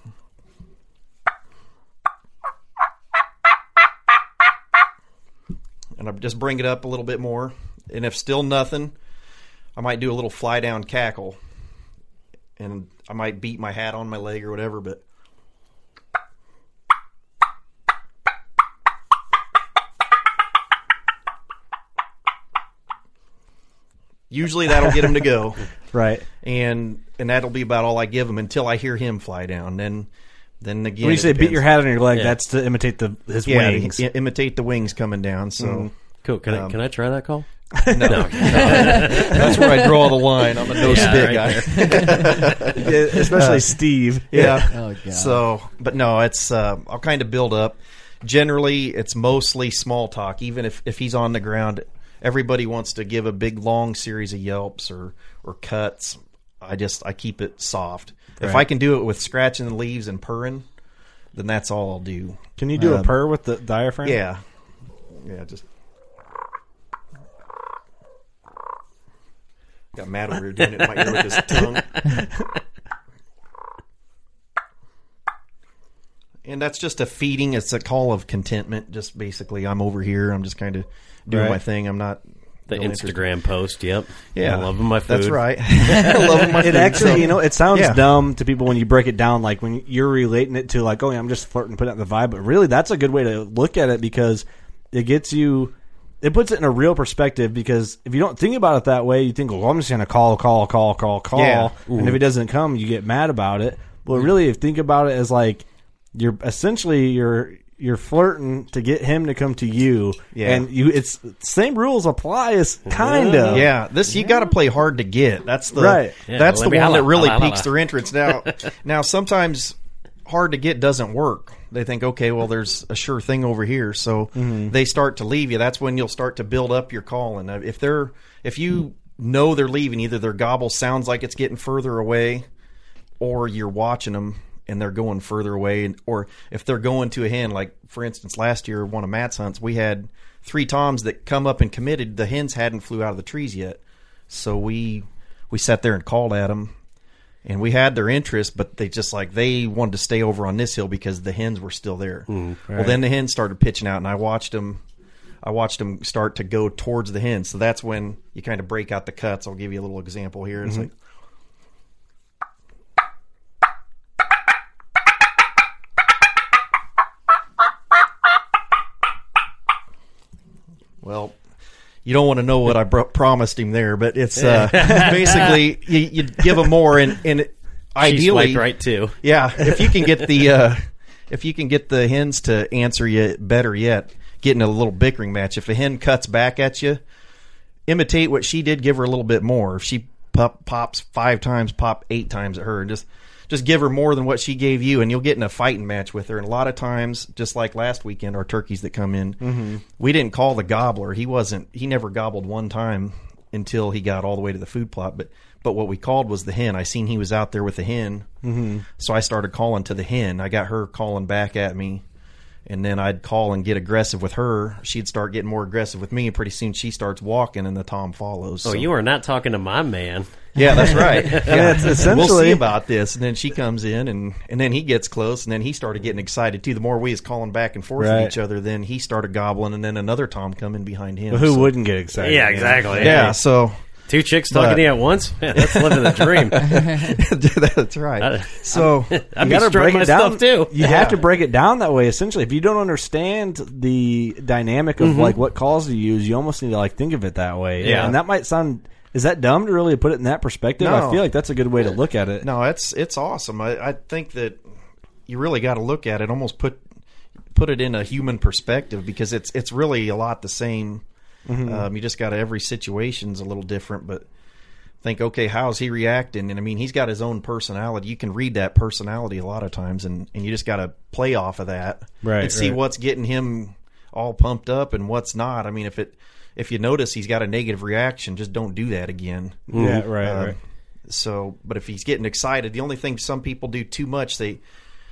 Speaker 6: And I just bring it up a little bit more, and if still nothing, I might do a little fly down cackle and I might beat my hat on my leg or whatever, but usually that'll get him to go.
Speaker 9: Right.
Speaker 6: And and that'll be about all I give him until I hear him fly down. Then then again,
Speaker 9: when you
Speaker 6: it
Speaker 9: say beat
Speaker 6: depends.
Speaker 9: your hat on your leg,
Speaker 6: Yeah.
Speaker 9: that's to imitate the his
Speaker 6: Yeah, to
Speaker 9: wings.
Speaker 6: i- imitate the wings coming down. So
Speaker 9: Mhm.
Speaker 5: Cool. Can I
Speaker 6: um,
Speaker 5: can I try that call?
Speaker 6: No. That's where I draw the line. I'm a no
Speaker 5: Yeah,
Speaker 6: spit
Speaker 5: right
Speaker 6: guy.
Speaker 5: there. Yeah,
Speaker 9: especially Steve.
Speaker 6: Yeah.
Speaker 7: Oh, God.
Speaker 6: So, but no, it's uh, I'll kind of build up. Generally, it's mostly small talk. Even if if he's on the ground, everybody wants to give a big long series of yelps or or cuts. I just I keep it soft. If
Speaker 9: Right.
Speaker 6: I can do it with scratching the leaves and purring, then that's all I'll do.
Speaker 9: Can you do a
Speaker 6: Um,
Speaker 9: purr with the diaphragm?
Speaker 6: Yeah. Yeah, just got mad when we were doing it in my ear with his tongue. And that's just a feeding. It's a call of contentment. Just basically, I'm over here. I'm just kind of doing
Speaker 9: Right.
Speaker 6: my thing. I'm not
Speaker 5: The
Speaker 6: real interested-
Speaker 5: Instagram post. Yep.
Speaker 6: Yeah,
Speaker 5: I love my food.
Speaker 6: That's right. I love my
Speaker 9: it
Speaker 6: food.
Speaker 9: actually,
Speaker 6: So-
Speaker 9: you know, it sounds
Speaker 6: Yeah.
Speaker 9: dumb to people when you break it down. Like when you're relating it to, like, oh, yeah, I'm just flirting, putting out the vibe. But really, that's a good way to look at it because it gets you, it puts it in a real perspective. Because if you don't think about it that way, you think, well, I'm just going to call, call, call, call, call,
Speaker 6: Yeah.
Speaker 9: and if it doesn't come, you get mad about it. But really, if think about it as like you're essentially you're you're flirting to get him to come to you,
Speaker 6: Yeah.
Speaker 9: and you it's same rules apply as kind of
Speaker 6: Yeah, this you got to play hard to get. That's the
Speaker 9: Right.
Speaker 5: Yeah,
Speaker 6: that's
Speaker 5: let
Speaker 6: the
Speaker 5: me
Speaker 6: one
Speaker 5: holla,
Speaker 6: that really
Speaker 5: holla,
Speaker 6: piques
Speaker 5: holla.
Speaker 6: their interest. Now, now sometimes hard to get doesn't work. They think, okay, well, there's a sure thing over here, so they start to leave you. That's when you'll start to build up your call. And if they're if you know they're leaving, either their gobble sounds like it's getting further away, or you're watching them and they're going further away and, or if they're going to a hen like for instance last year one of matt's hunts we had three toms that come up and committed the hens hadn't flew out of the trees yet so we we sat there and called at them and we had their interest but they just like they wanted to stay over on this hill because the hens were still there well then the hens started pitching out and i watched them i watched them start to go towards the hens so that's when you kind of break out the cuts i'll give you a little example here it's like Well, you don't want to know what I bro- promised him there, but it's uh, basically you, you give him more, and, and
Speaker 5: She
Speaker 6: ideally,
Speaker 5: swiped right too.
Speaker 6: yeah, if you can get the uh, if you can get the hens to answer you better yet, getting a little bickering match. If a hen cuts back at you, imitate what she did. Give her a little bit more. If she pop, pops five times, pop eight times at her, and just just give her more than what she gave you, and you'll get in a fighting match with her. And a lot of times, just like last weekend, our turkeys that come in,
Speaker 9: Mhm.
Speaker 6: we didn't call the gobbler. He wasn't. He never gobbled one time until he got all the way to the food plot. But but what we called was the hen. I seen he was out there with the hen,
Speaker 9: Mhm.
Speaker 6: so I started calling to the hen. I got her calling back at me. And then I'd call and get aggressive with her. She'd start getting more aggressive with me, and pretty soon she starts walking, and the tom follows.
Speaker 5: Oh,
Speaker 6: So-
Speaker 5: you are not talking to my man.
Speaker 6: yeah, that's right. Yeah.
Speaker 9: that's
Speaker 6: we'll
Speaker 9: essentially-
Speaker 6: see about this. And then she comes in, and and then he gets close, and then he started getting excited too. The more we is calling back and forth
Speaker 9: Right.
Speaker 6: with each other, then he started gobbling, and then another Tom come in behind him.
Speaker 9: Well, who wouldn't get excited?
Speaker 5: Yeah, exactly.
Speaker 6: Yeah, so
Speaker 5: two chicks talking
Speaker 6: But-
Speaker 5: to you at once. Man, that's living the dream.
Speaker 6: that's
Speaker 5: I-
Speaker 9: Uh,
Speaker 6: right. So
Speaker 5: I'd be strutting my stuff too.
Speaker 9: You have to break it down that way. Essentially, if you don't understand the dynamic of
Speaker 5: Mhm.
Speaker 9: like what calls to use, you almost need to like think of it that way.
Speaker 6: Yeah.
Speaker 9: and that might sound is that dumb to really put it in that perspective? I
Speaker 6: No.
Speaker 9: feel like that's a good way to look at it.
Speaker 6: No, it's it's awesome. I, I think that you really got to look at it, almost put put it in a human perspective because it's it's really a lot the same.
Speaker 9: Mhm.
Speaker 6: Um, you just got to every situation's a little different, but think okay, how's he reacting? And I mean, he's got his own personality. You can read that personality a lot of times, and and you just got to play off of that,
Speaker 9: Right,
Speaker 6: And see
Speaker 9: right.
Speaker 6: what's getting him all pumped up and what's not. I mean, if it if you notice he's got a negative reaction, just don't do that again.
Speaker 5: Mm-hmm.
Speaker 9: Yeah, right,
Speaker 6: um,
Speaker 9: right.
Speaker 6: So, but if he's getting excited, the only thing some people do too much, they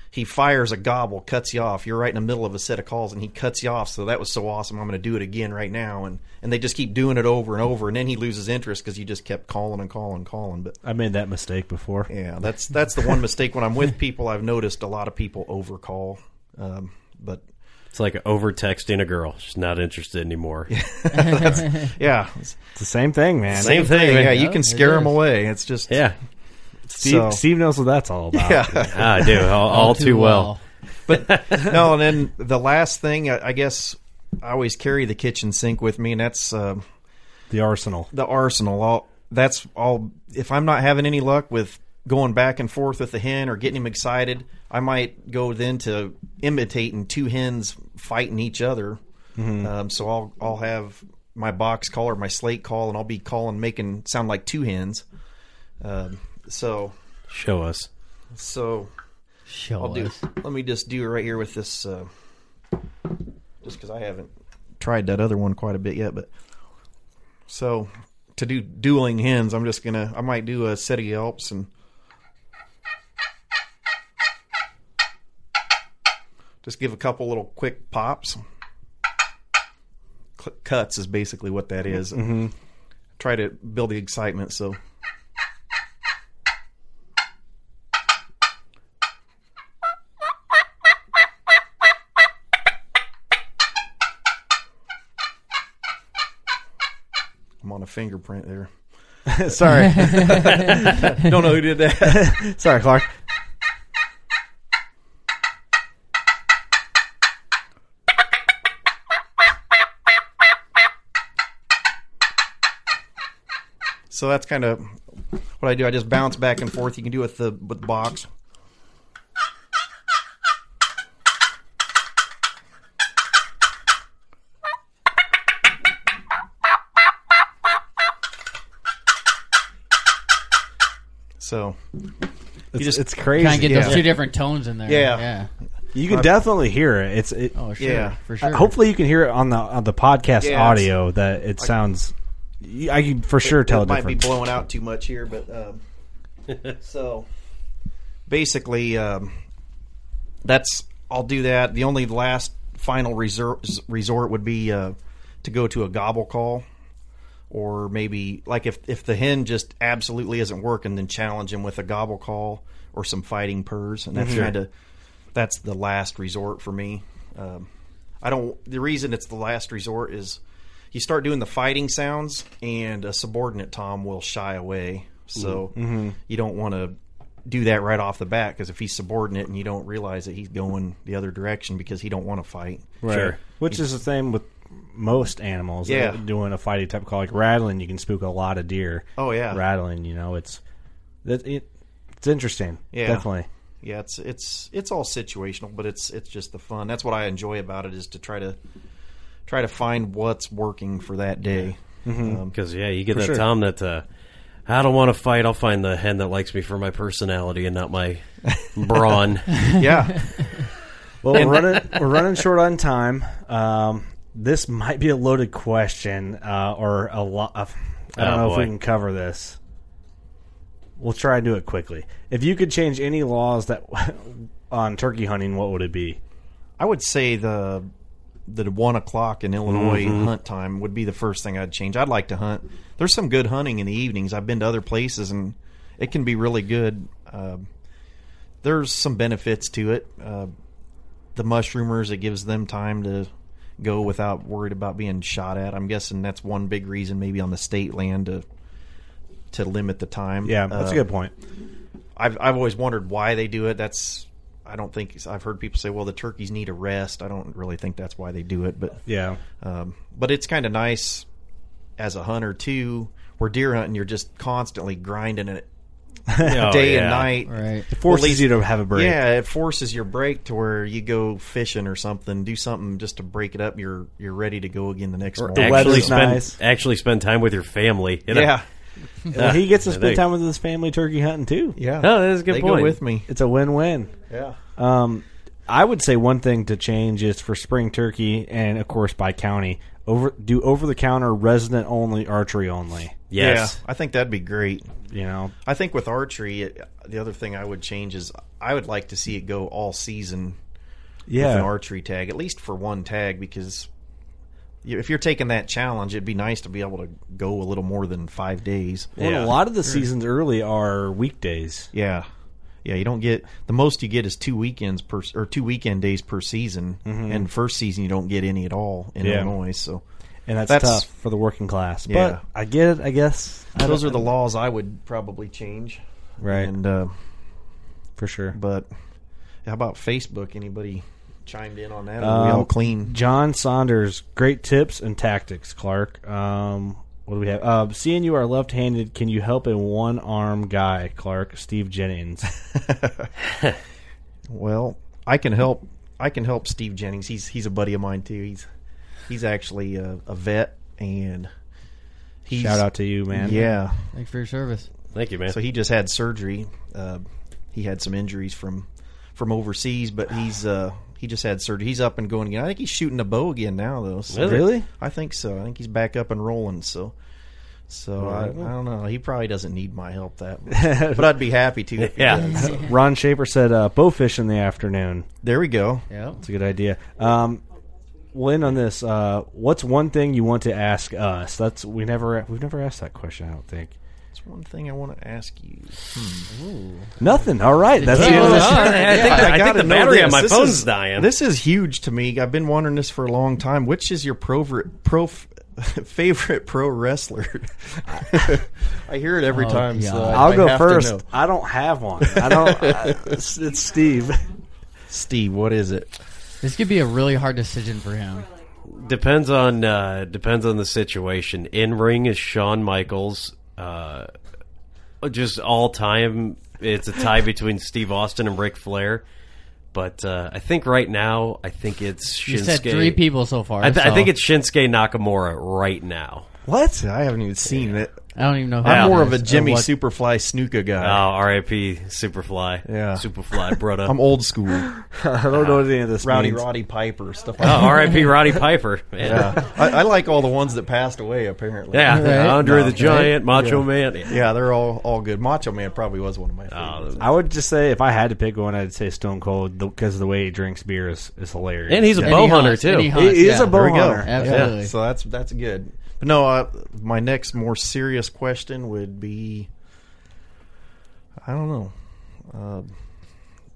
Speaker 6: he fires a gobble, cuts you off. You're right in the middle of a set of calls, and he cuts you off. So that was so awesome. I'm going to do it again right now, and and they just keep doing it over and over, and then he loses interest because you just kept calling and calling and calling. But
Speaker 9: I made that mistake before.
Speaker 6: yeah, that's that's the one mistake when I'm with people. I've noticed a lot of people overcall, um, but
Speaker 5: It's like over texting a girl. She's not interested anymore.
Speaker 6: that's, yeah,
Speaker 9: It's the same thing, man.
Speaker 5: Same thing,
Speaker 6: Yeah,
Speaker 5: man.
Speaker 6: you
Speaker 5: Yeah,
Speaker 6: can scare
Speaker 5: it
Speaker 6: them
Speaker 5: is.
Speaker 6: away. It's just
Speaker 5: yeah,
Speaker 9: Steve,
Speaker 6: so-
Speaker 9: Steve knows what that's all about.
Speaker 6: yeah.
Speaker 5: Ah, I do all, all too well.
Speaker 6: no, and then the last thing, I, I guess, I always carry the kitchen sink with me, and that's uh,
Speaker 9: The arsenal.
Speaker 6: the arsenal. All that's all. If I'm not having any luck with going back and forth with the hen or getting him excited, I might go then to imitating two hens fighting each other. Um, so I'll I'll have my box call or my slate call, and I'll be calling, making sound like two hens. Um, so
Speaker 5: Show us.
Speaker 6: so
Speaker 7: Show
Speaker 6: I'll do.
Speaker 7: us.
Speaker 6: Let me just do it right here with this, uh, just because I haven't tried that other one quite a bit yet. But so to do dueling hens, I'm just gonna. I might do a set of yelps and just give a couple little quick pops. Cl- Cuts is basically what that is. Try to build the excitement. So. I'm on a fingerprint there.
Speaker 9: Sorry,
Speaker 6: Don't know who did that.
Speaker 9: sorry, Clark.
Speaker 6: So that's kind of what I do. I just bounce back and forth. You can do it with the with the box. So
Speaker 9: It's,
Speaker 6: just-
Speaker 9: it's crazy.
Speaker 7: Kind of get
Speaker 9: yeah.
Speaker 7: those two different tones in there.
Speaker 6: Yeah.
Speaker 7: Yeah.
Speaker 9: You can definitely hear it. It's it,
Speaker 7: Oh, sure.
Speaker 6: Yeah.
Speaker 7: For sure.
Speaker 9: Uh, Hopefully, you can hear it on the on the podcast
Speaker 6: Yeah, it's-
Speaker 9: audio. That it sounds. I can for sure tell
Speaker 6: it
Speaker 9: a
Speaker 6: might
Speaker 9: difference.
Speaker 6: be blowing out too much here, but um, so basically, um, that's I'll do that. The only last final resort resort would be uh, to go to a gobble call, or maybe like if if the hen just absolutely isn't working, then challenge him with a gobble call or some fighting purrs, and that's kind of that's the last resort for me. Um, I don't. The reason it's the last resort is you start doing the fighting sounds, and a subordinate tom will shy away. So you don't want to do that right off the bat because if he's subordinate and you don't realize that he's going the other direction because he don't want to fight.
Speaker 9: Right.
Speaker 5: Sure.
Speaker 9: Which is the same with most animals.
Speaker 6: Yeah.
Speaker 9: Uh, Doing a fighting type call like rattling, you can spook a lot of deer.
Speaker 6: Oh, yeah.
Speaker 9: Rattling, you know, it's that it, it's interesting.
Speaker 6: Yeah.
Speaker 9: Definitely.
Speaker 6: yeah, it's it's it's all situational, but it's it's just the fun. That's what I enjoy about it is to try to try to find what's working for that day.
Speaker 5: Because yeah, you get
Speaker 6: for
Speaker 5: that
Speaker 6: sure.
Speaker 5: Tom that uh, I don't want to fight. I'll find the hen that likes me for my personality and not my brawn.
Speaker 6: yeah.
Speaker 9: Well, we're running we're running short on time. Um, this might be a loaded question, uh, or a lot. Of, I don't
Speaker 5: Oh,
Speaker 9: know if we
Speaker 5: boy.
Speaker 9: can cover this. We'll try and do it quickly. If you could change any laws that on turkey hunting, what would it be?
Speaker 6: I would say the the one o'clock in Illinois
Speaker 9: Mhm.
Speaker 6: hunt time would be the first thing I'd change. I'd like to hunt. There's some good hunting in the evenings. I've been to other places and it can be really good. Um there's some benefits to it. Uh, the mushroomers, it gives them time to go without worried about being shot at. I'm guessing that's one big reason, maybe on the state land to to limit the time.
Speaker 9: Yeah, that's a
Speaker 6: Uh,
Speaker 9: good point.
Speaker 6: I've I've always wondered why they do it. That's I don't think I've heard people say, well, the turkeys need a rest. I don't really think that's why they do it, but
Speaker 9: Yeah.
Speaker 6: um, but it's kind of nice as a hunter too. Where deer hunting, you're just constantly grinding it
Speaker 9: Oh,
Speaker 6: day
Speaker 9: yeah.
Speaker 6: and night.
Speaker 9: Right. It
Speaker 6: Or
Speaker 9: forces
Speaker 6: at least-
Speaker 9: you to have a break.
Speaker 6: Yeah, it forces your break to where you go fishing or something, do something just to break it up. You're you're ready to go again the next morning.
Speaker 5: actually spend actually spend time with your family. you know?
Speaker 6: Yeah.
Speaker 9: Well, he gets to
Speaker 5: Yeah,
Speaker 9: spend
Speaker 5: they-
Speaker 9: time with his family turkey hunting too.
Speaker 6: Yeah.
Speaker 5: Oh, that is a good
Speaker 6: They go
Speaker 5: point.
Speaker 6: with me.
Speaker 9: It's a win-win.
Speaker 6: Yeah.
Speaker 9: Um, I would say one thing to change is for spring turkey and of course by county over do over the counter resident only archery only.
Speaker 6: Yeah, I think that'd be great.
Speaker 9: You know,
Speaker 6: I think with archery, it, the other thing I would change is I would like to see it go all season.
Speaker 9: Yeah.
Speaker 6: with an archery tag, at least for one tag, because you- if you're taking that challenge, it'd be nice to be able to go a little more than five days.
Speaker 9: Well, a lot of the seasons early are weekdays.
Speaker 6: Yeah, yeah. You don't get the most you get is two weekends per or two weekend days per season,
Speaker 9: Mhm.
Speaker 6: and first season you don't get any at all in
Speaker 9: Yeah.
Speaker 6: Illinois. So,
Speaker 9: And that's, tough for the working class.
Speaker 6: Yeah.
Speaker 9: But I get it, I guess. I
Speaker 6: Those
Speaker 9: don't-
Speaker 6: are the laws I would probably change.
Speaker 9: Right.
Speaker 6: And uh,
Speaker 9: for sure.
Speaker 6: But how about Facebook? Anybody chimed in on that? Or are we all
Speaker 9: Um,
Speaker 6: clean.
Speaker 9: John Saunders, great tips and tactics, Clark. Um, what do we have? Uh, seeing you are left handed, can you help a one arm guy, Clark? Steve Jennings.
Speaker 6: Well, I can help. I can help Steve Jennings. He's he's a buddy of mine too. He's he's actually a, a vet, and he's,
Speaker 9: Shout out to you, man.
Speaker 6: Yeah,
Speaker 7: Thanks for your service.
Speaker 5: Thank you, man.
Speaker 6: So he just had surgery. Uh, he had some injuries from from overseas, but he's uh, he just had surgery. He's up and going again. I think he's shooting a bow again now, though. So
Speaker 9: Really? Really?
Speaker 6: I think so. I think he's back up and rolling. So. So I, I
Speaker 9: Alright.
Speaker 6: don't know. He probably doesn't need my help that, much. but I'd be happy to. if he does.
Speaker 9: Ron Shaper said uh, bowfish in the afternoon.
Speaker 6: There we go.
Speaker 7: Yeah.
Speaker 9: That's a good idea. Um, we'll end on this. Uh, what's one thing you want to ask us? That's we never we've never asked that question. I don't think.
Speaker 6: That's one thing I want to ask you. Hmm.
Speaker 9: Nothing. All right. That's the end of
Speaker 6: Oh,
Speaker 9: this.
Speaker 6: all right.
Speaker 5: I think the- I think
Speaker 6: gotta
Speaker 5: the
Speaker 6: know
Speaker 5: battery on
Speaker 6: this.
Speaker 5: my
Speaker 6: This
Speaker 5: phone's
Speaker 6: is-
Speaker 5: dying.
Speaker 6: This is huge to me. I've been wondering this for a long time. Which is your pro, pro favorite pro wrestler? I hear it every
Speaker 9: Oh,
Speaker 6: time. So
Speaker 9: God.
Speaker 6: I-
Speaker 9: I'll
Speaker 6: I
Speaker 9: go
Speaker 6: have to
Speaker 9: first.
Speaker 6: know.
Speaker 9: I don't have one. I don't. I, it's, it's Steve.
Speaker 6: Steve, what is it?
Speaker 7: This could be a really hard decision for him.
Speaker 5: Depends on uh, depends on the situation. In ring is Shawn Michaels. Uh, just all time, it's a tie between Steve Austin and Ric Flair. But uh, I think right now, I think it's Shinsuke.
Speaker 7: You said three people so far,
Speaker 5: I, th- I
Speaker 7: so-
Speaker 5: think it's Shinsuke Nakamura right now.
Speaker 6: What? I haven't even seen it.
Speaker 7: I don't even know. who
Speaker 6: I'm
Speaker 7: that
Speaker 6: more of
Speaker 7: is
Speaker 6: a
Speaker 7: or
Speaker 6: Jimmy
Speaker 7: what-
Speaker 6: Superfly Snuka
Speaker 5: Oh,
Speaker 6: guy.
Speaker 5: R.I.P. Superfly.
Speaker 6: Yeah.
Speaker 5: Superfly, brother.
Speaker 6: I'm old school. I
Speaker 9: don't know what any of this
Speaker 6: Rowdy
Speaker 9: means.
Speaker 6: Roddy Piper stuff. like
Speaker 5: Oh,
Speaker 6: that.
Speaker 5: R.I.P. Roddy Piper. Man.
Speaker 6: Yeah, I, I like all the ones that passed away. Apparently,
Speaker 5: Yeah, Right. Andre the
Speaker 6: No,
Speaker 5: Giant, Macho Man.
Speaker 6: Yeah, they're all all good. Macho Man probably was one of
Speaker 5: Oh,
Speaker 6: my favorites.
Speaker 9: I would just say if I had to pick one, I'd say Stone Cold because the way he drinks beer is, is hilarious.
Speaker 5: And he's a bow hunter too.
Speaker 6: He is a bow
Speaker 9: There we go.
Speaker 6: hunter.
Speaker 7: Absolutely.
Speaker 6: so that's that's good. But no, uh, my next more serious question would be, I don't know, uh,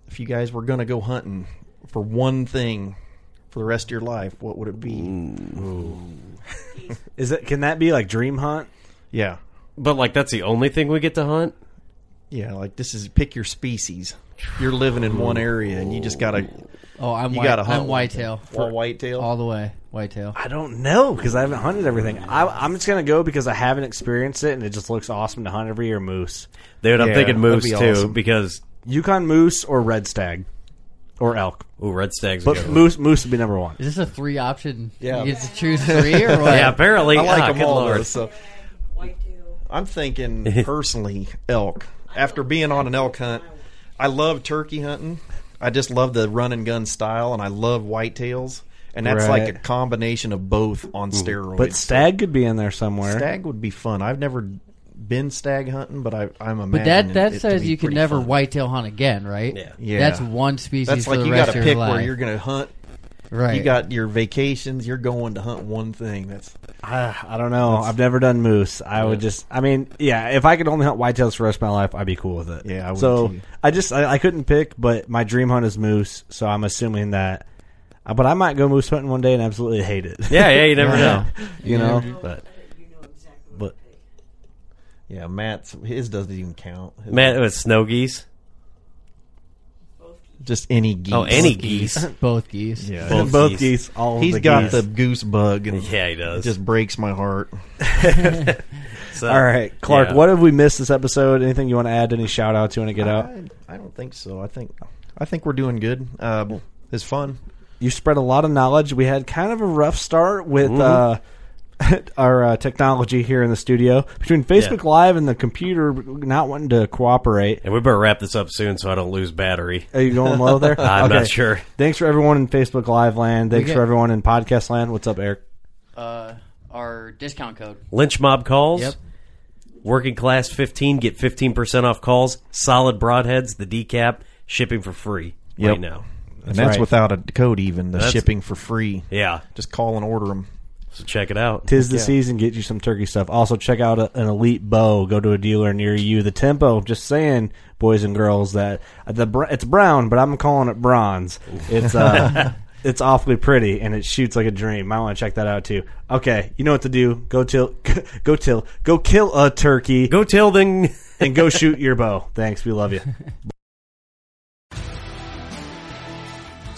Speaker 6: if you guys were going to go hunting for one thing for the rest of your life, what would it be?
Speaker 9: Is it? Can that be like dream hunt?
Speaker 6: Yeah,
Speaker 5: But like, that's the only thing we get to hunt.
Speaker 6: yeah. Like this is pick your species. You're living in one area, and you just gotta.
Speaker 7: Oh, I'm
Speaker 6: you
Speaker 7: white,
Speaker 6: gotta hunt
Speaker 7: I'm
Speaker 6: one
Speaker 7: whitetail.
Speaker 6: thing. All whitetail.
Speaker 7: All the way. Whitetail.
Speaker 9: I don't know because I haven't hunted everything. I, I'm just gonna go because I haven't experienced it, and it just looks awesome to hunt every year. Moose.
Speaker 5: Dude, I'm
Speaker 6: Yeah,
Speaker 5: thinking moose
Speaker 6: that'd
Speaker 5: too
Speaker 6: be awesome.
Speaker 5: because
Speaker 9: Yukon moose or red stag or elk.
Speaker 5: Ooh, red stag's a
Speaker 9: But
Speaker 5: good one.
Speaker 9: moose moose would be number one.
Speaker 7: Is this a three option?
Speaker 6: Yeah.
Speaker 7: You get to choose three or what?
Speaker 5: Yeah, apparently.
Speaker 6: I like
Speaker 5: Ah,
Speaker 6: them
Speaker 5: good
Speaker 6: all.
Speaker 5: lord.
Speaker 6: though, so I'm thinking personally elk. After being on an elk hunt, I love turkey hunting. I just love the run and gun style, and I love whitetails. And that's like
Speaker 9: Right.
Speaker 6: a combination of both on steroids.
Speaker 9: But stag could be in there somewhere.
Speaker 6: stag would be fun. I've never been stag hunting, but I, I'm imagining
Speaker 7: But that
Speaker 6: it
Speaker 7: that
Speaker 6: to
Speaker 7: says
Speaker 6: be
Speaker 7: you can
Speaker 6: pretty
Speaker 7: never
Speaker 6: fun.
Speaker 7: whitetail hunt again, right?
Speaker 5: Yeah.
Speaker 6: Yeah.
Speaker 7: That's one species
Speaker 6: That's
Speaker 7: for
Speaker 6: like
Speaker 7: the
Speaker 6: you
Speaker 7: rest
Speaker 6: gotta
Speaker 7: of
Speaker 6: pick
Speaker 7: your life.
Speaker 6: where you're going to hunt.
Speaker 7: right.
Speaker 6: You got your vacations. You're going to hunt one thing. That's
Speaker 9: Ah, I don't know. I've never done moose. I would just. I mean, yeah. If I could only hunt whitetails for the rest of my life, I'd be cool with it.
Speaker 6: Yeah, I would,
Speaker 9: so
Speaker 6: too.
Speaker 9: I just I, I couldn't pick, but my dream hunt is moose. So I'm assuming that. uh, But I might go moose hunting one day and absolutely hate it.
Speaker 5: Yeah, yeah, you never know.
Speaker 7: Yeah.
Speaker 9: you know. But
Speaker 6: But yeah, Matt's his doesn't even count. His-
Speaker 5: Man, it was snow geese.
Speaker 6: just any geese.
Speaker 5: Oh, any geese.
Speaker 7: both geese.
Speaker 6: Yeah.
Speaker 9: both,
Speaker 5: geese.
Speaker 9: geese. all
Speaker 6: He's
Speaker 9: the
Speaker 6: got
Speaker 9: geese.
Speaker 6: the goose bug, and
Speaker 5: Yeah, he
Speaker 6: it
Speaker 5: does.
Speaker 6: just breaks my heart.
Speaker 5: So-
Speaker 9: All right, Clark.
Speaker 5: Yeah.
Speaker 9: What have we missed this episode? Anything you want to add? Any shout outs you want to get out?
Speaker 6: I, I don't think so. I think I think we're doing good. Um, it's fun.
Speaker 9: you spread a lot of knowledge. We had kind of a rough start with
Speaker 5: Mm-hmm.
Speaker 9: uh, our uh, technology here in the studio between Facebook Live and the computer not wanting to cooperate.
Speaker 5: And we better wrap this up soon so I don't lose battery.
Speaker 9: Are you going low there?
Speaker 5: I'm not sure.
Speaker 9: Thanks for everyone in Facebook Live land. Thanks
Speaker 7: get-
Speaker 9: for everyone in podcast land. What's up, Eric?
Speaker 7: Uh, our discount code.
Speaker 5: Lynch mob calls.
Speaker 7: Yep.
Speaker 5: Working class 15, get 15% off calls. Solid broadheads, the decap, shipping for free right
Speaker 6: Yep.
Speaker 5: now.
Speaker 6: and that's
Speaker 9: right.
Speaker 6: without a code even. The
Speaker 5: That's-
Speaker 6: shipping for free.
Speaker 5: Yeah.
Speaker 6: Just call and order them.
Speaker 5: So check it out.
Speaker 9: Tis the season. Get you some turkey stuff. Also, check out a, an elite bow. Go to a dealer near you. The tempo. Just saying, boys and girls, that the br- it's brown, but I'm calling it bronze. It's uh, it's awfully pretty and it shoots like a dream. Might want to check that out too. Okay, you know what to do. Go till, go till, go kill a turkey
Speaker 5: Go till then.
Speaker 9: and go shoot your bow. Thanks. We love you.